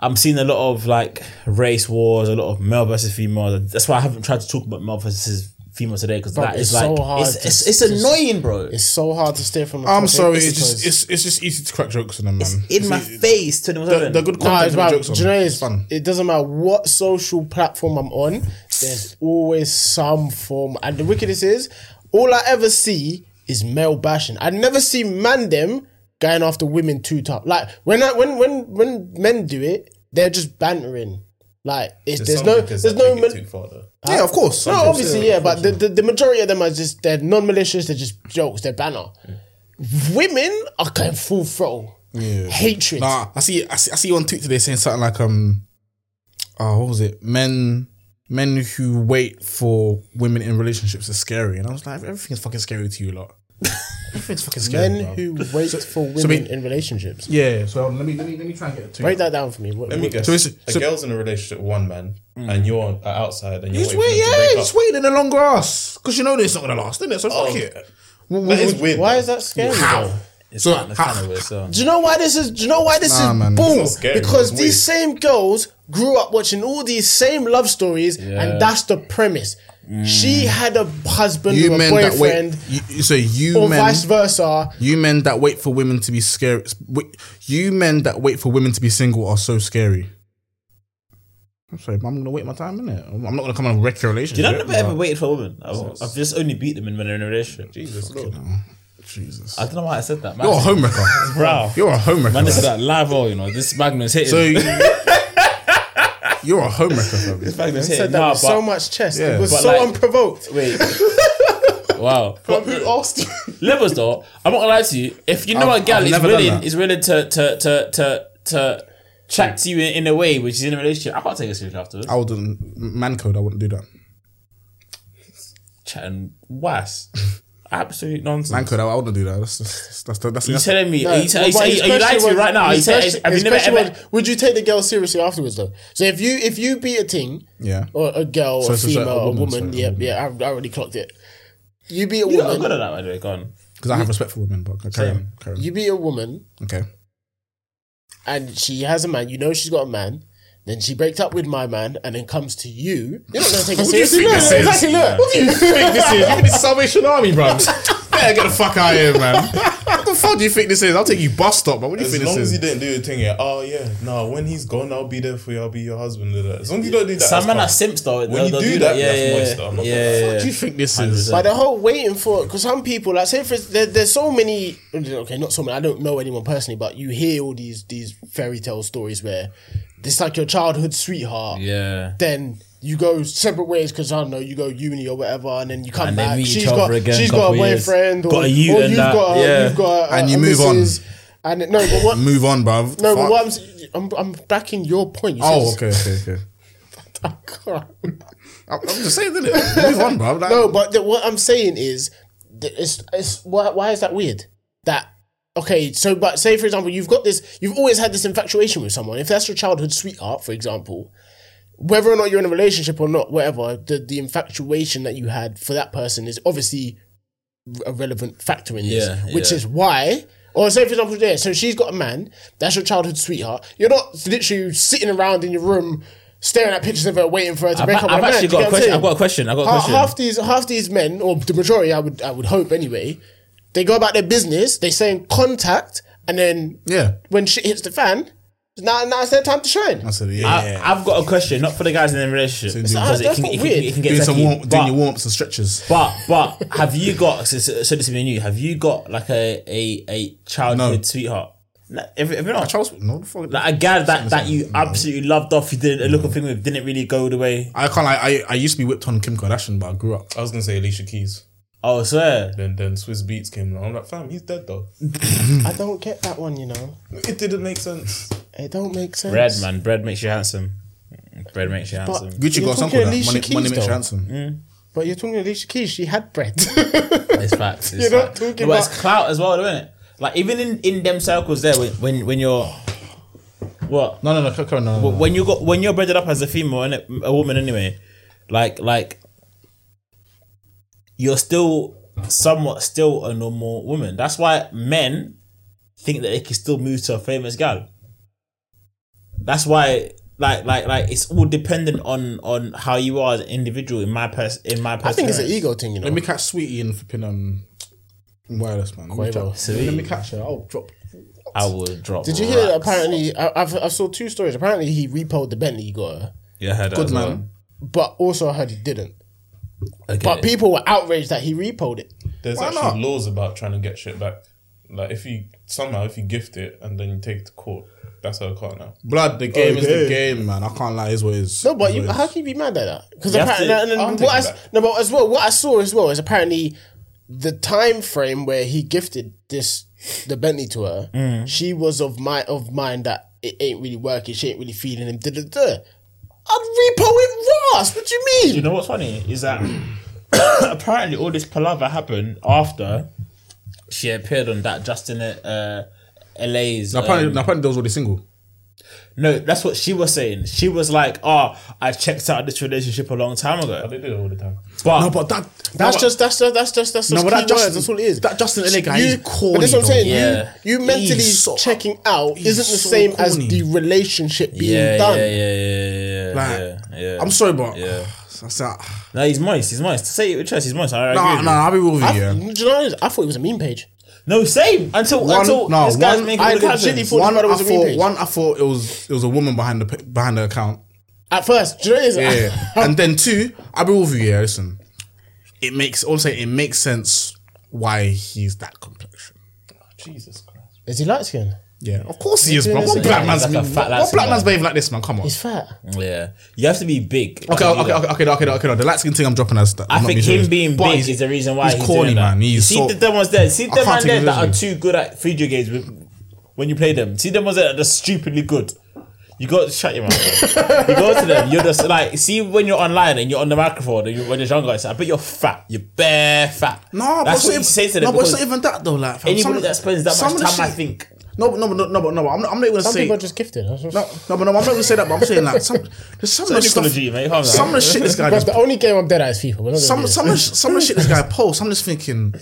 Speaker 2: I'm seeing a lot of like race wars, a lot of male versus female. That's why I haven't tried to talk about male versus female today because that
Speaker 4: it's
Speaker 2: is like
Speaker 4: so hard
Speaker 2: it's,
Speaker 4: to-
Speaker 2: it's, it's annoying, bro.
Speaker 4: it's so hard to steer from? A
Speaker 1: I'm
Speaker 4: topic
Speaker 1: sorry. It's
Speaker 4: because-
Speaker 1: just it's, it's just easy to crack jokes on them, man.
Speaker 2: in my face. to
Speaker 1: They're, they're good
Speaker 4: Nah,
Speaker 1: content. to make
Speaker 4: it's about-
Speaker 1: jokes on.
Speaker 4: do you know it's-
Speaker 1: it's fun.
Speaker 4: It doesn't matter what social platform I'm on. There's always some form, and the wickedest is all I ever see is male bashing. I never see man them going after women too tough. Like when I, when when when men do it, they're just bantering. Like it's, there's
Speaker 6: some
Speaker 4: no
Speaker 6: niggas
Speaker 4: there's
Speaker 6: that
Speaker 4: no
Speaker 6: take
Speaker 4: man-
Speaker 6: it too far though.
Speaker 1: Yeah, of course.
Speaker 4: no, obviously, yeah, but the, the, the majority of them are just they're non malicious, they're just jokes, they're banner. Women are going full throttle.
Speaker 1: Yeah.
Speaker 4: Hatred.
Speaker 1: Nah, I see, I see, I see you on Twitter today saying something like, um, oh, what was it? Men, men who wait for women in relationships are scary, and I was like, everything's fucking scary to you [LAUGHS] lot. everything's fucking scary.
Speaker 4: Men
Speaker 1: bruv.
Speaker 4: who wait for women
Speaker 1: mean-
Speaker 4: in relationships.
Speaker 1: yeah. So um, let me let me let me try and get it to
Speaker 4: Break
Speaker 1: you.
Speaker 4: that down for me. What,
Speaker 6: Let me
Speaker 4: what-
Speaker 6: guess.
Speaker 1: So it's-
Speaker 6: a
Speaker 1: so-
Speaker 6: girl's in a relationship with one man, and you're uh, outside, and you're
Speaker 1: Just
Speaker 6: waiting
Speaker 1: wait,
Speaker 6: for them to break
Speaker 1: yeah,
Speaker 6: up.
Speaker 1: just wait in the long grass because you know this is not gonna last, isn't it? So fuck
Speaker 6: Oh,
Speaker 1: it.
Speaker 6: okay.
Speaker 1: Well,
Speaker 6: That
Speaker 1: well,
Speaker 6: is weird.
Speaker 4: why
Speaker 6: though.
Speaker 4: is that scary?
Speaker 1: How?
Speaker 4: though?
Speaker 2: It's
Speaker 1: So,
Speaker 2: kind of,
Speaker 1: ha-
Speaker 2: kind of weird, so.
Speaker 4: Do you know why this is? Do you know why this
Speaker 1: Nah,
Speaker 4: is
Speaker 1: man.
Speaker 4: bull?
Speaker 1: It's
Speaker 6: not scary,
Speaker 4: because
Speaker 6: it's
Speaker 4: these same girls grew up watching all these same love stories, and that's the premise. She had a husband
Speaker 1: Mm. You
Speaker 4: or a
Speaker 1: men that
Speaker 4: boyfriend,
Speaker 1: wait. You, you- so you
Speaker 4: or
Speaker 1: men,
Speaker 4: vice versa.
Speaker 1: You men that wait for women to be scary. wait- You men that wait for women to be single are so scary. I'm sorry, but I'm gonna wait my time, innit? I'm I'm not gonna come and wreck your
Speaker 2: You
Speaker 1: relationship.
Speaker 2: know, I've never ever
Speaker 1: but-
Speaker 2: waited for a woman. I've, I've just only beat them in when they're in a relationship.
Speaker 6: Jesus, look.
Speaker 1: Oh, Jesus.
Speaker 2: I don't know why I said that. Man.
Speaker 1: You're a [LAUGHS] homewrecker.
Speaker 2: Bro.
Speaker 1: You're a
Speaker 2: Man, this is
Speaker 1: homewrecker.
Speaker 2: that live all, you know. This Magnum's hitting.
Speaker 1: So you- you're a homewrecker, bro.
Speaker 2: Magnum's hitting.
Speaker 4: Said that
Speaker 2: Nah, but,
Speaker 4: with so much chest.
Speaker 1: Yeah.
Speaker 4: It was
Speaker 1: But
Speaker 4: so
Speaker 2: like-
Speaker 4: unprovoked.
Speaker 2: wait. [LAUGHS] wow.
Speaker 6: But who [LAUGHS] asked you?
Speaker 2: Levels, though, I'm not going to lie to you. If you know
Speaker 1: I've-
Speaker 2: a gal
Speaker 1: I've
Speaker 2: is
Speaker 1: never done
Speaker 2: willing,
Speaker 1: that.
Speaker 2: is willing to, to, to, to, to chat to you in, in a way which is in a relationship, I can't take a seriously afterwards.
Speaker 1: I wouldn't man code. I wouldn't do that.
Speaker 2: Chatting
Speaker 4: [LAUGHS]
Speaker 2: was. Absolute nonsense.
Speaker 1: Man code. I, I wouldn't do that. That's that's that's, that's, that's,
Speaker 2: you telling me?
Speaker 4: No,
Speaker 2: are you, tell- are you,
Speaker 4: but
Speaker 2: are
Speaker 4: his
Speaker 2: you, are you lying
Speaker 4: question
Speaker 2: to me
Speaker 4: was-
Speaker 2: right now? Are you
Speaker 4: his
Speaker 2: tell-
Speaker 4: question-
Speaker 2: have you
Speaker 4: his
Speaker 2: never
Speaker 4: question
Speaker 2: ever?
Speaker 4: was, would you take the girl seriously afterwards though? So if you if you beat a thing,
Speaker 1: Yeah.
Speaker 4: or a girl, or a
Speaker 1: it's just
Speaker 4: female,
Speaker 1: like a
Speaker 4: or a
Speaker 1: woman,
Speaker 4: woman,
Speaker 1: sorry,
Speaker 4: yeah,
Speaker 1: a woman.
Speaker 4: yeah, I, I already clocked it. You beat a
Speaker 2: You're not
Speaker 4: woman,
Speaker 2: good at that, by the way. Go on.
Speaker 1: because I have respect for women. But carry on, carry on.
Speaker 4: you beat a woman,
Speaker 1: Okay.
Speaker 4: and she has a man. You know she's got a man. Then she breaks up with my man, and then comes to you. You're not gonna take
Speaker 1: [LAUGHS]
Speaker 4: it
Speaker 1: What do you
Speaker 4: seriously.
Speaker 1: think
Speaker 4: No,
Speaker 1: this
Speaker 4: no,
Speaker 1: is?
Speaker 4: exactly. Look,
Speaker 1: What do you think this is? You think this is Salvation Army, bro?
Speaker 2: [LAUGHS]
Speaker 1: Better get the fuck out of here, man. What the fuck do you think this is? I'll take you bus stop, but what do you
Speaker 6: As
Speaker 1: think
Speaker 6: long as
Speaker 1: this
Speaker 6: you
Speaker 1: is?
Speaker 6: didn't do the thing, yeah. Oh yeah, no. When he's gone, I'll be there for you. I'll be your husband. da, da. As long as you don't do that,
Speaker 2: Some
Speaker 6: that's
Speaker 2: men are
Speaker 6: fine.
Speaker 2: simps though.
Speaker 6: When you
Speaker 2: They'll
Speaker 6: do that, that's moist, though. I'm not gonna
Speaker 2: yeah,
Speaker 6: lie.
Speaker 2: yeah,
Speaker 1: What do
Speaker 2: yeah.
Speaker 1: you think this is?
Speaker 4: But the whole waiting for because some people like say for instance, there, there's so many okay not so many I don't know anyone personally but you hear all these these fairy tale stories where it's like your childhood sweetheart
Speaker 2: Yeah.
Speaker 4: then you go separate ways because I don't know you go uni or whatever and then you come
Speaker 2: And they
Speaker 4: back
Speaker 2: meet
Speaker 4: she's
Speaker 2: each other
Speaker 4: got
Speaker 2: again
Speaker 4: she's
Speaker 2: couple
Speaker 4: got a
Speaker 2: years.
Speaker 4: boyfriend or,
Speaker 2: Got a you
Speaker 4: or
Speaker 2: and
Speaker 4: you've
Speaker 2: that,
Speaker 4: got a,
Speaker 2: yeah.
Speaker 4: you've got a,
Speaker 1: And you
Speaker 4: a
Speaker 1: move on.
Speaker 4: missus, and no but what
Speaker 1: Move on, bro.
Speaker 4: no but what I'm s- I'm I'm backing your point you
Speaker 1: Oh,
Speaker 4: [LAUGHS] said-
Speaker 1: okay, okay, okay.
Speaker 4: I can't.
Speaker 1: I'm I'm just saying, isn't it? Move on, bro. Like,
Speaker 4: No, but the, what I'm saying is, th- it's it's why, why is that weird? That okay, so but say for example, you've got this, you've always had this infatuation with someone. If that's your childhood sweetheart, for example, whether or not you're in a relationship or not, whatever, the the infatuation that you had for that person is obviously a relevant factor in this,
Speaker 2: Yeah,
Speaker 4: which
Speaker 2: yeah.
Speaker 4: is why. Or say for example, there. So she's got a man. That's your childhood sweetheart. You're not literally sitting around in your room staring at pictures of her, waiting for her to
Speaker 2: I've,
Speaker 4: break up. with
Speaker 2: I've
Speaker 4: a man,
Speaker 2: actually
Speaker 4: do you
Speaker 2: got a
Speaker 4: get what I'm
Speaker 2: question. I've got a question. I've
Speaker 4: saying?
Speaker 2: got a
Speaker 4: Ha-
Speaker 2: question.
Speaker 4: half these half these men, or the majority, I would I would hope anyway, they go about their business. They stay in contact, and then
Speaker 1: Yeah.
Speaker 4: when shit hits the fan, now now it's their time to shine.
Speaker 1: I said, yeah.
Speaker 2: I, I've got a question, not for the guys in the relationship,
Speaker 1: So
Speaker 2: because it
Speaker 4: that's
Speaker 2: can,
Speaker 4: not
Speaker 2: it, can,
Speaker 4: weird.
Speaker 2: it can get
Speaker 1: doing some
Speaker 2: techie,
Speaker 1: warm, doing your
Speaker 2: but-
Speaker 1: warm ups and stretches.
Speaker 2: But but have you got so, so so this is me and you? Have you got like a a a childhood
Speaker 1: No.
Speaker 2: sweetheart? No, if, if you're not
Speaker 1: Charles, no, fuck.
Speaker 2: like a guy that that you absolutely loved off, you didn't look a thing with, didn't really go the way.
Speaker 1: I can't. Like, I I used to be whipped on Kim Kardashian, but I grew up.
Speaker 6: I was gonna say Alicia Keys.
Speaker 2: Oh, swear.
Speaker 6: Then then Swiss Beats came along. I'm like, fam, he's dead though.
Speaker 4: I don't get that one, you know.
Speaker 6: It didn't make sense.
Speaker 4: It don't make sense.
Speaker 2: Bread, man. Bread makes you handsome. Bread makes you handsome.
Speaker 4: [LAUGHS]
Speaker 1: Gucci
Speaker 4: You're
Speaker 1: got some
Speaker 4: talking
Speaker 1: called that.
Speaker 4: Alicia
Speaker 1: Money,
Speaker 4: Keys,
Speaker 1: money makes
Speaker 4: though.
Speaker 1: you handsome.
Speaker 4: But you're talking Alicia Keys. She had bread. [LAUGHS]
Speaker 2: It's facts. It's
Speaker 4: You're not
Speaker 2: facts.
Speaker 4: talking
Speaker 2: No, but it's
Speaker 4: about-
Speaker 2: clout as well, isn't it? Like even in in them circles there, when when, when you're what
Speaker 1: No, no, no, Coco, no, no, no.
Speaker 2: when you got when you're bred up as a female and a woman anyway, like like you're still somewhat still a normal woman. That's why men think that they can still move to a famous gal. That's why. Like, like, like, it's all dependent on on how you are as an individual. In my pers, in my
Speaker 4: I think it's an
Speaker 2: perseverance.
Speaker 4: ego thing, you know.
Speaker 1: Let me catch Sweetie in flipping um, wireless man. Let me,
Speaker 4: Quavo.
Speaker 1: catch, let me catch her. I'll drop.
Speaker 2: I would drop.
Speaker 4: Did you hear?
Speaker 2: racks.
Speaker 4: Apparently, I, I've I saw two stories. Apparently, he repoed the Bentley he got her,
Speaker 2: Yeah, I heard
Speaker 1: Good man.
Speaker 4: but also I heard he didn't.
Speaker 2: Okay.
Speaker 4: But people were outraged that he repoed it.
Speaker 6: There's
Speaker 1: Why
Speaker 6: actually
Speaker 1: not?
Speaker 6: laws about trying to get shit back. Like if you somehow if you gift it and then you take it to court, that's her car now.
Speaker 1: Blood. The game is the game, man. I can't lie. Is what it is.
Speaker 4: No, but you,
Speaker 1: Is what it
Speaker 4: how
Speaker 1: is.
Speaker 4: can you be mad at that? Because
Speaker 2: You have
Speaker 4: apparently,
Speaker 2: to-
Speaker 4: and then
Speaker 6: I'm
Speaker 4: what I,
Speaker 6: taking
Speaker 4: s- no, but as well, what I saw as well is apparently the time frame where he gifted this the Bentley to her. She was of my of mind that it ain't really working. She ain't really feeling him. Da da da. I'd repo it, Ross. What do you mean?
Speaker 2: you know what's funny is that [COUGHS] apparently all this palaver happened after she appeared on that Justin uh, LA's.
Speaker 1: Now, apparently,
Speaker 2: um,
Speaker 1: now, apparently, they was already single.
Speaker 2: no, that's what she was saying. She was like, "Oh, I checked out this relationship a long time ago."
Speaker 6: They do it all the time.
Speaker 2: But,
Speaker 1: No, but that.
Speaker 4: Ah, That's just that's just that's just that's just
Speaker 1: No, but
Speaker 4: key
Speaker 1: that Justin-
Speaker 4: words. That's all it is.
Speaker 1: that Justin LA guy, he's corny,
Speaker 4: But that's what I'm
Speaker 1: though.
Speaker 4: saying.
Speaker 2: Yeah.
Speaker 4: You, you mentally
Speaker 1: He's so-
Speaker 4: checking out isn't the
Speaker 1: so
Speaker 4: same as
Speaker 1: corny.
Speaker 4: the relationship being
Speaker 2: yeah,
Speaker 4: done.
Speaker 2: yeah, yeah, yeah, yeah,
Speaker 1: Like,
Speaker 2: yeah, yeah.
Speaker 1: I'm sorry, but
Speaker 2: Yeah.
Speaker 1: that's that.
Speaker 2: No, he's moist. He's moist. Say it with chest. He's moist. I, I agree.
Speaker 1: Nah,
Speaker 2: with
Speaker 1: nah, I'll be with
Speaker 4: I,
Speaker 1: you. Yeah.
Speaker 4: do you know what it is? I thought it was a meme page.
Speaker 2: you. No, same. Until
Speaker 1: One-
Speaker 2: until
Speaker 1: no,
Speaker 2: this guy's
Speaker 1: one-
Speaker 2: making
Speaker 4: I
Speaker 2: all the
Speaker 4: legitimately
Speaker 2: captions.
Speaker 4: thought
Speaker 1: One,
Speaker 4: it
Speaker 1: I
Speaker 4: was a meme
Speaker 1: thought.
Speaker 4: page.
Speaker 1: One, I thought it was it was a woman behind the pa- behind the account.
Speaker 4: At first, do you know what it is? [LAUGHS]
Speaker 1: Yeah. and then two, I'll be with you. Yeah, listen. It makes also it makes sense why he's that complexion.
Speaker 6: Jesus Christ.
Speaker 4: Is he light skinned?
Speaker 1: Yeah, of course he is, bro.
Speaker 4: doing
Speaker 1: What
Speaker 4: this
Speaker 1: black
Speaker 2: again.
Speaker 1: man's
Speaker 2: He's like a
Speaker 1: what-
Speaker 2: fat
Speaker 1: what
Speaker 2: Latin
Speaker 1: black
Speaker 2: man.
Speaker 1: man's behave like this, man? Come on.
Speaker 4: He's fat.
Speaker 2: Yeah, you have to be big.
Speaker 1: Okay,
Speaker 2: to do
Speaker 1: okay,
Speaker 2: that.
Speaker 1: okay, okay, okay, okay, no. The light skin thing I'm dropping as that.
Speaker 2: I think him being big is the reason why he's,
Speaker 1: he's corny,
Speaker 2: doing that.
Speaker 1: man. He's
Speaker 2: see
Speaker 1: so-
Speaker 2: the them ones there. See the
Speaker 1: can't
Speaker 2: man
Speaker 1: take
Speaker 2: there
Speaker 1: it
Speaker 2: that are
Speaker 1: seriously.
Speaker 2: too good at video games with, when you play them. See them ones that are just stupidly good. You go shut your mouth. bro. you go to them. You're just like see when you're online and you're on the microphone and you, when you're younger. It's like, I bet you're fat. You're bare fat.
Speaker 1: No,
Speaker 2: that's
Speaker 1: but
Speaker 2: what you
Speaker 1: it's
Speaker 2: say
Speaker 1: not
Speaker 2: to
Speaker 1: even,
Speaker 2: them.
Speaker 1: no, but it's
Speaker 2: because
Speaker 1: not even that though. Like fam,
Speaker 2: anybody
Speaker 1: some-
Speaker 2: that spends that
Speaker 1: some of
Speaker 2: much
Speaker 1: the
Speaker 2: time, I
Speaker 1: shit-
Speaker 2: think.
Speaker 1: No, but no, but no, no, but no. but I'm not, I'm not even
Speaker 4: Some
Speaker 1: saying.
Speaker 4: people are
Speaker 1: No,
Speaker 4: just gifted. That's just-
Speaker 1: no, but no, I'm not even saying that. But I'm saying like some. There's some of the stuff.
Speaker 2: psychology, mate. Calm down.
Speaker 1: Some of the shit this guy
Speaker 4: Bruv, [LAUGHS]
Speaker 1: does.
Speaker 4: the only game I'm dead at is FIFA. We're not gonna do
Speaker 1: Some
Speaker 4: this.
Speaker 1: some of the sh- some of the shit this guy posts. I'm just thinking,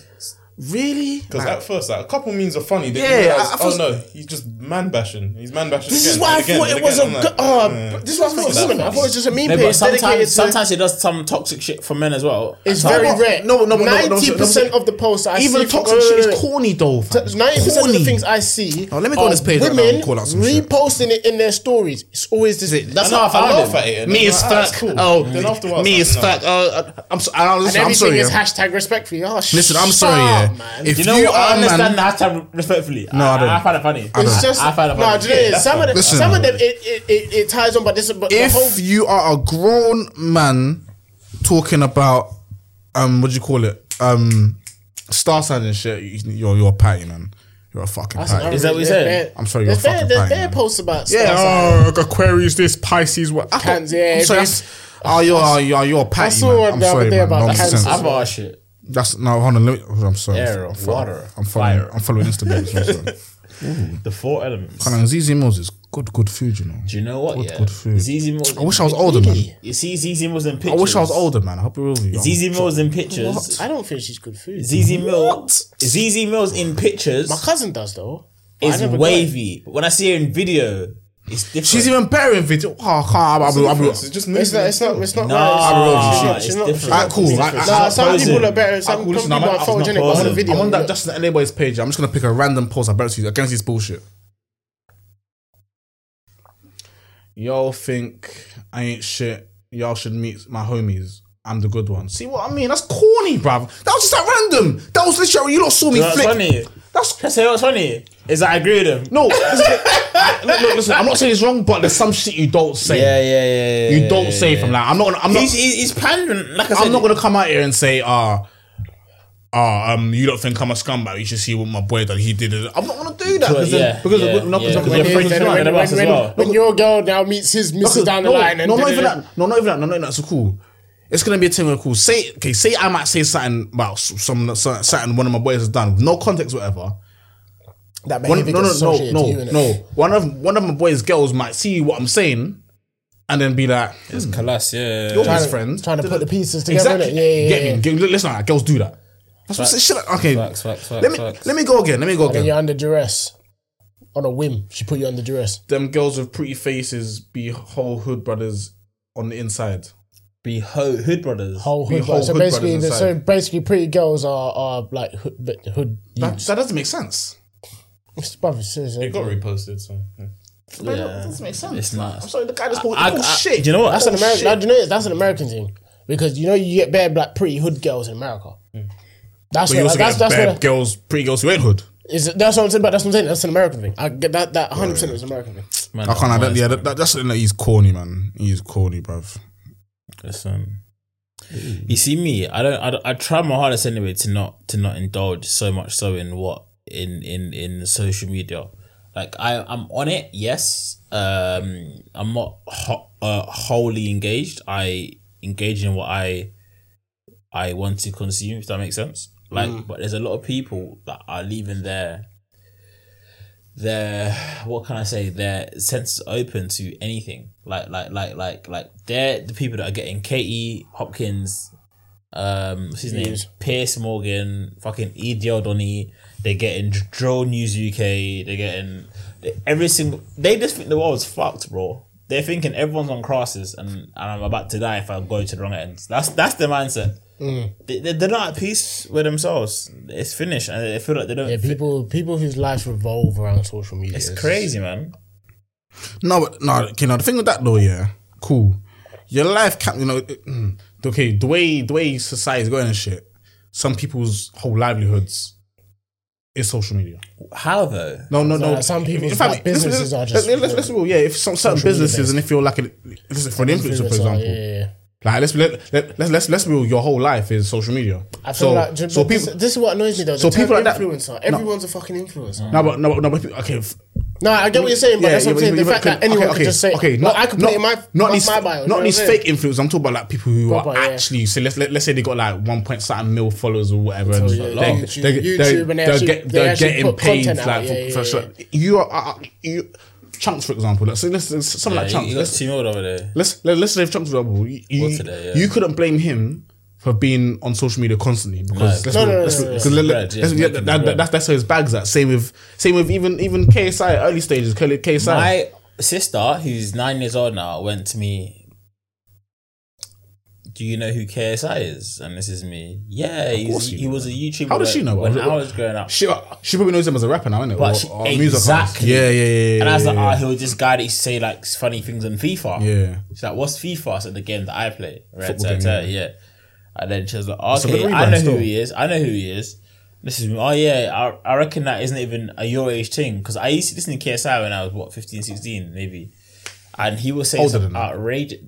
Speaker 1: really?
Speaker 6: Because
Speaker 1: Like,
Speaker 6: at first, like, a couple memes are funny. Then
Speaker 1: Yeah,
Speaker 6: you realize,
Speaker 1: I- I
Speaker 6: oh
Speaker 1: thought-
Speaker 6: no, he's just man bashing. He's man bashing.
Speaker 4: This is
Speaker 6: again
Speaker 4: why I
Speaker 6: and again
Speaker 4: thought
Speaker 6: and
Speaker 4: it was a.
Speaker 6: again. I'm
Speaker 4: Like,
Speaker 6: like,
Speaker 4: oh,
Speaker 6: yeah.
Speaker 4: but This is why I thought it was
Speaker 6: It's not
Speaker 4: women. I
Speaker 6: that
Speaker 4: thought it was just a meme
Speaker 2: No, but
Speaker 4: page. dedicated
Speaker 2: sometimes,
Speaker 4: to-
Speaker 2: sometimes she does some toxic shit for men as well.
Speaker 4: It's
Speaker 2: At times.
Speaker 4: very
Speaker 1: but-
Speaker 4: rare.
Speaker 1: no, but- no, but- no, but- no,
Speaker 4: ninety percent
Speaker 1: but-
Speaker 4: of the posts I
Speaker 1: even
Speaker 4: see
Speaker 1: the
Speaker 4: from-
Speaker 1: toxic
Speaker 4: no, no,
Speaker 1: shit is
Speaker 4: no, no.
Speaker 1: corny though. fam.
Speaker 4: Ninety percent of the
Speaker 1: Corny.
Speaker 4: things I see.
Speaker 1: Oh, let me go on
Speaker 4: are
Speaker 1: this page right now
Speaker 4: Women
Speaker 1: and call out some shit.
Speaker 4: reposting it in their stories. It's always this. That's how I
Speaker 6: I
Speaker 4: found it.
Speaker 6: laugh at it. and
Speaker 1: Me
Speaker 6: then
Speaker 1: is
Speaker 6: I'm like,
Speaker 1: fuck.
Speaker 6: that's cool.
Speaker 1: Oh,
Speaker 6: Then afterwards,
Speaker 1: me
Speaker 6: I'm
Speaker 1: is fuck.
Speaker 6: like,
Speaker 1: Oh, I- I'm so, I, listen, I'm
Speaker 4: Everything
Speaker 1: sorry.
Speaker 4: is
Speaker 1: yeah.
Speaker 4: hashtag respect for you. Oh,
Speaker 1: Listen, I'm
Speaker 4: shut
Speaker 1: sorry.
Speaker 4: up,
Speaker 1: Yeah.
Speaker 4: man.
Speaker 1: If
Speaker 2: You
Speaker 1: you,
Speaker 2: know what? I
Speaker 1: are a man,
Speaker 2: understand the hashtag respectfully.
Speaker 1: No, I don't.
Speaker 2: I, find it funny.
Speaker 4: It's just
Speaker 2: I find it
Speaker 4: no.
Speaker 2: funny.
Speaker 4: Do you know what it
Speaker 2: Yeah,
Speaker 4: is? Some of the,
Speaker 1: Listen.
Speaker 4: some of them it, it, it, it ties on, but this is but the
Speaker 1: if
Speaker 4: whole
Speaker 1: you are a grown man talking about um, what do you call it? Um, star sign and shit. you- You're you're a patty man. You're a fucking patty.
Speaker 2: Is that what you said?
Speaker 1: I'm sorry, you're
Speaker 4: There's
Speaker 1: a
Speaker 4: bare,
Speaker 1: fucking
Speaker 4: there's
Speaker 1: pioneer.
Speaker 4: bare posts about
Speaker 1: yeah,
Speaker 4: stuff.
Speaker 1: oh, Aquarius, this Pisces, what? I
Speaker 4: Cancer, yeah,
Speaker 1: I'm
Speaker 4: if
Speaker 1: sorry,
Speaker 4: you-
Speaker 1: that's, oh, you're, oh, you're, you're a patty.
Speaker 4: saw
Speaker 1: man.
Speaker 4: one
Speaker 1: I'm
Speaker 4: the other
Speaker 1: sorry,
Speaker 4: day
Speaker 1: man.
Speaker 4: about
Speaker 1: Nonsense.
Speaker 4: cancer.
Speaker 2: I've got shit.
Speaker 1: That's no, hold on. Let me, I'm sorry.
Speaker 2: Air or
Speaker 1: I'm
Speaker 2: water or
Speaker 1: I'm following.
Speaker 2: fire.
Speaker 4: [LAUGHS]
Speaker 1: I'm following Instagram. so I'm sorry.
Speaker 2: The four elements.
Speaker 1: Hold on, ZZ Mills is Good, good food, you know.
Speaker 2: Do you know what?
Speaker 1: Good-
Speaker 2: yeah.
Speaker 1: good food.
Speaker 2: Zizi Mills.
Speaker 1: I wish I was older, man.
Speaker 2: You see Zizi Mills in
Speaker 1: I
Speaker 2: pictures.
Speaker 1: wish I was older, man. I'll be real with you.
Speaker 2: Zizi Mills in
Speaker 4: What?
Speaker 2: pictures.
Speaker 4: I don't think she's good food.
Speaker 2: Zizi Mills. Zizi Mills in pictures
Speaker 4: My cousin does though. But I
Speaker 2: is
Speaker 4: never got it.
Speaker 2: wavy. When I see her in video, it's different.
Speaker 1: She's even better in video. Oh, I can't. I'll be- I'll be-
Speaker 6: It's just moving.
Speaker 4: It's not. It's not. It's not.
Speaker 2: Nah,
Speaker 4: right.
Speaker 2: it's
Speaker 4: she's not, she's not,
Speaker 2: different.
Speaker 4: she's
Speaker 1: Alright,
Speaker 4: not,
Speaker 1: cool. I- I-
Speaker 4: Nah,
Speaker 1: I'm
Speaker 4: Uh, some
Speaker 1: posing.
Speaker 4: people are better.
Speaker 1: Alright,
Speaker 4: Some,
Speaker 1: cool,
Speaker 4: some
Speaker 1: listen, I'm
Speaker 4: people
Speaker 1: not-
Speaker 4: are
Speaker 1: I'm not
Speaker 4: photogenic. but on
Speaker 1: posing.
Speaker 4: the video,
Speaker 1: I'm on that
Speaker 4: look.
Speaker 1: Justin Anybody's page. I'm just gonna pick a random post. I bet you against this bullshit. Y'all think I ain't shit. Y'all should meet my homies. I'm the good one. See what I mean? That's corny, bruv. That was just at random. That was literally you lot saw me
Speaker 2: You know what's
Speaker 1: flick.
Speaker 2: funny?
Speaker 1: That's
Speaker 2: Can I say what's funny? Is that I agree with him.
Speaker 1: no. [LAUGHS] I- look, look, listen. I'm not saying it's wrong, but there's some shit you don't say.
Speaker 2: yeah,
Speaker 1: You don't say from that. I'm not. Gonna, I'm not.
Speaker 2: He's, he's, he's pandering. Like I said,
Speaker 1: I'm not gonna come out here and say, ah, ah, um, you don't think I'm a scumbag? You should see what my boy that he did. I'm not gonna do that
Speaker 2: Sure,
Speaker 1: because
Speaker 2: yeah,
Speaker 1: then, because
Speaker 2: yeah,
Speaker 1: of, no, because
Speaker 2: yeah,
Speaker 1: of-
Speaker 2: because you're
Speaker 1: no,
Speaker 2: friends with
Speaker 1: no,
Speaker 2: him.
Speaker 1: no,
Speaker 2: Everyone else as
Speaker 4: when,
Speaker 2: well.
Speaker 4: when your girl now meets his missus down the
Speaker 1: no,
Speaker 4: line, and
Speaker 1: no, not even that. No, not even that. No, not even that. It's cool. It's gonna be a thing. Where cool. Say, okay, say I might say something about s- some some- something one of my boys has done, with no context, whatever.
Speaker 4: That
Speaker 1: One,
Speaker 4: behavior
Speaker 1: no, no,
Speaker 4: gets
Speaker 1: no,
Speaker 4: associated
Speaker 1: no,
Speaker 4: to you, innit?
Speaker 1: no. One of one of my boys' girls might see what I'm saying, and then be like, "It's
Speaker 2: Kalas, yeah.
Speaker 1: your
Speaker 4: Trying
Speaker 1: best
Speaker 4: to-
Speaker 1: friend."
Speaker 4: trying to put the pieces together.
Speaker 1: Exactly.
Speaker 4: innit? Yeah, yeah, yeah.
Speaker 1: Get me. Get- Listen, like, girls do that. That's what's shit. Like, okay.
Speaker 2: Facts, facts, facts,
Speaker 1: let me
Speaker 2: facts.
Speaker 1: let me go again. Let me go
Speaker 4: Then
Speaker 1: again.
Speaker 4: you're under duress. On a whim, she put you under duress.
Speaker 1: Them girls with pretty faces be whole hood brothers on the inside.
Speaker 2: Be ho- Hood Brothers.
Speaker 4: Whole
Speaker 1: Be
Speaker 4: hood.
Speaker 1: whole
Speaker 4: bro- so
Speaker 1: hood
Speaker 4: basically,
Speaker 1: brothers
Speaker 4: the, so
Speaker 1: inside.
Speaker 4: basically, pretty girls are are like hood. But hood
Speaker 1: That, that doesn't make sense.
Speaker 4: youths. Brother, seriously.
Speaker 6: It got reposted, so. yeah.
Speaker 1: Like, that doesn't make sense.
Speaker 2: It's
Speaker 1: Like,
Speaker 2: not.
Speaker 1: I'm sorry, the guy just bought
Speaker 2: I-
Speaker 1: oh,
Speaker 2: I-
Speaker 1: shit.
Speaker 2: do you know what?
Speaker 4: That's
Speaker 1: oh,
Speaker 4: an American.
Speaker 1: shit.
Speaker 4: Now, do you know this? That's an American thing because you know you get bad like pretty hood girls in America. That's
Speaker 1: Hmm. But
Speaker 4: what,
Speaker 1: you also
Speaker 4: like, that's
Speaker 1: get
Speaker 4: that's
Speaker 1: bad
Speaker 4: what,
Speaker 1: girls, pretty girls who ain't hood.
Speaker 4: is, that's what I'm saying. But that's what I'm saying. That's an American thing. I get that. That 100 percent is an American thing.
Speaker 2: Man,
Speaker 1: I can't. I
Speaker 2: man,
Speaker 1: don't, yeah, that, that, that's something that he's corny, man. He's corny, bruv.
Speaker 2: Listen. um, You see me, I don't, I don't- I try my hardest anyway to not to not indulge so much so in what in in in social media. Like I I'm on it, yes. Um I'm not ho- uh, wholly engaged. I engage in what I I want to consume, if that makes sense. Like but there's a lot of people that are leaving their their what can I say their senses open to anything like like like like like they're the people that are getting Katie Hopkins um what's his name
Speaker 4: News.
Speaker 2: Pierce Morgan fucking Edie O'Donnell they're getting Dr- Drill News UK they're getting every single they just think the world's fucked bro they're thinking everyone's on crosses and, and I'm about to die if I go to the wrong ends that's that's their mindset
Speaker 4: Mm.
Speaker 2: they, they- they're not at peace with themselves it's finished and they feel like they don't
Speaker 4: Yeah, people people whose lives revolve around social media.
Speaker 2: it's crazy man
Speaker 1: No, but- no, okay, now the thing with that though, yeah, cool. Your life can't, you know, it- mm, okay, the way the way society's going and shit, some people's whole livelihoods is social media.
Speaker 2: how though
Speaker 1: No, no, no.
Speaker 4: like some people's,
Speaker 1: listen,
Speaker 4: like, businesses
Speaker 1: listen,
Speaker 4: are just-
Speaker 1: Let's, let's, let's, well, yeah, if some certain
Speaker 4: Social media
Speaker 1: businesses,
Speaker 4: based.
Speaker 1: and if you're like, a, listen, for the influencer, for
Speaker 4: Influencer,
Speaker 1: example,
Speaker 4: yeah, yeah, yeah.
Speaker 1: like let's let, let let's let's let's be real, your whole life is social media.
Speaker 4: I
Speaker 1: so
Speaker 4: feel like j-
Speaker 1: so
Speaker 4: but this,
Speaker 1: people.
Speaker 4: this is what annoys me though. The
Speaker 1: so
Speaker 4: so
Speaker 1: people
Speaker 4: people
Speaker 1: like that-
Speaker 4: influencer.
Speaker 1: no.
Speaker 4: Everyone's a fucking influencer.
Speaker 1: no, but no, but- no, but people- okay. f-
Speaker 4: No, I get what you're saying, but
Speaker 1: yeah,
Speaker 4: that's what I'm
Speaker 1: yeah,
Speaker 4: saying.
Speaker 1: but-
Speaker 4: The
Speaker 1: but-
Speaker 4: fact that anyone could just say,
Speaker 1: okay,
Speaker 4: like,
Speaker 1: not,
Speaker 4: I could
Speaker 1: not,
Speaker 4: put it in my
Speaker 1: not
Speaker 4: my-
Speaker 1: these,
Speaker 4: my bio. you know
Speaker 1: not
Speaker 4: what
Speaker 1: these
Speaker 4: I'm saying?
Speaker 1: fake influencers. I'm talking about like people who
Speaker 4: Proper,
Speaker 1: are
Speaker 4: yeah.
Speaker 1: actually. So let's let, let's say they got like one point something mil followers or whatever. and
Speaker 4: Oh, yeah, YouTube- YouTube and they
Speaker 1: they're,
Speaker 4: actually-
Speaker 1: get,
Speaker 4: they
Speaker 1: they're
Speaker 4: actually
Speaker 1: getting
Speaker 4: put
Speaker 1: paid
Speaker 4: content out,
Speaker 1: like for,
Speaker 4: yeah, yeah,
Speaker 1: for
Speaker 4: yeah.
Speaker 1: sure. You are uh, you chunks for example. Let's say let's, let's something like
Speaker 2: Yeah,
Speaker 1: chunks.
Speaker 2: you, you got
Speaker 1: Let's,
Speaker 2: two more over there.
Speaker 1: let's let- let's say if chunks for example, you, you,
Speaker 2: What's today, yeah.
Speaker 1: you couldn't blame him. For being on social media constantly because let's
Speaker 2: No.
Speaker 4: No,
Speaker 1: be-
Speaker 4: no, no,
Speaker 1: let's
Speaker 4: no,
Speaker 1: be-
Speaker 4: no,
Speaker 1: 'cause
Speaker 2: no.
Speaker 1: let-
Speaker 2: Bread,
Speaker 1: let-
Speaker 2: yeah,
Speaker 1: let's be- yeah,
Speaker 2: making
Speaker 1: that-
Speaker 2: bread.
Speaker 1: that- that's that's how his bags at. Same with same with even even KSI early stages. KSI.
Speaker 2: My sister, who's nine years old now, went to me. Do you know who KSI is? And this is me. Yeah, he's,
Speaker 1: course you
Speaker 2: he
Speaker 1: do,
Speaker 2: was a YouTuber.
Speaker 1: How does she know?
Speaker 2: When
Speaker 1: What-
Speaker 2: I was growing up,
Speaker 1: She, uh, she probably knows him as a rapper now, innit?
Speaker 2: But she- exactly.
Speaker 1: Yeah, yeah, yeah, yeah.
Speaker 2: and I was
Speaker 1: yeah,
Speaker 2: like,
Speaker 1: yeah.
Speaker 2: ah, he was this guy that used to say like funny things on FIFA.
Speaker 1: Yeah.
Speaker 2: she's like, what's FIFA? I said the game that I play. Red,
Speaker 1: Football game,
Speaker 2: yeah. yeah. And then she was like,
Speaker 1: a good
Speaker 2: okay, I
Speaker 1: rebrand
Speaker 2: know who
Speaker 1: still.
Speaker 2: he is. I know who he is. This is oh yeah, I, I reckon that isn't even a your age thing because I used to listen to KSI when I was what 15, 16 maybe, and he was saying
Speaker 1: Older
Speaker 2: some
Speaker 1: than that. Oh,
Speaker 2: outrageous.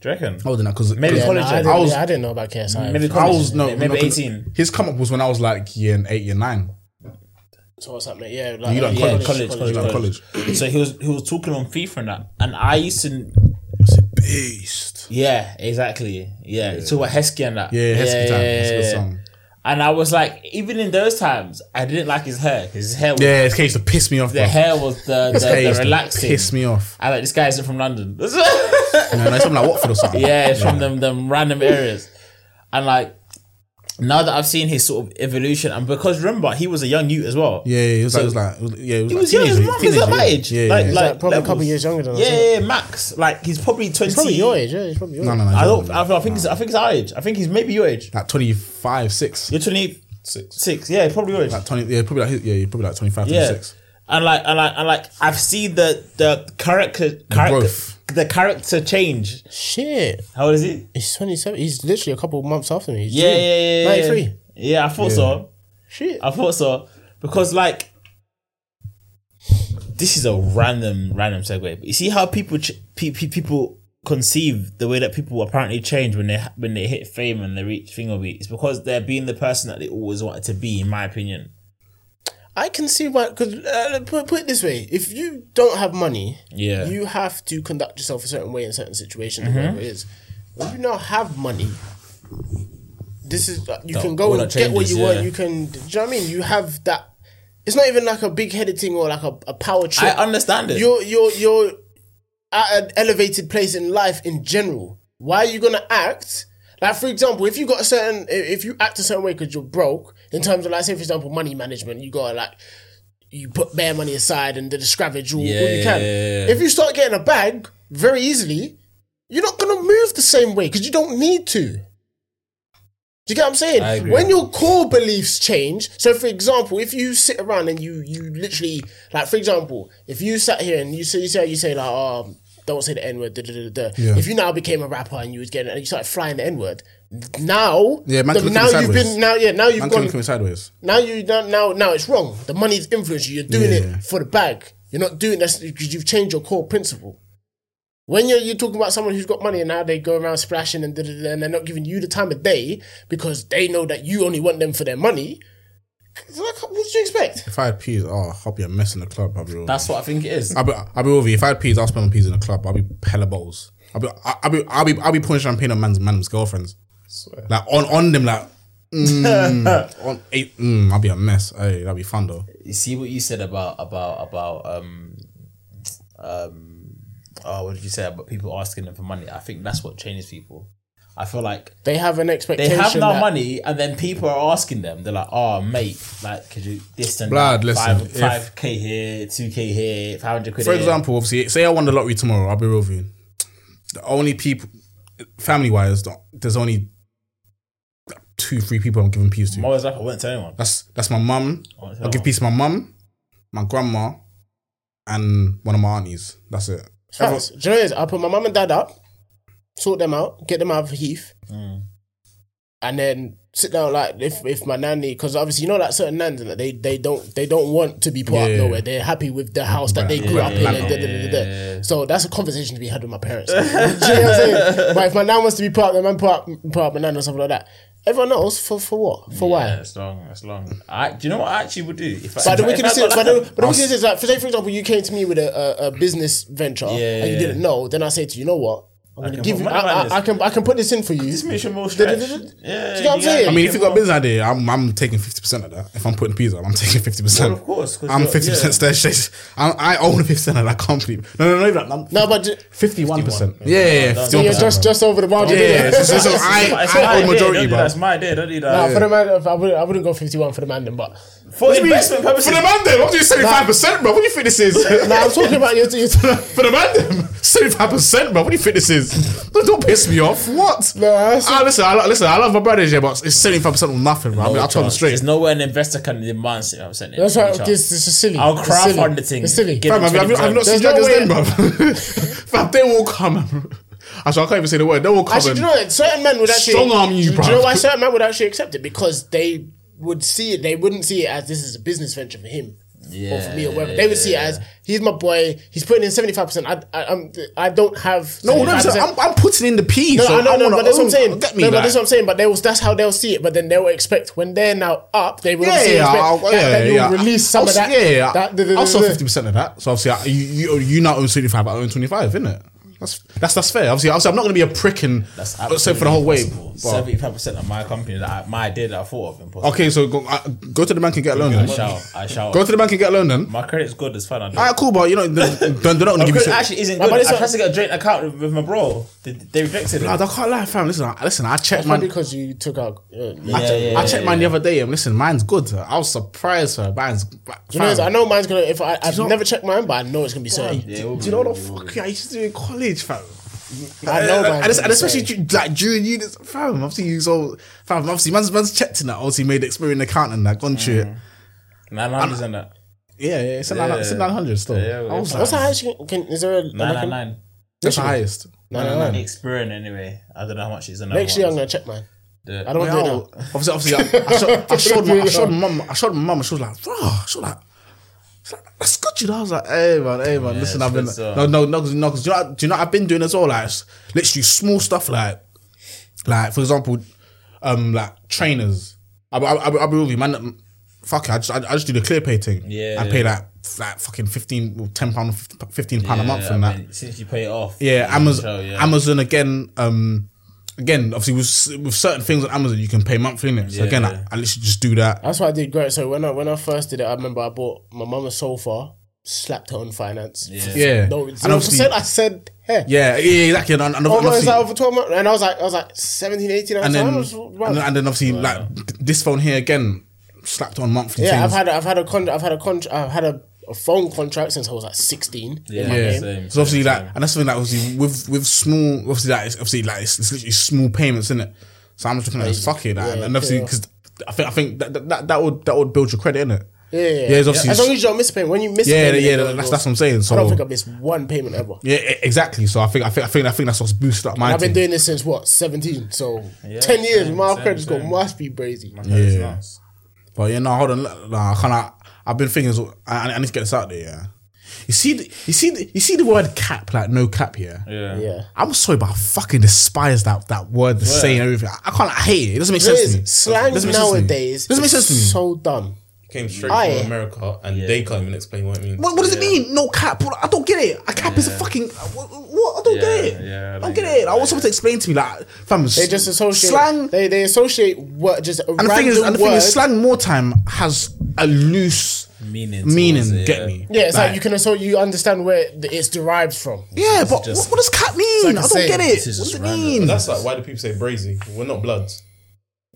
Speaker 2: Do you reckon?
Speaker 1: Older than that, because
Speaker 2: Maybe
Speaker 4: Yeah,
Speaker 2: college
Speaker 4: no, I,
Speaker 2: age.
Speaker 4: didn't,
Speaker 1: I was-
Speaker 4: yeah, I didn't know about KSI.
Speaker 2: Maybe
Speaker 1: I
Speaker 2: college.
Speaker 1: was no,
Speaker 2: maybe
Speaker 1: no, 'cause
Speaker 2: eighteen.
Speaker 1: His come up was when I was like year eight, year nine.
Speaker 4: So what's happening? Yeah, like,
Speaker 1: You like
Speaker 4: yeah,
Speaker 2: Yeah,
Speaker 1: college,
Speaker 2: college, college,
Speaker 1: like
Speaker 2: college. So he was he was talking on FIFA and that, and I used to.
Speaker 1: Beast.
Speaker 2: Yeah, exactly. Yeah, talk about Heskey and that.
Speaker 1: Yeah, Heskey time. That's a good
Speaker 2: yeah.
Speaker 1: song.
Speaker 2: And I was like, even in those times, I didn't like his hair because his hair was,
Speaker 1: Yeah, this case to piss me off.
Speaker 2: the
Speaker 1: bro.
Speaker 2: hair was the, the,
Speaker 1: This guy
Speaker 2: the
Speaker 1: used to
Speaker 2: relaxing.
Speaker 1: Piss me off.
Speaker 2: I like this guy isn't from London. [LAUGHS]
Speaker 1: No, no, it's something like Watford or something.
Speaker 2: yeah, it's from them them random areas. And like now that I've seen his sort of evolution, and because remember he was a young youth as well.
Speaker 1: Yeah, yeah, it was, like, it was like, it was- yeah, it was,
Speaker 2: He
Speaker 1: like
Speaker 2: was young, his
Speaker 1: teenager-
Speaker 2: mum is at
Speaker 1: teenager,
Speaker 2: my
Speaker 1: yeah.
Speaker 2: age.
Speaker 1: Yeah, yeah,
Speaker 2: like,
Speaker 1: yeah.
Speaker 2: like
Speaker 4: like probably a
Speaker 2: levels.
Speaker 4: couple years younger than us,
Speaker 2: Yeah,
Speaker 4: isn't
Speaker 2: yeah, yeah, max. Like he's probably twenty.
Speaker 4: It's probably your age, yeah. It's probably your
Speaker 1: no,
Speaker 4: age.
Speaker 1: no, no.
Speaker 2: I
Speaker 1: it's
Speaker 2: don't.
Speaker 1: not.
Speaker 2: I, I think. It's, I think it's our age. I think he's maybe your age.
Speaker 1: like 25, 6.
Speaker 2: You're twenty
Speaker 6: Six.
Speaker 2: six. Yeah, probably your age.
Speaker 1: Like 20, yeah, probably like, his- yeah, you're probably like 25,
Speaker 2: yeah.
Speaker 1: 26.
Speaker 2: And like, and like, and like, I've seen the the character, character
Speaker 1: growth.
Speaker 2: the character change.
Speaker 4: Shit.
Speaker 2: How old is he?
Speaker 4: He's 27. He's literally a couple of months after me. He's
Speaker 2: Yeah,
Speaker 4: June.
Speaker 2: yeah, yeah, yeah.
Speaker 4: 93.
Speaker 2: Yeah, I thought so.
Speaker 4: Shit.
Speaker 2: I thought so because like this is a random random segue. But you see how people ch- pe- pe- people conceive the way that people apparently change when they ha- when they hit fame and they reach finger beat. It's because they're being the person that they always wanted to be, in my opinion.
Speaker 4: I can see why. Because uh, put, put it this way: if you don't have money,
Speaker 2: Yeah. Mm-hmm.
Speaker 4: you have to conduct yourself a certain way in certain situations, whatever it is. When you now have money, this is uh, you
Speaker 2: That-
Speaker 4: can
Speaker 2: all
Speaker 4: go and
Speaker 2: that
Speaker 4: get what
Speaker 2: changes,
Speaker 4: you want.
Speaker 2: yeah.
Speaker 4: You can, do you know what I mean? You have that. It's not even like a big headed thing or like a, a power
Speaker 2: I
Speaker 4: trip.
Speaker 2: understand it.
Speaker 4: you're you're you're at an elevated place in life in general. Why are you gonna act like, for example, if you got a certain, if if you act a certain way because you're broke in terms of, like, say, for example, money management, you gotta like, you put bare money aside and then scravage all, all you can. If you start getting a bag very easily, you're not gonna move the same way because you don't need to. Do you get what I'm saying? When your core beliefs change, so for example, if you sit around and you you literally like, for example, if you sat here and you say you say you say like, oh, don't say the n word.
Speaker 1: Yeah.
Speaker 4: If you now became a rapper and you was getting and you started flying the n word, now
Speaker 1: Yeah, man
Speaker 4: the-
Speaker 1: can look
Speaker 4: now
Speaker 1: at me
Speaker 4: you've
Speaker 1: sideways.
Speaker 4: been now yeah now you've
Speaker 1: Man, can
Speaker 4: gone
Speaker 1: look at me sideways.
Speaker 4: now you now now, now it's wrong. The money's influenced you. You're doing
Speaker 1: Yeah.
Speaker 4: it for the bag. You're not doing that because you've changed your core principle. When you're, you're talking about someone who's got money and now they go around splashing and, da- da- da, and they're not giving you the time of day because they know that you only want them for their money, it's like, what did you expect?
Speaker 1: If I had peas, oh, I'll be a mess in the club. I'll be real.
Speaker 2: That's what I think it is.
Speaker 1: I'll be, I'll be with you. If I had peas, I'll spend on peas in the club. I'll be hella bowls. I'll be, I'll be, I'll be, I'll be pouring champagne on man's, man's girlfriends.
Speaker 6: Swear.
Speaker 1: Like on, on them, like,
Speaker 2: [LAUGHS]
Speaker 1: mm, on eight, mm, I'll be a mess. Hey, that'll be fun though.
Speaker 2: you see what you said about about about um um oh what did you say about people asking them for money i think that's what changes people i feel like
Speaker 4: They have an
Speaker 2: they
Speaker 4: expectation.
Speaker 2: have no
Speaker 4: that-
Speaker 2: money and then people are asking them they're like oh mate like could you this and
Speaker 1: Blood,
Speaker 2: that,
Speaker 1: listen,
Speaker 2: five,
Speaker 1: if-
Speaker 2: 5k here 2k here 500 quid
Speaker 1: For
Speaker 2: here.
Speaker 1: example, obviously, say I won the lottery tomorrow, I'll be real with you. The only people, family wise, there's only two, three people I'm giving peas to.
Speaker 2: i'm always like i won't tell anyone
Speaker 1: That's that's my mum.
Speaker 2: Oh, it's
Speaker 1: I'll give peace to my mum, my grandma, and one of my aunties. That's it.
Speaker 4: Facts. Do you know what it is? I'll put my mum and dad up, sort them out, get them out of Heath, and then sit down. Like if if my nanny, because obviously you know that certain nans that they they don't they don't want to be put up
Speaker 1: Yeah.
Speaker 4: nowhere. They're happy with the house that they grew
Speaker 1: Right.
Speaker 4: up in. and da, da, da, da, da. So that's a conversation to be had with my parents. [LAUGHS] Do you know what I'm saying? But if my nan wants to be put up, then man put up put up my nan or something like that. Everyone else for for what for why?
Speaker 2: yeah, it's long it's long I, do you know what i actually would do if I,
Speaker 4: But the
Speaker 2: if I- if I
Speaker 4: wickedness is,
Speaker 2: got
Speaker 4: but
Speaker 2: like a-
Speaker 4: the, but the wickedness is like, for, say for example, you came to me with a, a, a business venture
Speaker 2: Yeah,
Speaker 4: and you
Speaker 2: yeah.
Speaker 4: didn't know. Then I say to you, you know what? I'm gonna
Speaker 2: can
Speaker 4: give
Speaker 2: put
Speaker 4: you.
Speaker 2: money
Speaker 4: I,
Speaker 2: behind
Speaker 4: I, I
Speaker 2: this.
Speaker 4: can I can put this in for you.
Speaker 2: this makes you more
Speaker 4: Da- da-
Speaker 2: stretch. Yeah,
Speaker 4: da- da- Do you know what I'm saying?
Speaker 1: I mean, if you've got a business idea, I'm, I'm taking 50% of that. If I'm putting peas up, I'm taking 50%.
Speaker 2: Well, of course, 'cause
Speaker 1: I'm
Speaker 2: you're-
Speaker 1: 50%
Speaker 2: yeah.
Speaker 1: stair chase. I'm, I own 50% of that company. No, no, no, no. I'm
Speaker 4: No, but ju-
Speaker 1: 51%. Yeah, yeah, yeah. 51%.
Speaker 4: so you're just just over the margin.
Speaker 1: yeah, yeah.
Speaker 4: there.
Speaker 1: yeah. So, so, so I, I own majority, bro.
Speaker 2: That's my idea. Don't do
Speaker 4: [LAUGHS] Nah,
Speaker 2: that.
Speaker 4: For the man, I wouldn't, I wouldn't go 51 for the man then, but
Speaker 2: for investment purposes.
Speaker 1: For the man, then, what do you 75%, bro? What do you think this is? [LAUGHS]
Speaker 4: nah, I'm talking about your. your
Speaker 2: [LAUGHS]
Speaker 1: For the man, then, 75%, bro. What do you think this is? Don't, don't piss me off. What?
Speaker 4: No, that's-
Speaker 1: ah, listen, I, lo- listen, I love my brothers, yeah, but it's 75% of nothing, bro. I mean, I'll tell them straight.
Speaker 2: There's nowhere an investor can demand it. I'm saying
Speaker 4: that's right. This, this is silly.
Speaker 2: I'll
Speaker 4: It's
Speaker 2: crowdfund
Speaker 4: silly.
Speaker 2: the thing.
Speaker 4: It's silly.
Speaker 2: Give
Speaker 1: Fam,
Speaker 2: them
Speaker 1: have, have, you- have you not seen
Speaker 4: There's
Speaker 1: Jaggers then, bro? [LAUGHS]
Speaker 4: no
Speaker 1: Fam, they will come. Actually, I can't even say the word. They will come.
Speaker 4: Actually,
Speaker 1: and-
Speaker 4: do you know what? Certain men would actually
Speaker 1: Strong arm you,
Speaker 4: Do
Speaker 1: bruv.
Speaker 4: you know why certain men would actually accept it? Because they would see it. They wouldn't see it as this is a business venture for him. Or for me or whatever. They would see it as he's my boy. He's putting in seventy five percent. I I I'm, I don't have
Speaker 1: no, no,
Speaker 4: 75%.
Speaker 1: so I'm, I'm putting in the P.
Speaker 4: no,
Speaker 1: so
Speaker 4: I know,
Speaker 1: I
Speaker 4: no,
Speaker 1: wanna
Speaker 4: but that's what I'm
Speaker 1: own-
Speaker 4: saying.
Speaker 1: Get me
Speaker 4: no, but
Speaker 1: that.
Speaker 4: that's what I'm saying. But they will, that's how they'll see it. But then they'll expect when they're now up, they will
Speaker 1: yeah,
Speaker 4: obviously
Speaker 1: yeah,
Speaker 4: expect
Speaker 1: I'll,
Speaker 4: that,
Speaker 1: yeah,
Speaker 4: that you'll
Speaker 1: yeah.
Speaker 4: release some
Speaker 1: I'll,
Speaker 4: of that.
Speaker 1: Yeah, yeah.
Speaker 4: that-
Speaker 1: I'll sell fifty percent of that. So obviously, I, you, you you now own seventy five. I own twenty five, isn't it? That's that's that's fair. Obviously, obviously I'm not going to be a prick and
Speaker 2: That's
Speaker 1: say for the whole way. but-
Speaker 2: Seventy-five percent of my company that I, my idea that I thought of impossible.
Speaker 1: Okay, so go, uh, go to the bank and get a loan.
Speaker 2: I
Speaker 1: Then.
Speaker 2: shall. I shall.
Speaker 1: Go to the bank and get a loan then.
Speaker 2: my credit's good. It's fine. I do.
Speaker 1: All right, cool, but you know they're, they're they're not
Speaker 2: [LAUGHS]
Speaker 1: going to give you.
Speaker 2: credit
Speaker 1: shit.
Speaker 2: actually isn't
Speaker 4: My
Speaker 2: good. I
Speaker 4: money's not-
Speaker 2: tried to get a joint account with, with my bro. They, they rejected it.
Speaker 1: Lad, I can't lie, fam. Listen, I, listen. I checked mine.
Speaker 4: because you took out. Uh,
Speaker 1: I,
Speaker 2: Yeah, yeah,
Speaker 1: I checked
Speaker 2: yeah,
Speaker 1: mine the other day, and listen, mine's good. I was surprised, her. Mine's.
Speaker 4: You know, I
Speaker 1: fam.
Speaker 4: know mine's gonna. If I, I've
Speaker 1: not-
Speaker 4: never checked mine, but I know it's gonna be
Speaker 1: Do,
Speaker 4: certain.
Speaker 1: do you know what the fuck I used to do in college, fam?
Speaker 4: I know,
Speaker 1: and,
Speaker 4: man.
Speaker 1: Uh, and, and especially du- like during uni, it's- fam. Obviously, you so fam. Obviously, man's man's checked in that. Obviously, made experience account and that gone through it.
Speaker 2: Nine hundred and that.
Speaker 1: Yeah, yeah, it's a nine, it's a
Speaker 2: Yeah.
Speaker 1: nine hundred still.
Speaker 2: Yeah,
Speaker 1: I was like,
Speaker 2: yeah.
Speaker 4: What's the highest? You can, can, is there a
Speaker 2: Nine
Speaker 4: like a-
Speaker 2: nine nine.
Speaker 1: that's the highest.
Speaker 4: No, no, no.
Speaker 2: Experience anyway. I don't know how much is in that.
Speaker 4: Next year I'm gonna check mine. I don't
Speaker 1: Yeah,
Speaker 4: do it
Speaker 1: I-
Speaker 4: now.
Speaker 1: obviously, obviously, I, I, showed, I showed my, I showed my mum, I showed my mum, and she was like, bro, she was like, she's like, that's good, you know. I was like, hey man, hey man, listen, I've been
Speaker 2: it's good
Speaker 1: no, no, no, 'cause- no, 'cause do you know, what- do you know, what I've been doing as well, like s- literally small stuff, like, like for example, um, like trainers. I, I, I, I'll be with you, man. um, Fuck it, I just, I, I just do the clear pay thing.
Speaker 2: Yeah,
Speaker 1: I pay like, like fucking fifteen, well, ten pound, fifteen pound a month
Speaker 2: I
Speaker 1: and that.
Speaker 2: mean, Since you pay it off.
Speaker 1: Yeah, Amazon.
Speaker 2: show, yeah.
Speaker 1: Amazon again. Um, again, obviously with, s- with certain things on Amazon, you can pay monthly. Innit? So again, I,
Speaker 2: yeah.
Speaker 1: I literally just do that.
Speaker 4: That's what I did great. So when I when I first did it, I remember I bought my mum a sofa, slapped her on finance.
Speaker 1: Yeah,
Speaker 4: No,
Speaker 1: and
Speaker 4: and I
Speaker 1: obviously,
Speaker 4: said I said hey.
Speaker 1: yeah, yeah, exactly. And, and, and
Speaker 4: Oh no, is
Speaker 1: obviously,
Speaker 4: that over twelve months? And I was like, I was like 17, 18. I was
Speaker 1: and
Speaker 4: like, "Oh,
Speaker 1: then
Speaker 4: I was,
Speaker 1: and, and then obviously like th- this phone here again slapped on monthly.
Speaker 4: yeah, I've
Speaker 1: things.
Speaker 4: had I've had a con- I've had a con- I've had a, a phone contract since I was like sixteen.
Speaker 2: Yeah,
Speaker 1: yeah.
Speaker 2: same, same,
Speaker 1: so obviously, like,
Speaker 2: same.
Speaker 1: and that's something like obviously with with small, obviously like, it's obviously like it's, it's literally small payments, isn't it? So I'm just looking at this, fuck it, and, and obviously
Speaker 4: yeah.
Speaker 1: because I think I think that, that- that that would that would build your credit, innit?
Speaker 4: Yeah, yeah.
Speaker 1: yeah. It's obviously
Speaker 4: As long as you don't miss a payment, when you miss, a
Speaker 1: yeah,
Speaker 4: payment,
Speaker 1: yeah.
Speaker 4: it
Speaker 1: That's
Speaker 4: goes-
Speaker 1: that's what I'm saying. So
Speaker 4: I don't think I missed one payment ever.
Speaker 1: Yeah, e- exactly. So I think I think I think I think that's what's boosted up my.
Speaker 4: I've been
Speaker 1: team.
Speaker 4: doing this since what seventeen, so ten years.
Speaker 2: same,
Speaker 4: my
Speaker 2: same,
Speaker 4: credit score
Speaker 2: same.
Speaker 4: must be crazy.
Speaker 1: Yeah. But yeah, no, hold on, no, I can't. I, I've been thinking. so- I, I need to get this out there. Yeah, you see, the, you see, the, you see the word cap, like no cap. Yeah,
Speaker 2: Yeah.
Speaker 4: Yeah,
Speaker 1: I'm sorry, but I fucking despise that that word, the saying everything. I, I can't. I hate it. It doesn't make sense to me.
Speaker 4: Liz, slang
Speaker 1: Doesn't make sense to me.
Speaker 4: nowadays
Speaker 1: doesn't make
Speaker 4: is
Speaker 1: sense to me.
Speaker 4: so dumb.
Speaker 6: Came straight
Speaker 4: Aye.
Speaker 6: from America and they can't even explain what it means.
Speaker 1: What, what does it mean? No cap. What- I don't get it. A cap is a fucking. What? what? I don't get it.
Speaker 2: yeah, I
Speaker 1: I don't
Speaker 2: don't
Speaker 1: get
Speaker 2: get
Speaker 1: it. I want someone to explain to me, like, fam.
Speaker 4: They just associate
Speaker 1: slang.
Speaker 4: They they associate what just a
Speaker 1: and the
Speaker 4: random
Speaker 1: thing is, and the
Speaker 4: word.
Speaker 1: thing is, slang more time has a loose
Speaker 2: Meaning. towards
Speaker 1: meaning.
Speaker 2: it,
Speaker 1: Get
Speaker 2: yeah.
Speaker 1: me?
Speaker 4: yeah, it's like, you can also you understand where th- it's derived from.
Speaker 1: Yeah, but what, what does cat mean?
Speaker 4: like
Speaker 1: I
Speaker 4: a
Speaker 1: don't
Speaker 4: saying.
Speaker 1: get it.
Speaker 4: This
Speaker 2: is
Speaker 1: What does
Speaker 2: just
Speaker 1: it
Speaker 2: random.
Speaker 1: mean?
Speaker 6: That's like why do people say brazy? We're not bloods.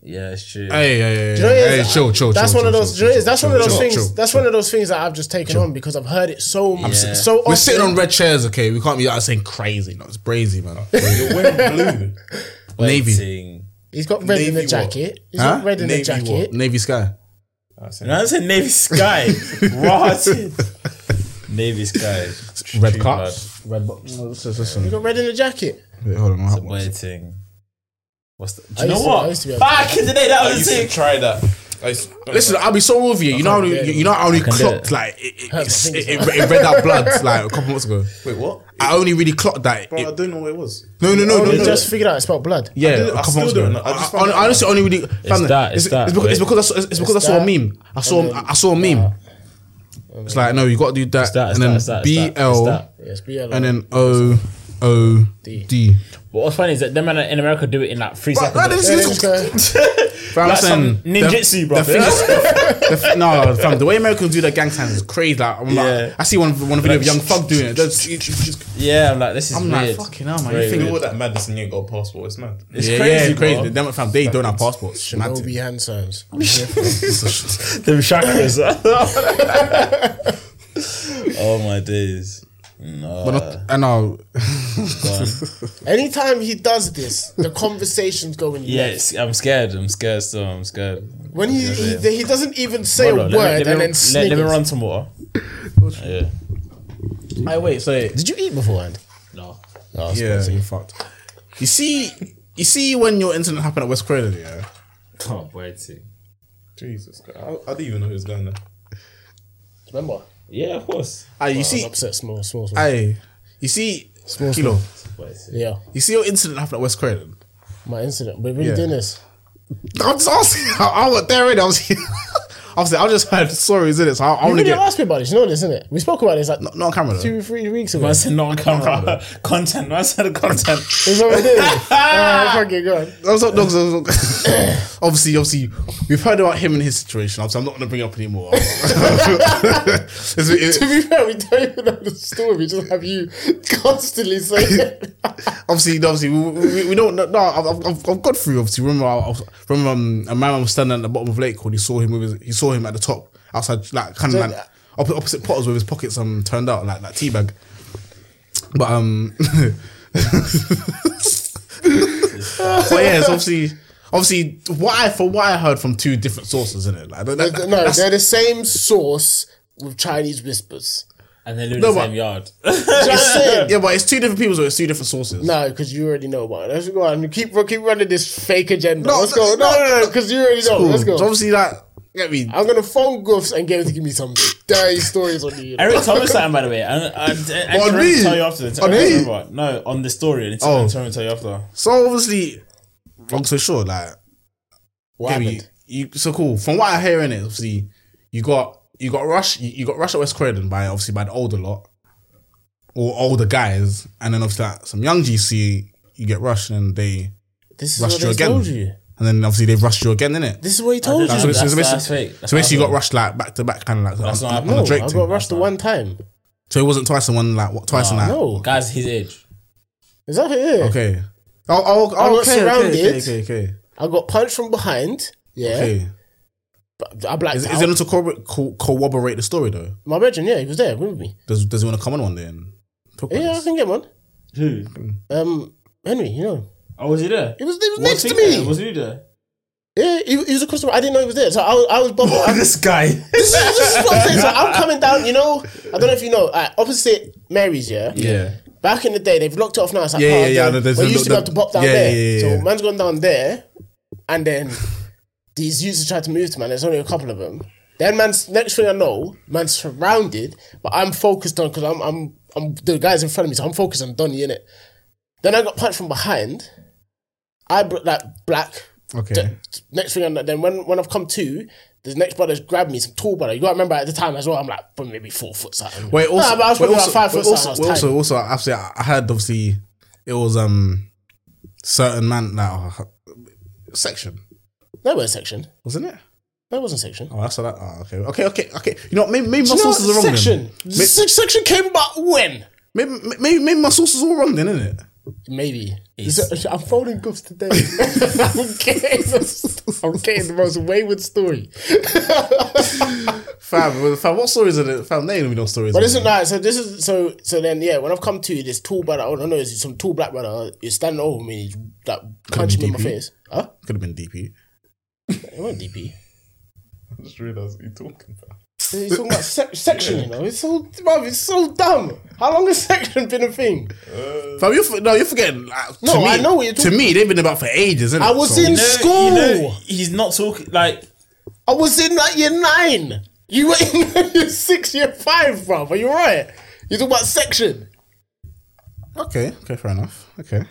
Speaker 2: Yeah, it's true.
Speaker 1: Hey, hey, hey,
Speaker 4: You know,
Speaker 1: hey,
Speaker 4: it's-
Speaker 1: hey, chill, chill,
Speaker 4: That's
Speaker 1: chill,
Speaker 4: one of
Speaker 1: chill,
Speaker 4: those.
Speaker 1: chill,
Speaker 4: you know,
Speaker 1: chill,
Speaker 4: that's one
Speaker 1: chill,
Speaker 4: of those
Speaker 1: chill,
Speaker 4: things.
Speaker 1: chill.
Speaker 4: That's one of those things that I've just taken on because I've heard it so
Speaker 2: Yeah.
Speaker 4: so often.
Speaker 1: We're sitting on red chairs, okay? We can't be out saying crazy. No, it's brazy, man.
Speaker 6: You're wearing [LAUGHS] blue.
Speaker 1: Navy,
Speaker 2: Ting.
Speaker 4: He's got red in
Speaker 6: Navy
Speaker 4: the
Speaker 6: what?
Speaker 4: jacket. He's
Speaker 1: Huh?
Speaker 4: got red in the
Speaker 6: Navy
Speaker 4: jacket.
Speaker 6: what?
Speaker 1: navy sky.
Speaker 6: I said,
Speaker 2: No, I said Navy Sky. Rotted. Navy Sky.
Speaker 1: Red
Speaker 2: True
Speaker 1: cups, red box. No, listen, listen.
Speaker 4: He's got red in the jacket.
Speaker 1: Wait, hold on. I'll have
Speaker 2: blood.
Speaker 1: one.
Speaker 2: Boy ting. What's the, do
Speaker 4: I
Speaker 2: you know
Speaker 4: used to- I
Speaker 2: what?
Speaker 4: used to be a-
Speaker 2: Back in the day, that
Speaker 6: I
Speaker 2: was
Speaker 6: used
Speaker 2: a
Speaker 6: to
Speaker 2: thing.
Speaker 6: try that. I used to-
Speaker 1: Listen, I'll be so with you. You know, how you,
Speaker 4: do it.
Speaker 1: you know, I only
Speaker 2: do
Speaker 1: clocked
Speaker 2: it.
Speaker 1: like it, it,
Speaker 4: my
Speaker 1: it,
Speaker 4: fingers,
Speaker 1: it, it read out blood like a couple months ago.
Speaker 6: wait, what?
Speaker 1: I only really clocked that.
Speaker 6: Bro, I
Speaker 1: It,
Speaker 6: don't know what it was.
Speaker 1: no, no, no, no,
Speaker 4: They
Speaker 1: no.
Speaker 4: just figured out it's about blood.
Speaker 1: Yeah, oh,
Speaker 6: didn't-
Speaker 1: a
Speaker 6: I
Speaker 1: couple
Speaker 6: still
Speaker 1: months
Speaker 6: don't
Speaker 1: ago.
Speaker 6: know. I just
Speaker 1: I-
Speaker 6: found
Speaker 1: I-
Speaker 6: it
Speaker 1: I honestly only really. It's
Speaker 2: that, it's that,
Speaker 1: because, it's
Speaker 2: wait.
Speaker 1: because, I saw- it's, it's because I saw a
Speaker 4: that.
Speaker 1: meme. I saw I saw a meme. it's like no, you got to do that,
Speaker 2: that, uh, it's
Speaker 1: and
Speaker 2: that,
Speaker 1: then
Speaker 2: it's that, it's that,
Speaker 1: B
Speaker 2: it's
Speaker 1: L,
Speaker 2: that.
Speaker 4: Yes, BL.
Speaker 1: and then O O D.
Speaker 2: But what's funny is that them in- in America do it in like three
Speaker 1: But-
Speaker 2: seconds.
Speaker 1: this [LAUGHS]
Speaker 4: Yeah,
Speaker 1: is-
Speaker 4: this guy-
Speaker 1: Fam,
Speaker 2: Like
Speaker 1: listen,
Speaker 2: some ninjutsu,
Speaker 1: the-
Speaker 2: bro.
Speaker 1: the thing is- the f- No, fam, the way Americans do their gang signs is crazy. Like, I'm like-
Speaker 2: Yeah.
Speaker 1: I see one one video of Young Thug doing it. That's- it's- it's just-
Speaker 2: yeah, I'm like, this is
Speaker 1: I'm like,
Speaker 2: weird.
Speaker 1: fucking hell, man.
Speaker 2: Very
Speaker 1: You think
Speaker 6: All
Speaker 1: all that?
Speaker 6: that madness and you ain't got a passport. It's mad.
Speaker 2: It's
Speaker 1: Yeah,
Speaker 2: crazy,
Speaker 1: yeah, crazy.
Speaker 2: Bro.
Speaker 1: Them, fam, they don't have passports. Mad
Speaker 4: Shinobi
Speaker 1: thing.
Speaker 4: hand signs.
Speaker 2: Them chakras. [LAUGHS] oh my days.
Speaker 1: But not, [LAUGHS] I
Speaker 2: [LAUGHS]
Speaker 1: know.
Speaker 4: Anytime he does this, the
Speaker 2: [LAUGHS]
Speaker 4: conversations go in. left.
Speaker 2: Yes, I'm scared. I'm scared still. I'm scared.
Speaker 4: When he, he he doesn't even say
Speaker 2: Hold
Speaker 4: a
Speaker 2: on,
Speaker 4: word
Speaker 2: let me- let me-
Speaker 4: and then
Speaker 2: let, let me
Speaker 4: sniggers.
Speaker 2: run some water. yeah.
Speaker 1: I wait. So
Speaker 4: Did you eat beforehand?
Speaker 2: No.
Speaker 1: Yeah, you fucked. You see, you see when your incident happened at West Croydon, yeah.
Speaker 2: Oh, boy, ting.
Speaker 6: Jesus Christ. I, [LAUGHS] I didn't even know who was going there.
Speaker 4: Remember?
Speaker 2: Yeah, of course.
Speaker 1: Aye, you
Speaker 4: See,
Speaker 1: see,
Speaker 4: upset small, small, small.
Speaker 1: aye, you see, kilo.
Speaker 2: Boy, ting.
Speaker 4: yeah,
Speaker 1: You see your incident happened at West Croydon.
Speaker 4: my incident. We're really
Speaker 1: Yeah.
Speaker 4: doing this.
Speaker 1: [LAUGHS] I'm just asking. I, I was there and I was. I [LAUGHS] Obviously, I just heard stories in it, so I, I
Speaker 4: You
Speaker 1: want to
Speaker 4: really
Speaker 1: get
Speaker 4: asked me about this. You know this, isn't it? We spoke about this
Speaker 1: [LAUGHS]
Speaker 4: like
Speaker 1: not on camera. Though.
Speaker 4: two, three weeks ago.
Speaker 2: I
Speaker 4: That's
Speaker 2: said not on camera. Content. No, I said content.
Speaker 4: what [LAUGHS] we did. Ah, fucking god.
Speaker 1: I was not- no, 'cause I was not- obviously, obviously, we've heard about him and his situation. Obviously, I'm not going to bring it up
Speaker 4: [LAUGHS]
Speaker 1: anymore. [LAUGHS] It's- it-
Speaker 4: To be fair, we don't even know the story. We just have you
Speaker 2: [LAUGHS]
Speaker 4: constantly saying it. [LAUGHS]
Speaker 1: obviously, obviously, we, we, we don't. No, I've, I've, I've got through. Obviously, remember, I, I remember, um, a man was standing at the bottom of Lake when he saw him with his, he saw him at the top outside, like kind of like opposite, opposite Potters with his pockets um turned out like that tea bag. But um, [LAUGHS] but yeah, it's obviously. Obviously, what I from what I heard from two different sources in it, like that, that,
Speaker 4: No,
Speaker 1: that's-
Speaker 4: they're the same source with Chinese whispers.
Speaker 2: [LAUGHS] And they live in
Speaker 1: No,
Speaker 2: the
Speaker 1: but-
Speaker 2: same yard.
Speaker 4: Just saying.
Speaker 1: yeah, but it's two different people, so it's two different sources.
Speaker 4: No, because you already know about it. Let's go on. Keep keep running this fake agenda. Let's
Speaker 1: no,
Speaker 4: go. No,
Speaker 1: no,
Speaker 4: no, no, because you already know. Let's
Speaker 1: So
Speaker 4: go.
Speaker 1: obviously, like, get me.
Speaker 4: I'm gonna phone Goofs and get him to give me some dirty stories on you.
Speaker 2: [LAUGHS] Eric told me something, by the way. And, and, and
Speaker 1: On
Speaker 2: Terrence
Speaker 1: me?
Speaker 2: tell you after. Terrence,
Speaker 1: On me?
Speaker 2: remember? No, on the story. And
Speaker 1: Oh.
Speaker 2: oh. Terrence tell you after.
Speaker 1: So obviously, long so short, like,
Speaker 4: What
Speaker 1: get me.
Speaker 4: happened?
Speaker 1: You so cool. From what I hear in it, obviously, you got you got rush you, you got rush at West Croydon by obviously by the older lot or older guys, and then obviously like, some young GC you get rushed and they
Speaker 4: This is
Speaker 1: rushed
Speaker 4: what
Speaker 1: you
Speaker 4: they
Speaker 1: again,
Speaker 4: told you.
Speaker 1: and then obviously they've rushed you again, innit?
Speaker 4: This is what he told
Speaker 1: That's what
Speaker 4: you.
Speaker 1: it's-
Speaker 2: That's-
Speaker 1: it's basically-
Speaker 2: that's fake. That's
Speaker 1: So basically, you
Speaker 2: not
Speaker 1: got rushed like back to back, kind of like on,
Speaker 2: That's not
Speaker 1: on
Speaker 2: happened.
Speaker 1: the
Speaker 4: No,
Speaker 1: Drake
Speaker 4: I
Speaker 1: thing.
Speaker 4: got rushed the one time.
Speaker 1: so it wasn't twice in one like what twice in that.
Speaker 4: No,
Speaker 2: Guys his age.
Speaker 4: is that it?
Speaker 1: Okay. Oh, oh, oh,
Speaker 4: got
Speaker 1: okay,
Speaker 4: surrounded.
Speaker 1: Okay, okay, okay.
Speaker 4: I got punched from behind. Yeah,
Speaker 1: okay.
Speaker 4: but I blacked
Speaker 1: Is,
Speaker 4: out.
Speaker 1: is it not to corroborate, co- corroborate the story though?
Speaker 4: My bedroom. Yeah, he was there with me.
Speaker 1: Does Does he want to come on one day and talk about
Speaker 4: Yeah, I
Speaker 1: this?
Speaker 4: can get one.
Speaker 2: Who?
Speaker 4: Um, Henry, you know,
Speaker 2: Oh, was he there?
Speaker 4: he was, he was
Speaker 2: Was
Speaker 4: next to
Speaker 2: he
Speaker 4: me.
Speaker 2: there? Was he there?
Speaker 4: yeah, he, he was across the. I didn't know he was there, so I was, I was bummed.
Speaker 1: [LAUGHS]
Speaker 4: I-
Speaker 2: this guy.
Speaker 4: [LAUGHS] this is this is what I'm saying. So I'm coming down, you know. I don't know if you know, uh, opposite Mary's, yeah?
Speaker 1: Yeah.
Speaker 4: Back in the day, they've locked it off now. It's like,
Speaker 1: Yeah,
Speaker 4: yeah,
Speaker 1: yeah, yeah,
Speaker 4: yeah,
Speaker 1: there's
Speaker 4: We
Speaker 1: a
Speaker 4: used to be
Speaker 1: lo-
Speaker 4: able to pop down
Speaker 1: yeah,
Speaker 4: there.
Speaker 1: yeah, yeah, yeah.
Speaker 4: So man's gone down there, and then these users tried to move to man. There's only a couple of them. Then man's next thing I know, man's surrounded, but I'm focused on because I'm I'm I'm the guys in front of me, so I'm focused on Donny in it. Then I got punched from behind. I br- like black
Speaker 1: Okay.
Speaker 4: Th- next thing, I know, then when when I've come to, the next brother's grabbed me, some tall brother. You gotta remember at the time as well. I'm like, but maybe four foot something.
Speaker 1: Wait, also,
Speaker 4: Nah, but I was
Speaker 1: wait,
Speaker 4: probably
Speaker 1: also,
Speaker 4: about five
Speaker 1: wait,
Speaker 4: foot
Speaker 1: also,
Speaker 4: something, I
Speaker 1: wait,
Speaker 4: was
Speaker 1: also, also, obviously, I I heard obviously it was um certain man now section
Speaker 4: That wasn't section.
Speaker 1: wasn't it?
Speaker 4: That wasn't section.
Speaker 1: Oh, I saw that. Oh, okay, okay, okay, okay. You know, what, maybe, maybe my
Speaker 4: No,
Speaker 1: sources are wrong.
Speaker 4: section.
Speaker 1: Then.
Speaker 4: Se- section came about when?
Speaker 1: Maybe, maybe, maybe, maybe my sources are wrong. Then, isn't it?
Speaker 4: Maybe. So- I'm phoning
Speaker 1: [LAUGHS]
Speaker 4: Goofs today. [LAUGHS] I'm, getting the, [LAUGHS] I'm getting the most wayward story.
Speaker 1: Fam, well, fam, what stories are there? Fam, they ain't gonna be no stories.
Speaker 4: But isn't that so? This is so. So then, yeah. When I've come to this tall brother, oh no, no, it's some tall black brother. He's standing over me. He's like punching me in my
Speaker 1: DP.
Speaker 4: face. Huh?
Speaker 1: could have been DP.
Speaker 4: It wasn't DP.
Speaker 6: I just realised what you're talking about.
Speaker 4: He's talking about sec- section, you know. It's so, bruv, it's so dumb. How long has section been a thing?
Speaker 1: Fam, you're for- no, you're forgetting. Like,
Speaker 4: No,
Speaker 1: to me,
Speaker 4: I know what you're
Speaker 1: To me, they've been about for ages. Innit?
Speaker 4: I was
Speaker 1: So-
Speaker 4: in school.
Speaker 2: he's not talking like
Speaker 4: I was in like year nine. You were in [LAUGHS] year six, year five, bruv. Are you right? You talking about section?
Speaker 1: Okay, okay, fair enough. [LAUGHS] Okay.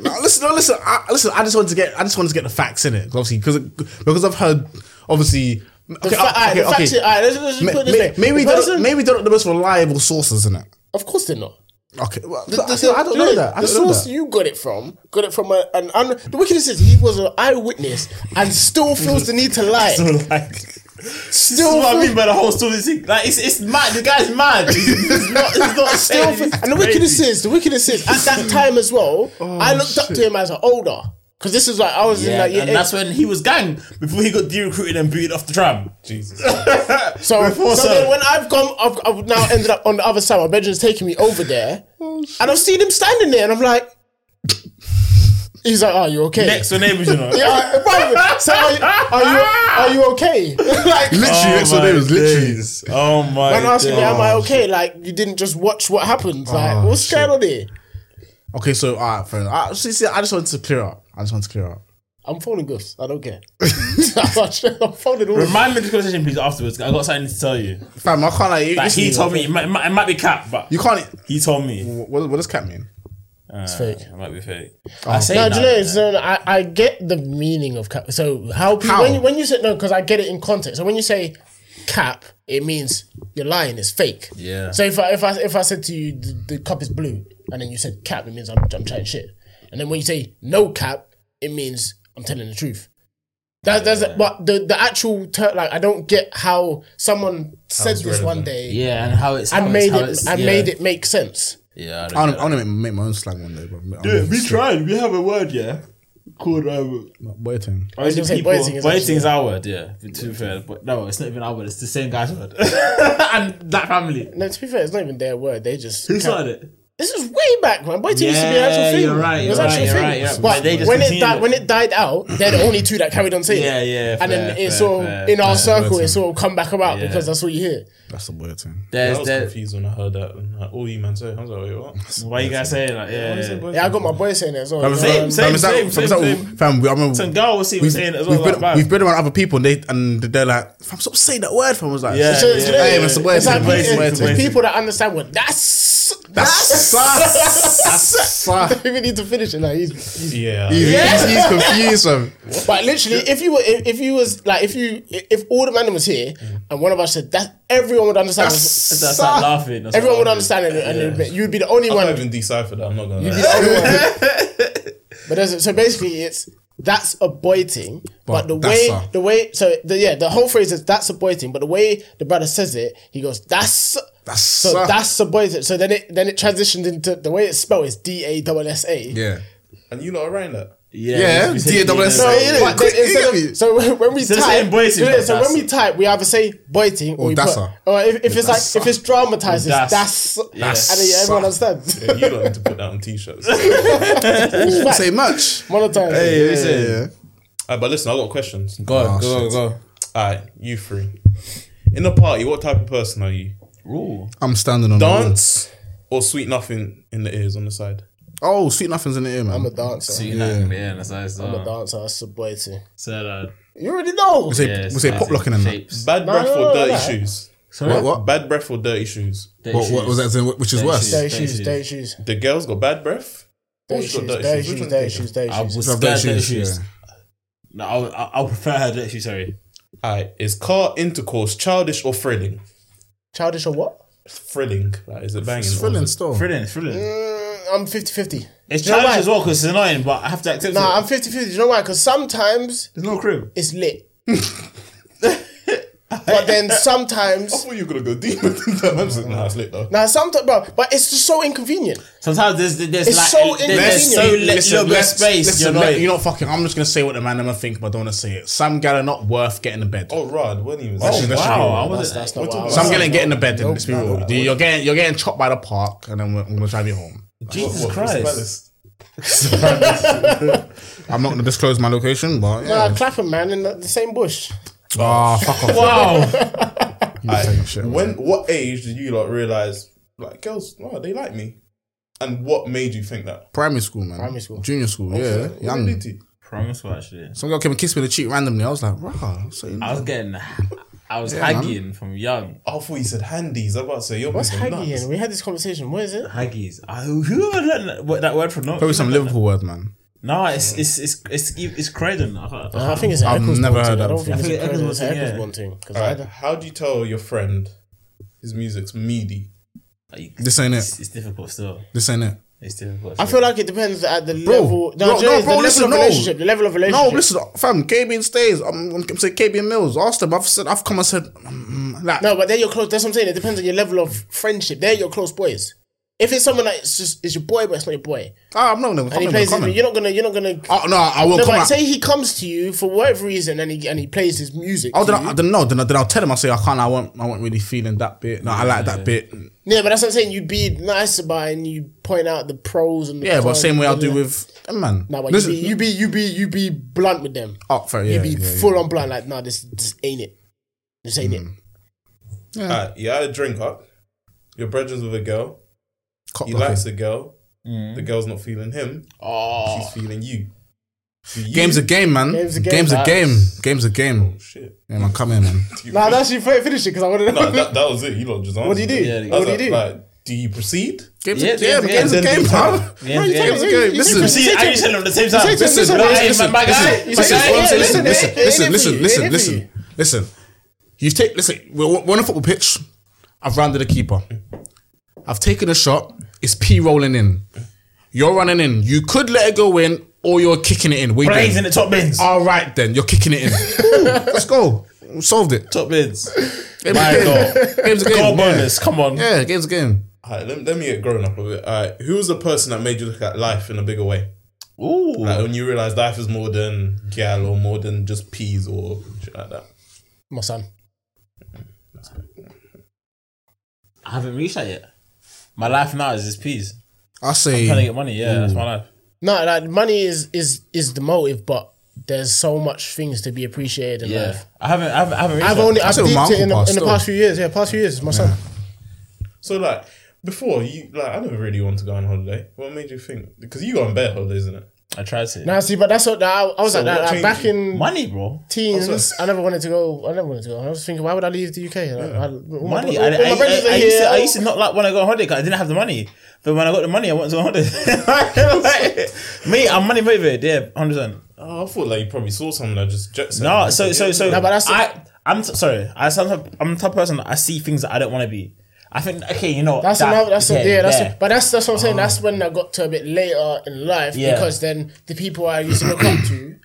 Speaker 1: no, listen, no, listen, I, listen. I just wanted to get, I just wanted to get the facts in it, obviously, because because I've heard, obviously.
Speaker 4: The
Speaker 1: Okay,
Speaker 4: fa-
Speaker 1: I-
Speaker 4: alright, the
Speaker 1: okay,
Speaker 4: fact is-
Speaker 1: okay.
Speaker 4: alright, let's, let's just
Speaker 1: Ma-
Speaker 4: put it
Speaker 1: ma-
Speaker 4: this way.
Speaker 1: Maybe
Speaker 4: The
Speaker 1: they're not-
Speaker 4: person-
Speaker 1: maybe they're not the most reliable sources in it.
Speaker 4: of course they're not.
Speaker 1: Okay, well,
Speaker 4: The-
Speaker 1: I,
Speaker 4: the-
Speaker 1: I don't
Speaker 4: the-
Speaker 1: know that. I
Speaker 4: the
Speaker 1: don't know
Speaker 4: source
Speaker 1: that.
Speaker 4: you got it from got it from a, an un- the wickedness is he was an eyewitness and still feels the need to lie.
Speaker 2: so [LAUGHS] like still what I mean by the whole story is he- like it's it's mad the guy's
Speaker 4: [LAUGHS]
Speaker 2: mad he's, he's not he's [LAUGHS] not
Speaker 4: still
Speaker 2: saying
Speaker 4: and the wickedness is the wickedness is at that time as well. I looked up to him as an older because this is like I was in
Speaker 2: Oh, yeah,
Speaker 4: like year
Speaker 2: and
Speaker 4: eight.
Speaker 2: that's when he was gang before he got de-recruited and booted off the tram
Speaker 6: Jesus.
Speaker 4: [LAUGHS] So,
Speaker 2: before,
Speaker 4: so
Speaker 2: sir.
Speaker 4: then when I've gone, I've, I've now ended up on the other side. My bedroom's taking me over
Speaker 2: [LAUGHS]
Speaker 4: there,
Speaker 2: Oh,
Speaker 4: and I've seen him standing there, and I'm like, he's like, "Are you okay?" [LAUGHS]
Speaker 2: next door neighbours you know
Speaker 4: Yeah, bro, so are, you- are you are you okay? [LAUGHS] like,
Speaker 1: Literally, next door
Speaker 2: my
Speaker 1: neighbours, literally.
Speaker 2: days. oh my
Speaker 4: and asking me,
Speaker 2: days.
Speaker 4: "Am I okay?" Like, you didn't just watch what happened. Like,
Speaker 2: Oh,
Speaker 4: what's going on here?
Speaker 1: Okay, so all right, fair enough. I, see, see, I just wanted to clear up. I just wanted to clear up.
Speaker 4: I'm phoning Gus. I don't care. [LAUGHS] I'm phoning
Speaker 2: [LAUGHS]
Speaker 4: all. of them.
Speaker 2: Remind me of the conversation, please, afterwards. 'cause I got something to tell you.
Speaker 1: Fam, I can't like. you-
Speaker 2: Like,
Speaker 1: listen,
Speaker 2: he told me, it might, it might- it might be cap, but
Speaker 1: you can't.
Speaker 2: he told me.
Speaker 1: What, what does cat mean?
Speaker 2: it's
Speaker 4: fake. Oh.
Speaker 2: It might be fake. I say
Speaker 4: No,
Speaker 2: that,
Speaker 4: do you know,
Speaker 2: yeah.
Speaker 4: it's, no, no, I, I get the meaning of cap. So how, people, When, you, when you say no, because I get it in context. So when you say cap, it means you're lying. It's fake.
Speaker 2: Yeah.
Speaker 4: So if I if I if I said to you the, the cup is blue, and then you said cap, it means I'm I'm chatting shit. And then when you say no cap, it means I'm telling the truth. That, that's but the the actual ter- like I don't get how someone said
Speaker 6: it's
Speaker 4: this one
Speaker 6: relevant.
Speaker 4: day
Speaker 2: yeah, and how it's how
Speaker 4: and made
Speaker 2: it's, how
Speaker 4: it
Speaker 2: it's-
Speaker 4: and
Speaker 2: yeah.
Speaker 4: made it make sense.
Speaker 2: Yeah, I
Speaker 1: I
Speaker 2: don't
Speaker 1: want
Speaker 2: know.
Speaker 1: to make, make my own slang one day, bro. I'm
Speaker 2: Yeah,
Speaker 1: gonna
Speaker 2: we
Speaker 1: stick
Speaker 2: tried. We have a word, yeah, called um,
Speaker 1: with Boy thing.
Speaker 2: only
Speaker 4: gonna say
Speaker 2: people.
Speaker 4: boiting
Speaker 2: Boiting
Speaker 4: is
Speaker 2: is,
Speaker 4: actually-
Speaker 2: our word, yeah. To be fair, but no, it's not even our word. It's the same guy's word, [LAUGHS] and that family.
Speaker 4: No, to be fair, it's not even their word. They just
Speaker 2: Who started it?
Speaker 4: This is way back, man. Boy, it used to be an
Speaker 2: Yeah,
Speaker 4: actual thing.
Speaker 2: you're right,
Speaker 4: It was
Speaker 2: you're right,
Speaker 4: actually a
Speaker 2: you're
Speaker 4: thing.
Speaker 2: right, yeah.
Speaker 4: But
Speaker 2: But they just
Speaker 4: when it
Speaker 2: continued
Speaker 4: died,
Speaker 2: it.
Speaker 4: when it died out, they're the only two that carried on saying. it.
Speaker 2: Yeah, yeah,
Speaker 4: And then
Speaker 2: fair,
Speaker 4: it's
Speaker 2: fair,
Speaker 4: all
Speaker 2: fair,
Speaker 4: in
Speaker 2: fair.
Speaker 4: our circle.
Speaker 1: Fair
Speaker 4: It's all come back about
Speaker 2: Yeah.
Speaker 4: because that's what you hear.
Speaker 1: That's the boy thing.
Speaker 6: I
Speaker 2: There's,
Speaker 6: was
Speaker 2: there,
Speaker 6: confused when I heard that. and, Like, all you man say, I was like, wait, what?
Speaker 2: [LAUGHS] why you guys saying that? Yeah, yeah.
Speaker 4: Yeah, I got my boy saying it as well.
Speaker 1: Fam, is
Speaker 4: You know,
Speaker 1: that- fam,
Speaker 2: Same, same,
Speaker 1: Um, is that-
Speaker 2: same,
Speaker 1: fam, is
Speaker 2: same,
Speaker 1: that-
Speaker 2: same.
Speaker 1: Fam, we- I remember.
Speaker 2: Some guy was even saying it as well.
Speaker 1: We've
Speaker 2: like,
Speaker 1: been,
Speaker 2: man.
Speaker 1: we've been around other people and they and they're like, "Fam, stop saying that word." Fam I was like,
Speaker 2: Yeah,
Speaker 4: So it's,
Speaker 2: yeah,
Speaker 4: really-
Speaker 1: Hey, man, it's a boy
Speaker 4: it's
Speaker 1: thing,
Speaker 4: like
Speaker 1: boy thing,
Speaker 4: people-
Speaker 1: boy
Speaker 4: it's
Speaker 1: thing.
Speaker 4: people that understand what that's.
Speaker 1: That's
Speaker 4: [LAUGHS]
Speaker 1: that's that's-
Speaker 4: we need to finish it. Like, he's,
Speaker 6: Yeah.
Speaker 1: He's, he's, he's confused, fam.
Speaker 4: But literally, if you were, if, if you was like, if you, if all the man was here, and one of us said that, everyone would understand.
Speaker 2: That's like laughing. That's
Speaker 4: everyone would
Speaker 2: like
Speaker 4: understand it, and you'd be the only
Speaker 6: I
Speaker 4: one.
Speaker 6: can't even decipher that. I'm not gonna. Lie.
Speaker 4: But there's, so basically, it's that's a boy thing. But,
Speaker 1: But
Speaker 4: the
Speaker 1: that's
Speaker 4: way
Speaker 1: a-
Speaker 4: the way so the, yeah the whole phrase is that's a boy thing. But the way the brother says it, he goes that's
Speaker 1: That's
Speaker 4: so that's a boy thing. So then it then it transitioned into the way it's spelled is D A S S A.
Speaker 1: yeah.
Speaker 6: And you lot are writing that.
Speaker 1: Yeah,
Speaker 2: we said
Speaker 1: DWS.
Speaker 4: So,
Speaker 1: Yeah,
Speaker 4: it is.
Speaker 1: yeah, quick,
Speaker 4: Then instead
Speaker 1: you
Speaker 4: of-
Speaker 1: get [LAUGHS] me?
Speaker 4: so [LAUGHS] when- when we
Speaker 2: So it's
Speaker 4: type,
Speaker 2: saying boy thing,
Speaker 4: yeah,
Speaker 2: but
Speaker 4: so when
Speaker 2: that's-
Speaker 4: we type, we either say boy thing or, we
Speaker 1: Oh, that's
Speaker 4: put,
Speaker 1: a-
Speaker 4: or if, if it's
Speaker 1: that's
Speaker 4: like if
Speaker 1: a-
Speaker 4: it's dramatized, it's
Speaker 2: That's-
Speaker 4: that's,
Speaker 2: That's
Speaker 4: and then yeah, everyone
Speaker 1: a-
Speaker 4: understands.
Speaker 6: Yeah, you lot need to put that on
Speaker 2: [LAUGHS]
Speaker 6: t-shirts.
Speaker 1: Don't say much.
Speaker 4: [LAUGHS] Monotone.
Speaker 1: Yeah.
Speaker 6: Alright, but listen, I got questions.
Speaker 2: Go, on,
Speaker 1: Oh,
Speaker 2: go,
Speaker 1: shit.
Speaker 2: go,
Speaker 6: Alright, you three. In a party, what type of person are you?
Speaker 2: go. Ooh.
Speaker 1: I'm standing on
Speaker 6: Dance or sweet nothing in the ears on the side?
Speaker 1: The wall. oh, sweet nothing's in the ear, man.
Speaker 4: I'm a dancer.
Speaker 2: So you yeah. yeah, that's nice.
Speaker 4: I'm a
Speaker 2: though.
Speaker 4: dancer. That's a boy thing.
Speaker 2: So uh,
Speaker 4: You already know.
Speaker 1: we say,
Speaker 2: yeah,
Speaker 1: we say
Speaker 2: it's
Speaker 1: pop locking in that.
Speaker 2: shapes.
Speaker 6: Bad breath
Speaker 4: no, no,
Speaker 6: or dirty
Speaker 4: no.
Speaker 6: shoes?
Speaker 1: What? What?
Speaker 6: Bad breath or dirty shoes?
Speaker 2: Dirty
Speaker 1: What, what
Speaker 2: shoes.
Speaker 1: was that? saying? Which is
Speaker 2: Dirty
Speaker 1: worse?
Speaker 2: shoes.
Speaker 4: Dirty shoes, dirty shoes,
Speaker 6: The girls got bad breath? Or
Speaker 4: dirty
Speaker 6: she
Speaker 4: shoes,
Speaker 6: got
Speaker 4: dirty
Speaker 6: Which
Speaker 4: shoes,
Speaker 6: one
Speaker 4: dirty
Speaker 6: do you
Speaker 4: shoes,
Speaker 6: think?
Speaker 4: dirty
Speaker 2: I
Speaker 4: shoes.
Speaker 2: was
Speaker 1: Have
Speaker 2: dirty
Speaker 1: dirty
Speaker 2: shoes.
Speaker 1: shoes, yeah.
Speaker 2: No, I, I, I prefer her dirty shoes. Sorry.
Speaker 6: Alright, is car intercourse childish or thrilling?
Speaker 4: Childish or what?
Speaker 6: Thrilling. Like, is it banging?
Speaker 1: It's
Speaker 6: or
Speaker 1: thrilling
Speaker 6: is it-
Speaker 1: still.
Speaker 2: Brilliant, brilliant.
Speaker 4: Mm, I'm 50 50.
Speaker 2: It's
Speaker 4: You know
Speaker 2: childish
Speaker 4: why?
Speaker 2: as well because it's annoying, but I have to accept
Speaker 4: Nah,
Speaker 2: it.
Speaker 4: I'm 50 50. You know why? Because sometimes
Speaker 2: There's no crib.
Speaker 4: it's lit. but then sometimes.
Speaker 6: I thought you were gonna go deeper than that. I'm just like, nah, it's lit though.
Speaker 4: Now, sometimes, bro, but it's just so inconvenient.
Speaker 2: Sometimes there's there's
Speaker 4: It's
Speaker 2: like
Speaker 4: so
Speaker 2: there's, there's so
Speaker 4: inconvenient.
Speaker 2: li-
Speaker 1: Listen,
Speaker 2: little bit of
Speaker 1: let's-
Speaker 2: space.
Speaker 1: listen,
Speaker 2: you know.
Speaker 1: let- you're not fucking. I'm just gonna say what the man never think, but I don't want to say it. Some gal are not worth getting in bed.
Speaker 6: Oh, Rod, when he
Speaker 1: should-
Speaker 6: was.
Speaker 1: that should be
Speaker 2: wow, I
Speaker 1: wrong.
Speaker 2: wasn't.
Speaker 4: That's not what I was
Speaker 1: Some
Speaker 4: saying.
Speaker 1: gal ain't getting in bed. Then let's be
Speaker 6: no,
Speaker 1: real.
Speaker 6: no.
Speaker 1: You're getting you're getting chopped by the park, and then we're, I'm gonna drive you home.
Speaker 2: Jesus
Speaker 6: What, what's
Speaker 2: Christ.
Speaker 6: the palace?
Speaker 1: I'm not gonna disclose my location, but
Speaker 4: Nah,
Speaker 1: yeah.
Speaker 4: Clapham, man, in the, the same bush.
Speaker 1: Ah, fuck off.
Speaker 2: Wow.
Speaker 4: [LAUGHS]
Speaker 1: You saying shit.
Speaker 6: When, what age did you like realize, like, girls, oh, they like me? And what made you think that?
Speaker 1: Primary school, man.
Speaker 4: Primary school.
Speaker 1: Junior school, yeah.
Speaker 6: What
Speaker 1: Young.
Speaker 6: did you-
Speaker 2: Promise what actually.
Speaker 1: Some girl came and kissed me in the cheek randomly. I was like, rah. So you
Speaker 2: I was getting, I was hagging from young.
Speaker 6: I thought you said handies. I was about to say, you're
Speaker 4: What's
Speaker 6: moving
Speaker 4: Haggy
Speaker 6: nuts.
Speaker 4: in? We had this conversation. What
Speaker 2: Uh,
Speaker 4: is it?
Speaker 2: Haggies. I, who ever learned that, what, that word from? No,
Speaker 1: Probably some Liverpool word, man.
Speaker 2: No, it's it's it's it's it's Croydon. I can't- I
Speaker 4: I
Speaker 1: Uh-huh.
Speaker 2: can't-
Speaker 4: think it's an
Speaker 1: I've
Speaker 4: Eccles
Speaker 1: never
Speaker 4: Bond
Speaker 1: heard
Speaker 4: thing. I
Speaker 1: that
Speaker 4: don't
Speaker 1: before.
Speaker 4: think
Speaker 2: I
Speaker 4: it's
Speaker 2: think
Speaker 4: an Eccles
Speaker 2: Eccles Bond, yeah.
Speaker 4: Bond thing. 'cause I
Speaker 6: Alright,
Speaker 4: don't-
Speaker 6: how do you tell your friend his music's meaty?
Speaker 2: like,
Speaker 1: This ain't it.
Speaker 2: It's, it's difficult still.
Speaker 1: This ain't it.
Speaker 2: It's difficult. still.
Speaker 4: I feel like it depends at the
Speaker 1: Bro,
Speaker 4: level.
Speaker 1: no,
Speaker 4: No, do you know
Speaker 1: no,
Speaker 4: it's the
Speaker 1: bro,
Speaker 4: level
Speaker 1: listen,
Speaker 4: of
Speaker 1: no.
Speaker 4: relationship. The level of
Speaker 1: No,
Speaker 4: relationship.
Speaker 1: listen, fam. KB and stays. I'm, I'm saying KB and Mills. Asked them. I've said. I've come and said. mm, mm, Like,
Speaker 4: No, but they're your close. That's what I'm saying. It depends on your level of friendship. They're your close boys. If it's someone that it's just it's your boy, but it's not your boy,
Speaker 1: ah, I'm not gonna.
Speaker 4: and
Speaker 1: I'm
Speaker 4: he
Speaker 1: not
Speaker 4: plays,
Speaker 1: gonna comment.
Speaker 4: his, you're not gonna, you're not gonna.
Speaker 1: Oh, no, I won't
Speaker 4: no,
Speaker 1: come
Speaker 4: but
Speaker 1: out.
Speaker 4: say he comes to you for whatever reason, and he and he plays his music.
Speaker 1: Oh,
Speaker 4: to
Speaker 1: then,
Speaker 4: you.
Speaker 1: I, then no, then, I, then I'll tell him. I'll say I can't. I won't. I won't really feeling that bit. No, I like that bit.
Speaker 4: yeah, but that's what I'm saying. You'd be nice about it and you point out the pros and the
Speaker 1: Yeah, but
Speaker 4: cons
Speaker 1: same way I
Speaker 4: and
Speaker 1: do
Speaker 4: the-
Speaker 1: with them, man.
Speaker 4: Nah, but
Speaker 1: Listen-
Speaker 4: you be you be you be you be blunt with them.
Speaker 1: Oh, fair, yeah,
Speaker 4: you be
Speaker 1: yeah, yeah. Mm.
Speaker 4: full on blunt. Like, nah, this this ain't it. This ain't it. Mm.
Speaker 6: Alright, you had a drink up. Your brethren's with a girl.
Speaker 1: Cock
Speaker 6: He
Speaker 1: blocking.
Speaker 6: likes a girl. The girl's not feeling him. She's feeling you. Do you- Oh,
Speaker 1: Game's a game, man.
Speaker 4: Game's
Speaker 1: Game's
Speaker 4: a
Speaker 1: a
Speaker 4: game,
Speaker 1: game. Game's a
Speaker 4: facts.
Speaker 1: game. Game's a game.
Speaker 6: Shit.
Speaker 1: Yeah, man, come here, man.
Speaker 4: Nah, that's you finish it because I want to know.
Speaker 6: No, that, that was it. You lot just answered
Speaker 4: What do you do?
Speaker 6: it.
Speaker 4: Yeah,
Speaker 6: I
Speaker 4: what
Speaker 6: was
Speaker 4: do you
Speaker 6: like-
Speaker 4: do?
Speaker 6: Like, do you proceed?
Speaker 1: Game's
Speaker 2: Yeah,
Speaker 1: a game,
Speaker 2: yeah,
Speaker 1: game's a
Speaker 6: yeah.
Speaker 1: game, fam.
Speaker 2: Yeah,
Speaker 1: Man,
Speaker 2: yeah.
Speaker 1: game's a game.
Speaker 4: You
Speaker 1: Listen,
Speaker 4: say
Speaker 2: See, I used to them at the same time.
Speaker 4: Listen,
Speaker 1: listen,
Speaker 4: listen,
Speaker 2: My-
Speaker 1: listen,
Speaker 2: my- my guy.
Speaker 1: listen, listen,
Speaker 2: my guy,
Speaker 1: listen,
Speaker 2: yeah,
Speaker 1: listen, listen,
Speaker 2: yeah.
Speaker 4: It ain't
Speaker 1: listen,
Speaker 4: it for
Speaker 1: listen,
Speaker 4: you.
Speaker 1: listen,
Speaker 4: It ain't it for
Speaker 1: listen, listen. You've taken listen. We're, we're on a football pitch. I've rounded the keeper. I've taken a shot. It's P rolling in. You're running in. You could let it go in, or you're kicking it in. Wait,
Speaker 2: Brains in the top bins.
Speaker 1: All right, then you're kicking it in. Cool. Let's go. Solved it.
Speaker 2: Top bins.
Speaker 1: Game's
Speaker 2: My
Speaker 1: a game.
Speaker 2: God.
Speaker 1: Game's a
Speaker 2: Goal
Speaker 1: game. Yeah.
Speaker 2: bonus. Come on.
Speaker 1: yeah, game's a game.
Speaker 6: All right, let, let me get grown up a bit. All right, who was the person that made you look at life in a bigger way?
Speaker 2: Ooh.
Speaker 6: Like when you realized life is more than gal or more than just peas or shit like that.
Speaker 4: [LAUGHS] My son.
Speaker 2: I haven't reached that yet. My life now is just peas.
Speaker 1: I
Speaker 2: Trying to
Speaker 1: say,
Speaker 2: get money. Yeah, that's my life.
Speaker 4: No, like money is is is the motive, but there's so much things to be appreciated in
Speaker 2: Yeah.
Speaker 4: life.
Speaker 2: I haven't. I haven't, I haven't reached
Speaker 4: I've
Speaker 2: that.
Speaker 4: only
Speaker 1: That's
Speaker 4: I've
Speaker 1: what my
Speaker 4: deeped
Speaker 1: uncle
Speaker 4: it in, the,
Speaker 1: passed
Speaker 4: in the
Speaker 1: on.
Speaker 4: past few years. Yeah, past few years, my son.
Speaker 6: So like before you like I never really want to go on holiday. What made you think? Because you go on bear holiday, isn't it?
Speaker 2: I tried to.
Speaker 4: Now see, but that's what I, I was
Speaker 6: So
Speaker 4: like, that
Speaker 6: what
Speaker 4: like, back
Speaker 6: changed
Speaker 4: in
Speaker 2: Money, bro.
Speaker 4: teens.
Speaker 6: Also-
Speaker 4: I never wanted to go. I never wanted to go. I was thinking, why would I leave the UK? Like, I, all my
Speaker 2: Money.
Speaker 4: bro-
Speaker 2: I, I,
Speaker 4: all my
Speaker 2: I, I,
Speaker 4: brothers are
Speaker 2: I used to,
Speaker 4: here.
Speaker 2: I used to not like when I go on holiday 'cause I didn't have the money. But when I got the money, I went to on holiday. like, [LAUGHS] me, I'm money motivated. Yeah, hundred percent.
Speaker 6: Oh, I thought like you probably saw something that just jet set.
Speaker 2: No, so so so.
Speaker 4: No, but that's-
Speaker 2: I. I'm t- sorry. I sometimes I'm the type of person that I see things that I don't want to be. I think okay, you know
Speaker 4: That's
Speaker 2: that-
Speaker 4: another. That's a, yeah. That's
Speaker 2: there. Oh.
Speaker 4: A, but that's that's what I'm saying. That's when I got to a bit later in life
Speaker 2: Yeah.
Speaker 4: because then the people I used to look up to,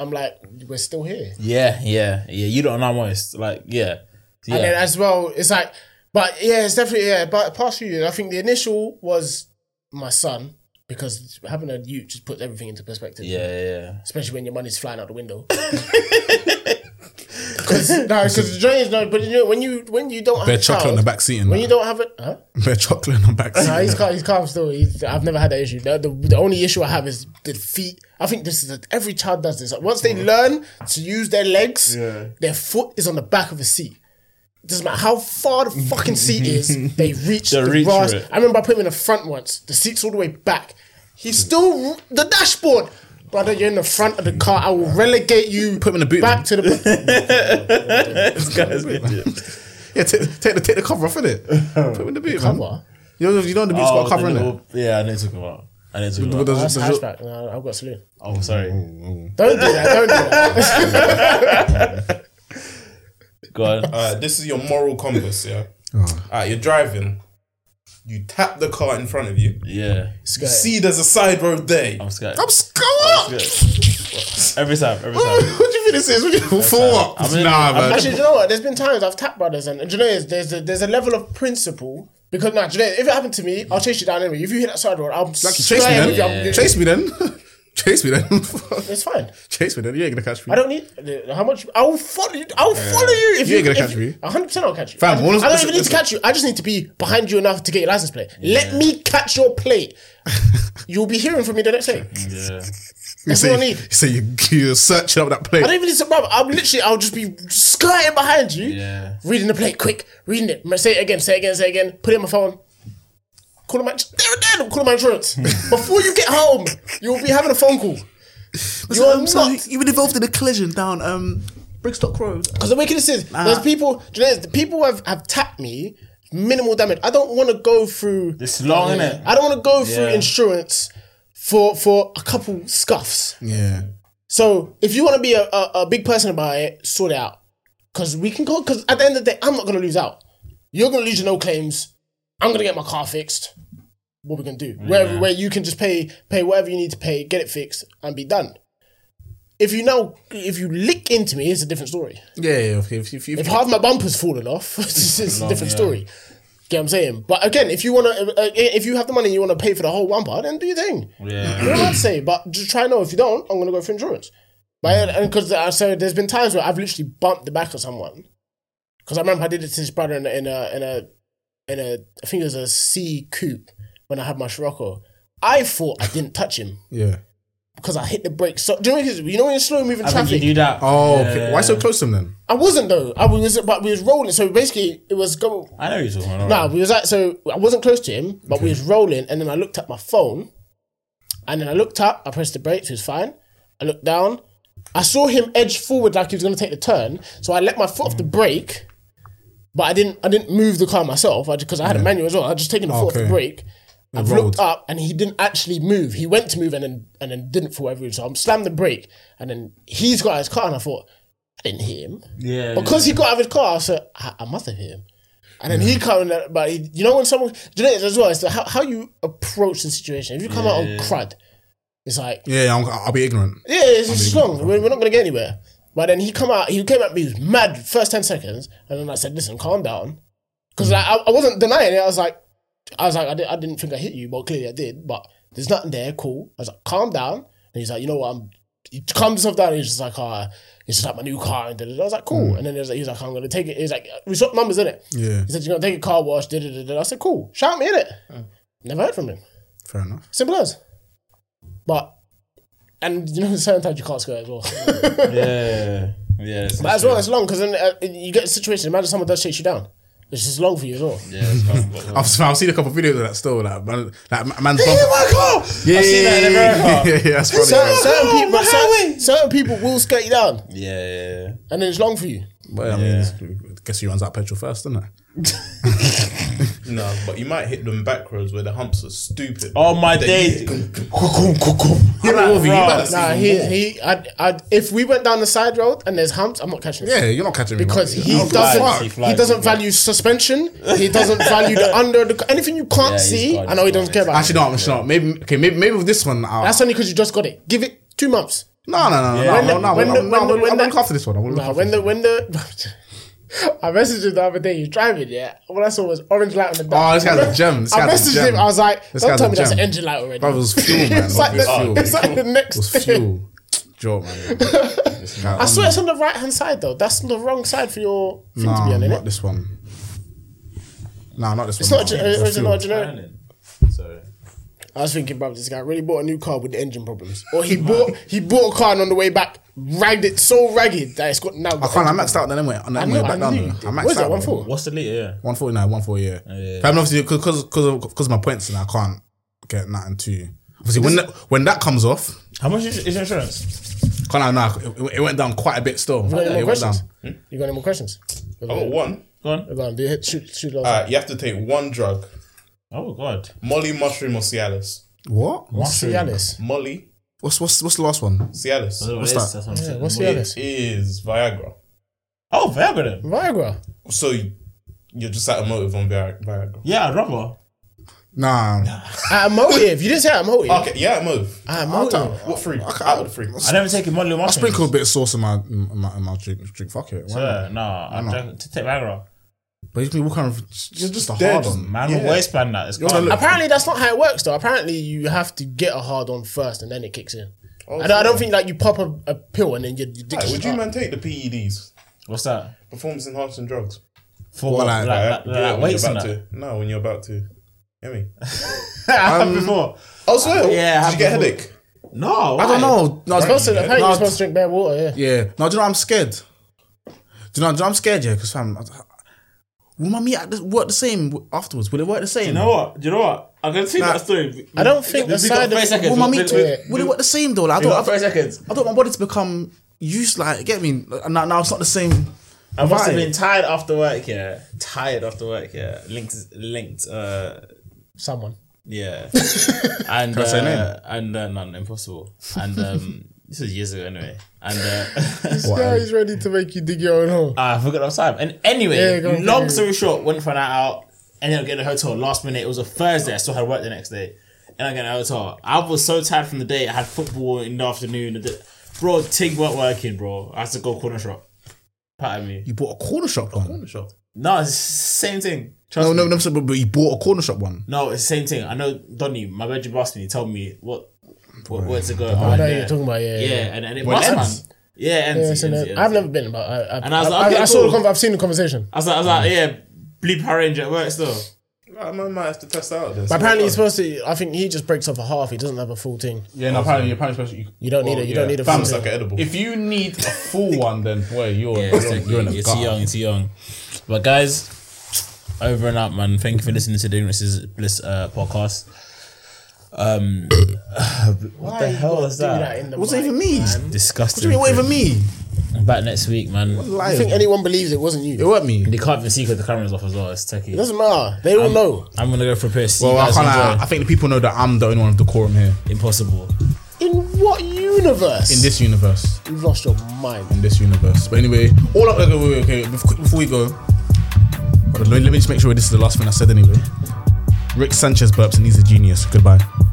Speaker 4: I'm like, we're still here.
Speaker 2: yeah, yeah, yeah. You don't know most like yeah, yeah.
Speaker 4: And then as well, it's like, but yeah, it's definitely yeah. But past few years, I think the initial was my son because having a youth just puts everything into perspective.
Speaker 2: yeah, yeah.
Speaker 4: especially when your money's flying out the
Speaker 2: [LAUGHS]
Speaker 4: window. [LAUGHS] Because no, because the drains no. But you know, when you when you don't have
Speaker 1: bear
Speaker 4: a child,
Speaker 1: chocolate in the back seat. and [LAUGHS]
Speaker 4: when you
Speaker 1: that.
Speaker 4: don't have it, huh?
Speaker 1: Bear chocolate in the back
Speaker 2: [LAUGHS]
Speaker 4: No, he's
Speaker 1: seat.
Speaker 4: calm. He's calm still. He's, I've never had that issue. The, the, the only issue I have is the feet. I think this is a, every child does this. Like, Once they learn to use their legs, their foot is on the back of the seat. Doesn't matter how far the fucking
Speaker 2: [LAUGHS]
Speaker 4: seat is, they reach
Speaker 2: They
Speaker 4: the
Speaker 2: reach for
Speaker 4: grass.
Speaker 2: it.
Speaker 4: I remember I put him in the front once. The seat's all the way back. He's still r- the dashboard. Brother, you're in the front of the car. I will relegate you.
Speaker 1: Put him in the boot.
Speaker 4: back
Speaker 2: [LAUGHS]
Speaker 4: to the.
Speaker 2: [LAUGHS] This guy's legit.
Speaker 1: Yeah, take, take the take the cover off,
Speaker 3: [LAUGHS]
Speaker 1: innit?
Speaker 3: Oh.
Speaker 1: Put him in the boot, man.
Speaker 4: Cover?
Speaker 1: You know, you know the boot's got a cover in it.
Speaker 2: Oh, little- Yeah, I need to talk about. I need to talk
Speaker 1: But
Speaker 2: about.
Speaker 1: does-
Speaker 4: That's a
Speaker 1: does your-
Speaker 4: hatchback. No, I've got a saloon.
Speaker 2: Oh, sorry.
Speaker 4: Don't do that. Don't do
Speaker 2: [LAUGHS]
Speaker 4: that.
Speaker 1: [LAUGHS]
Speaker 2: Go on.
Speaker 6: Alright, this is your moral compass, yeah. Alright, you're driving. You tap the car in front of you.
Speaker 2: Yeah,
Speaker 4: Skirt.
Speaker 6: See, there's a side road there.
Speaker 2: I'm scared.
Speaker 1: I'm scared.
Speaker 2: Every time, every
Speaker 1: [LAUGHS] what
Speaker 2: time.
Speaker 1: do you think this is? What do you, for what?
Speaker 2: I'm in-
Speaker 1: nah,
Speaker 2: I'm
Speaker 1: man.
Speaker 4: Actually, do you know what? There's been times I've tapped brothers, and, and do you know, what? there's a, there's a level of principle because now, do you know, if it happened to me, I'll chase you down anyway. If you hit that side road, I'll
Speaker 1: Like, chase me
Speaker 4: with you.
Speaker 1: then.
Speaker 4: I'm-
Speaker 1: Chase me then. [LAUGHS] chase me then. [LAUGHS]
Speaker 4: It's fine.
Speaker 1: chase me then. You ain't gonna catch me.
Speaker 4: I don't need how much. I'll follow you. I'll follow you if
Speaker 1: You ain't gonna
Speaker 4: if
Speaker 1: catch me.
Speaker 4: 100 percent I'll catch you.
Speaker 1: Fam,
Speaker 4: I,
Speaker 1: all
Speaker 4: I
Speaker 1: of-
Speaker 4: don't
Speaker 1: listen,
Speaker 4: even need to
Speaker 1: listen.
Speaker 4: catch you. I just need to be behind you enough to get your license plate. Let me catch
Speaker 1: [LAUGHS]
Speaker 4: your plate. You'll be hearing from me the next day.
Speaker 2: Yeah.
Speaker 1: you
Speaker 4: all I
Speaker 1: say, you
Speaker 4: need.
Speaker 1: say you, you're searching up that plate.
Speaker 4: I don't even need to, bro. I'm literally, I'll just be skirting behind you,
Speaker 2: Yeah.
Speaker 4: reading the plate quick, reading it. Say it again, say it again, say it again. Put it in my phone. Call my, there and then, I'm calling my
Speaker 2: [LAUGHS]
Speaker 4: insurance. Before you get home, you'll be having a phone call. You are not,
Speaker 3: you've been involved in a collision down um, Brigstock Road.
Speaker 4: because the wickedness is, there's people, do you know, the people have, have tapped me, minimal damage. I don't want to go through.
Speaker 2: It's long, innit?
Speaker 4: I don't want to go through
Speaker 2: Yeah.
Speaker 4: insurance for, for a couple scuffs.
Speaker 1: yeah.
Speaker 4: So if you want to be a, a, a big person about it, sort it out. Because we can go, because at the end of the day, I'm not going to lose out. You're going to lose your no claims. I'm going to get my car fixed. What we going to do? Where, where you can just pay pay whatever you need to pay, get it fixed, and be done. If you now, if you lick into me, it's a different story.
Speaker 1: Yeah, yeah. If, if, if, if,
Speaker 4: If half my bumper's fallen off, [LAUGHS] it's, it's a different story. Get what I'm saying? But again, if you want to, if you have the money and you want to pay for the whole bumper, then do your thing.
Speaker 2: Yeah.
Speaker 4: You know what I'd say, but just try and know if you don't, I'm gonna go for insurance. But and because I so there's been times where I've literally bumped the back of someone. Because I remember I did it to this brother in a in a in a, in a I think it was a C coupe when I had my Scirocco. I thought I didn't touch him
Speaker 1: yeah.
Speaker 4: because I hit the brake. So do you know, what it is? you know when you're slow moving
Speaker 2: I think
Speaker 4: traffic,
Speaker 2: you do that.
Speaker 1: Oh,
Speaker 2: Yeah.
Speaker 1: okay. why so close to him then?
Speaker 4: I wasn't though. I was but we was rolling. So basically, it was going.
Speaker 2: I know what you're talking about.
Speaker 4: No, we was like so I wasn't close to him, but we was rolling, and then I looked at my phone, and then I looked up, I pressed the brakes, it was fine. I looked down, I saw him edge forward like he was gonna take the turn, so I let my foot off the brake, but I didn't I didn't move the car myself. I because I had a manual as well. I just taken a foot off the
Speaker 1: Okay.
Speaker 4: brake. I've
Speaker 1: rolled.
Speaker 4: looked up and he didn't actually move. He went to move and then and then didn't for whatever reason. So I'm slammed the brake and then he's got out his car and I thought I didn't hit him
Speaker 2: Yeah.
Speaker 4: because he got out of his car. So I, I must have hit him. And then he come in, but he, you know when someone, do you know, as well, it's the, how, how you approach the situation. If you come out on crud, it's like
Speaker 1: Yeah, I'm, I'll be ignorant.
Speaker 4: yeah, it's, it's long. We're, we're not going to get anywhere. But then he come out. He came at me. He was mad first ten seconds, and then I said, "Listen, calm down," because like, I, I wasn't denying it. I was like, I was like, I, did, I didn't think I hit you, but clearly I did. But there's nothing there. Cool. I was like, calm down. And he's like, you know what? I'm. He calmed himself down. He's just like, ah, it's just like my new car. And da, da, da. I was like, cool. And then he was like, he was like, I'm gonna take it. He's like, we swapped numbers in it.
Speaker 1: Yeah,
Speaker 4: He said, you're gonna take a car wash. Da, da, da, da. I said, cool. Shout me in it. Never heard from him.
Speaker 1: fair enough.
Speaker 4: Simple as. But and you know, [LAUGHS] sometimes you can't score as well.
Speaker 2: Yeah. Yeah. it's-
Speaker 4: but as well, it's long because then uh, you get a situation. Imagine someone does chase you down. It's just long for you as well.
Speaker 2: Yeah, it's
Speaker 1: [LAUGHS]
Speaker 2: fine.
Speaker 1: I've, I've seen a couple of videos of that still. Like, man, like man's
Speaker 4: Hit my car!
Speaker 1: Yeah,
Speaker 2: I've seen that in America.
Speaker 1: [LAUGHS] yeah, yeah, that's funny.
Speaker 4: Certain,
Speaker 1: man.
Speaker 4: certain
Speaker 2: Oh, my
Speaker 4: people, certain, certain people will skirt you down,
Speaker 2: Yeah, yeah, yeah.
Speaker 4: and then it's long for you.
Speaker 1: But I mean, it's- guess who runs out of petrol first, doesn't it?
Speaker 6: No, but you might hit them back roads where the humps are stupid.
Speaker 2: Oh my days.
Speaker 1: Yeah,
Speaker 2: like,
Speaker 1: Wolvie, you
Speaker 2: bruh,
Speaker 1: better see
Speaker 4: Nah,
Speaker 1: me
Speaker 4: he,
Speaker 1: more.
Speaker 4: he, I'd, I'd, if we went down the side road and there's humps, I'm not catching him.
Speaker 1: Yeah, you're not catching me.
Speaker 4: Because
Speaker 1: man.
Speaker 4: he
Speaker 1: Oh,
Speaker 4: doesn't,
Speaker 1: fuck.
Speaker 2: He
Speaker 4: he,
Speaker 2: flies,
Speaker 4: doesn't
Speaker 2: he flies.
Speaker 4: value suspension. He doesn't value the under the anything you can't
Speaker 2: Yeah, he's
Speaker 4: see.
Speaker 2: gone,
Speaker 4: I know he
Speaker 2: he's
Speaker 4: doesn't
Speaker 2: gone.
Speaker 4: care about.
Speaker 1: Actually, no, actually, no. Maybe, okay, maybe, maybe with this one. I'll,
Speaker 4: That's only because you just got it. Give it two months.
Speaker 1: no, no, no,
Speaker 2: Yeah.
Speaker 1: no, no, no.
Speaker 4: When
Speaker 1: no,
Speaker 4: the-
Speaker 1: no,
Speaker 4: when the-
Speaker 1: I'm
Speaker 4: when
Speaker 1: gonna
Speaker 4: the-
Speaker 1: look after this one. I'm gonna look
Speaker 4: Nah,
Speaker 1: after
Speaker 4: when
Speaker 1: this
Speaker 4: the when the [LAUGHS] I messaged him the other day. He was driving, yeah. All I saw was orange light on the
Speaker 1: Oh,
Speaker 4: back.
Speaker 1: this guy's a gem. This
Speaker 4: I
Speaker 1: guy's a
Speaker 4: messaged
Speaker 1: gem.
Speaker 4: him. I was like,
Speaker 1: This
Speaker 4: "Don't
Speaker 1: guy's
Speaker 4: tell
Speaker 1: a
Speaker 4: me that's
Speaker 1: gem.
Speaker 4: an engine light already."
Speaker 1: That was fuel, man.
Speaker 4: [LAUGHS] it's like,
Speaker 1: It was
Speaker 4: the,
Speaker 1: fuel.
Speaker 4: it's like the
Speaker 1: It
Speaker 4: next
Speaker 1: was
Speaker 4: thing.
Speaker 1: fuel. Joe, man.
Speaker 4: [LAUGHS] I swear it's on the right hand side though. That's on the wrong side for your thing to be
Speaker 1: Nah,
Speaker 4: on,
Speaker 1: not
Speaker 4: innit?
Speaker 1: this one. Nah, not this
Speaker 4: It's
Speaker 1: one.
Speaker 4: not, a,
Speaker 1: nah.
Speaker 4: gen- uh,
Speaker 1: It was
Speaker 4: it's not a
Speaker 1: fuel.
Speaker 4: generic.
Speaker 2: Sorry.
Speaker 4: I was thinking, bro, this guy really bought a new car with the engine problems, or he bought he bought a car and on the way back ragged it so ragged that it's got now.
Speaker 1: I can't. I maxed out then anyway. On that
Speaker 4: I
Speaker 1: way
Speaker 4: know. I
Speaker 1: back down.
Speaker 4: knew.
Speaker 1: there. I maxed
Speaker 4: What is that
Speaker 1: out.
Speaker 4: one for?
Speaker 2: What's the leader?
Speaker 1: One forty nine, one forty yeah.
Speaker 2: yeah.
Speaker 1: I mean, obviously because because because of my points and I can't get nothing to. Obviously, when that, when that comes off,
Speaker 2: How much is is your insurance?
Speaker 1: can't I know? It, it went down quite a bit still.
Speaker 4: You got any
Speaker 1: it
Speaker 4: more
Speaker 1: went down.
Speaker 4: questions? You got any more questions?
Speaker 6: Oh, one.
Speaker 2: Go on.
Speaker 4: Go on, do it. Shoot, shoot. loads.
Speaker 6: Alright, you have to take one drug.
Speaker 2: Oh God.
Speaker 6: Molly, mushroom, or Cialis.
Speaker 1: What?
Speaker 4: Cialis.
Speaker 6: Molly,
Speaker 1: What's what's what's the last one?
Speaker 6: Cialis.
Speaker 2: What's
Speaker 1: that?
Speaker 4: Yeah, what's
Speaker 2: the
Speaker 6: It
Speaker 4: Cialis?
Speaker 6: is Viagra.
Speaker 2: Oh, Viagra then.
Speaker 4: Viagra.
Speaker 6: So you're just out of motive on Viag- Viagra.
Speaker 2: Yeah, I'd rather.
Speaker 1: Nah,
Speaker 4: At a motive. You didn't say at a motive.
Speaker 6: Okay, yeah, move.
Speaker 4: At a motive.
Speaker 6: What three? Out of the three.
Speaker 2: I never take it monthly mushrooms.
Speaker 1: sprinkle a bit of sauce in my in my, in my drink. Drink, fuck it. Why not?
Speaker 2: Yeah, nah, I'm
Speaker 1: not?
Speaker 2: joking. to take Viagra.
Speaker 1: But you can walk around. with- It's just, a
Speaker 6: dead,
Speaker 1: hard on.
Speaker 2: Man, I'm a
Speaker 6: Yeah.
Speaker 2: waistband that. It's
Speaker 1: You're
Speaker 2: gone.
Speaker 1: the look-
Speaker 4: Apparently, that's not how it works, though. Apparently, you have to get a hard on first, and then it kicks in. I, don't, I don't think like you pop a, a pill and then your, your dick.
Speaker 6: Alright,
Speaker 4: Oh, Would
Speaker 6: would you man take the PEDs?
Speaker 2: What's that?
Speaker 6: Performance enhancing drugs.
Speaker 2: For
Speaker 1: Well,
Speaker 2: what?
Speaker 1: like-
Speaker 2: Like, like, like,
Speaker 6: Do it when
Speaker 2: weights
Speaker 6: you're
Speaker 2: and
Speaker 6: about
Speaker 2: that.
Speaker 6: to. No, when you're about to. You know what I mean?
Speaker 2: I have before.
Speaker 6: Also,
Speaker 2: yeah,
Speaker 6: did you get a
Speaker 2: I've-
Speaker 6: headache?
Speaker 2: No,
Speaker 1: I don't know. No,
Speaker 4: supposed to,
Speaker 1: no,
Speaker 4: apparently, you're supposed to drink bare water. Yeah.
Speaker 1: Yeah. No, do you know what I'm scared? Do you know, do you know I'm scared, yeah? Because, fam, I- will my meat at this, work the same afterwards? Will it work the same?
Speaker 2: You know what? You know what? I'm gonna tell you
Speaker 1: Nah.
Speaker 2: that story.
Speaker 4: I don't think the side of
Speaker 1: Will my meat
Speaker 4: we-
Speaker 1: to, will it work the same, though? Like, I,
Speaker 2: You got
Speaker 1: don't, I,
Speaker 2: thirty seconds.
Speaker 1: I don't want my body to become used, like, get me? Like, Now, now it's not the same.
Speaker 2: I must have
Speaker 1: vibe.
Speaker 2: been tired after work. Yeah, tired after work. Yeah, linked, linked. Uh,
Speaker 4: someone.
Speaker 1: [LAUGHS]
Speaker 2: yeah, and
Speaker 1: I say a
Speaker 2: uh,
Speaker 1: name?
Speaker 2: and uh, none impossible. And um, [LAUGHS] this was years ago anyway. And uh, [LAUGHS] Ah,
Speaker 4: Yeah, he's ready to make you dig your own hole.
Speaker 2: I forgot our time. And anyway,
Speaker 4: Yeah, go on,
Speaker 2: long story
Speaker 4: continue.
Speaker 2: short, went for a night out. Ended up getting a hotel last minute. It was a Thursday. I still had work the next day. And I got a hotel. I was so tired from the day. I had football in the afternoon. I did- Bro, Ting weren't working, bro. I had to go corner shop. Pardon me.
Speaker 1: You bought a corner shop one. Corner shop.
Speaker 2: No, it's the same thing. Trust
Speaker 1: No,
Speaker 2: me.
Speaker 1: no, no, so- but, but you bought a corner shop one.
Speaker 2: No, it's the same thing. I know Donny, my bedroom asked me, he told me what, what where to go.
Speaker 4: I
Speaker 2: went
Speaker 4: know what
Speaker 2: there.
Speaker 4: you're talking about. Yeah.
Speaker 2: Yeah,
Speaker 4: yeah.
Speaker 2: and, and it
Speaker 1: Well,
Speaker 2: must
Speaker 1: Ends.
Speaker 2: man. Yeah, ends,
Speaker 4: Yeah,
Speaker 2: ends,
Speaker 4: so no-
Speaker 2: ends.
Speaker 4: I've never been, but I, I,
Speaker 2: And I was
Speaker 4: I-
Speaker 2: like, okay,
Speaker 4: I- I saw the
Speaker 2: cool.
Speaker 4: con- I've seen the conversation.
Speaker 2: I was like, I was like yeah, bleep Power Ranger at work still.
Speaker 6: I might might have to test out this.
Speaker 4: But apparently, he's supposed to. I think he just breaks off a half. He doesn't have a full thing.
Speaker 1: Yeah, no, apparently, apparently, especially you,
Speaker 4: You don't need it. You don't need a full
Speaker 1: Fam,
Speaker 6: It's
Speaker 4: thing.
Speaker 6: like an edible.
Speaker 1: If you need a [LAUGHS] full one, then boy, you're
Speaker 2: Yeah,
Speaker 1: you're, you're in a
Speaker 2: you're
Speaker 1: gutter.
Speaker 2: too young, you're too young. But guys, over and out, man. Thank you for listening to the Ignorance is Bliss uh, podcast. Um, [COUGHS] what the hell is
Speaker 4: Do
Speaker 2: that?
Speaker 4: in the
Speaker 1: What's
Speaker 4: mic.
Speaker 1: it even mean? What
Speaker 2: Disgusting.
Speaker 1: do you mean, what even mean?
Speaker 2: I'm back next week, man.
Speaker 4: I think anyone believes it wasn't
Speaker 1: It
Speaker 4: you.
Speaker 1: weren't me.
Speaker 2: They can't even see because the camera's off as well. It's techie.
Speaker 4: It doesn't matter. They all
Speaker 2: Um,
Speaker 4: know.
Speaker 2: I'm gonna go for a pair. See
Speaker 1: Well,
Speaker 2: you
Speaker 1: I,
Speaker 2: guys
Speaker 1: can't, I,
Speaker 2: enjoy.
Speaker 1: I think the people know that I'm the only one of the quorum here
Speaker 2: Impossible.
Speaker 4: In what universe?
Speaker 1: in this universe.
Speaker 4: You've lost your mind.
Speaker 1: In this universe. But anyway, all up. Okay, wait, wait, okay. bef- Before we go, hold on, let me let me just make sure this is the last thing I said. Anyway, Rick Sanchez burps and he's a genius. Goodbye.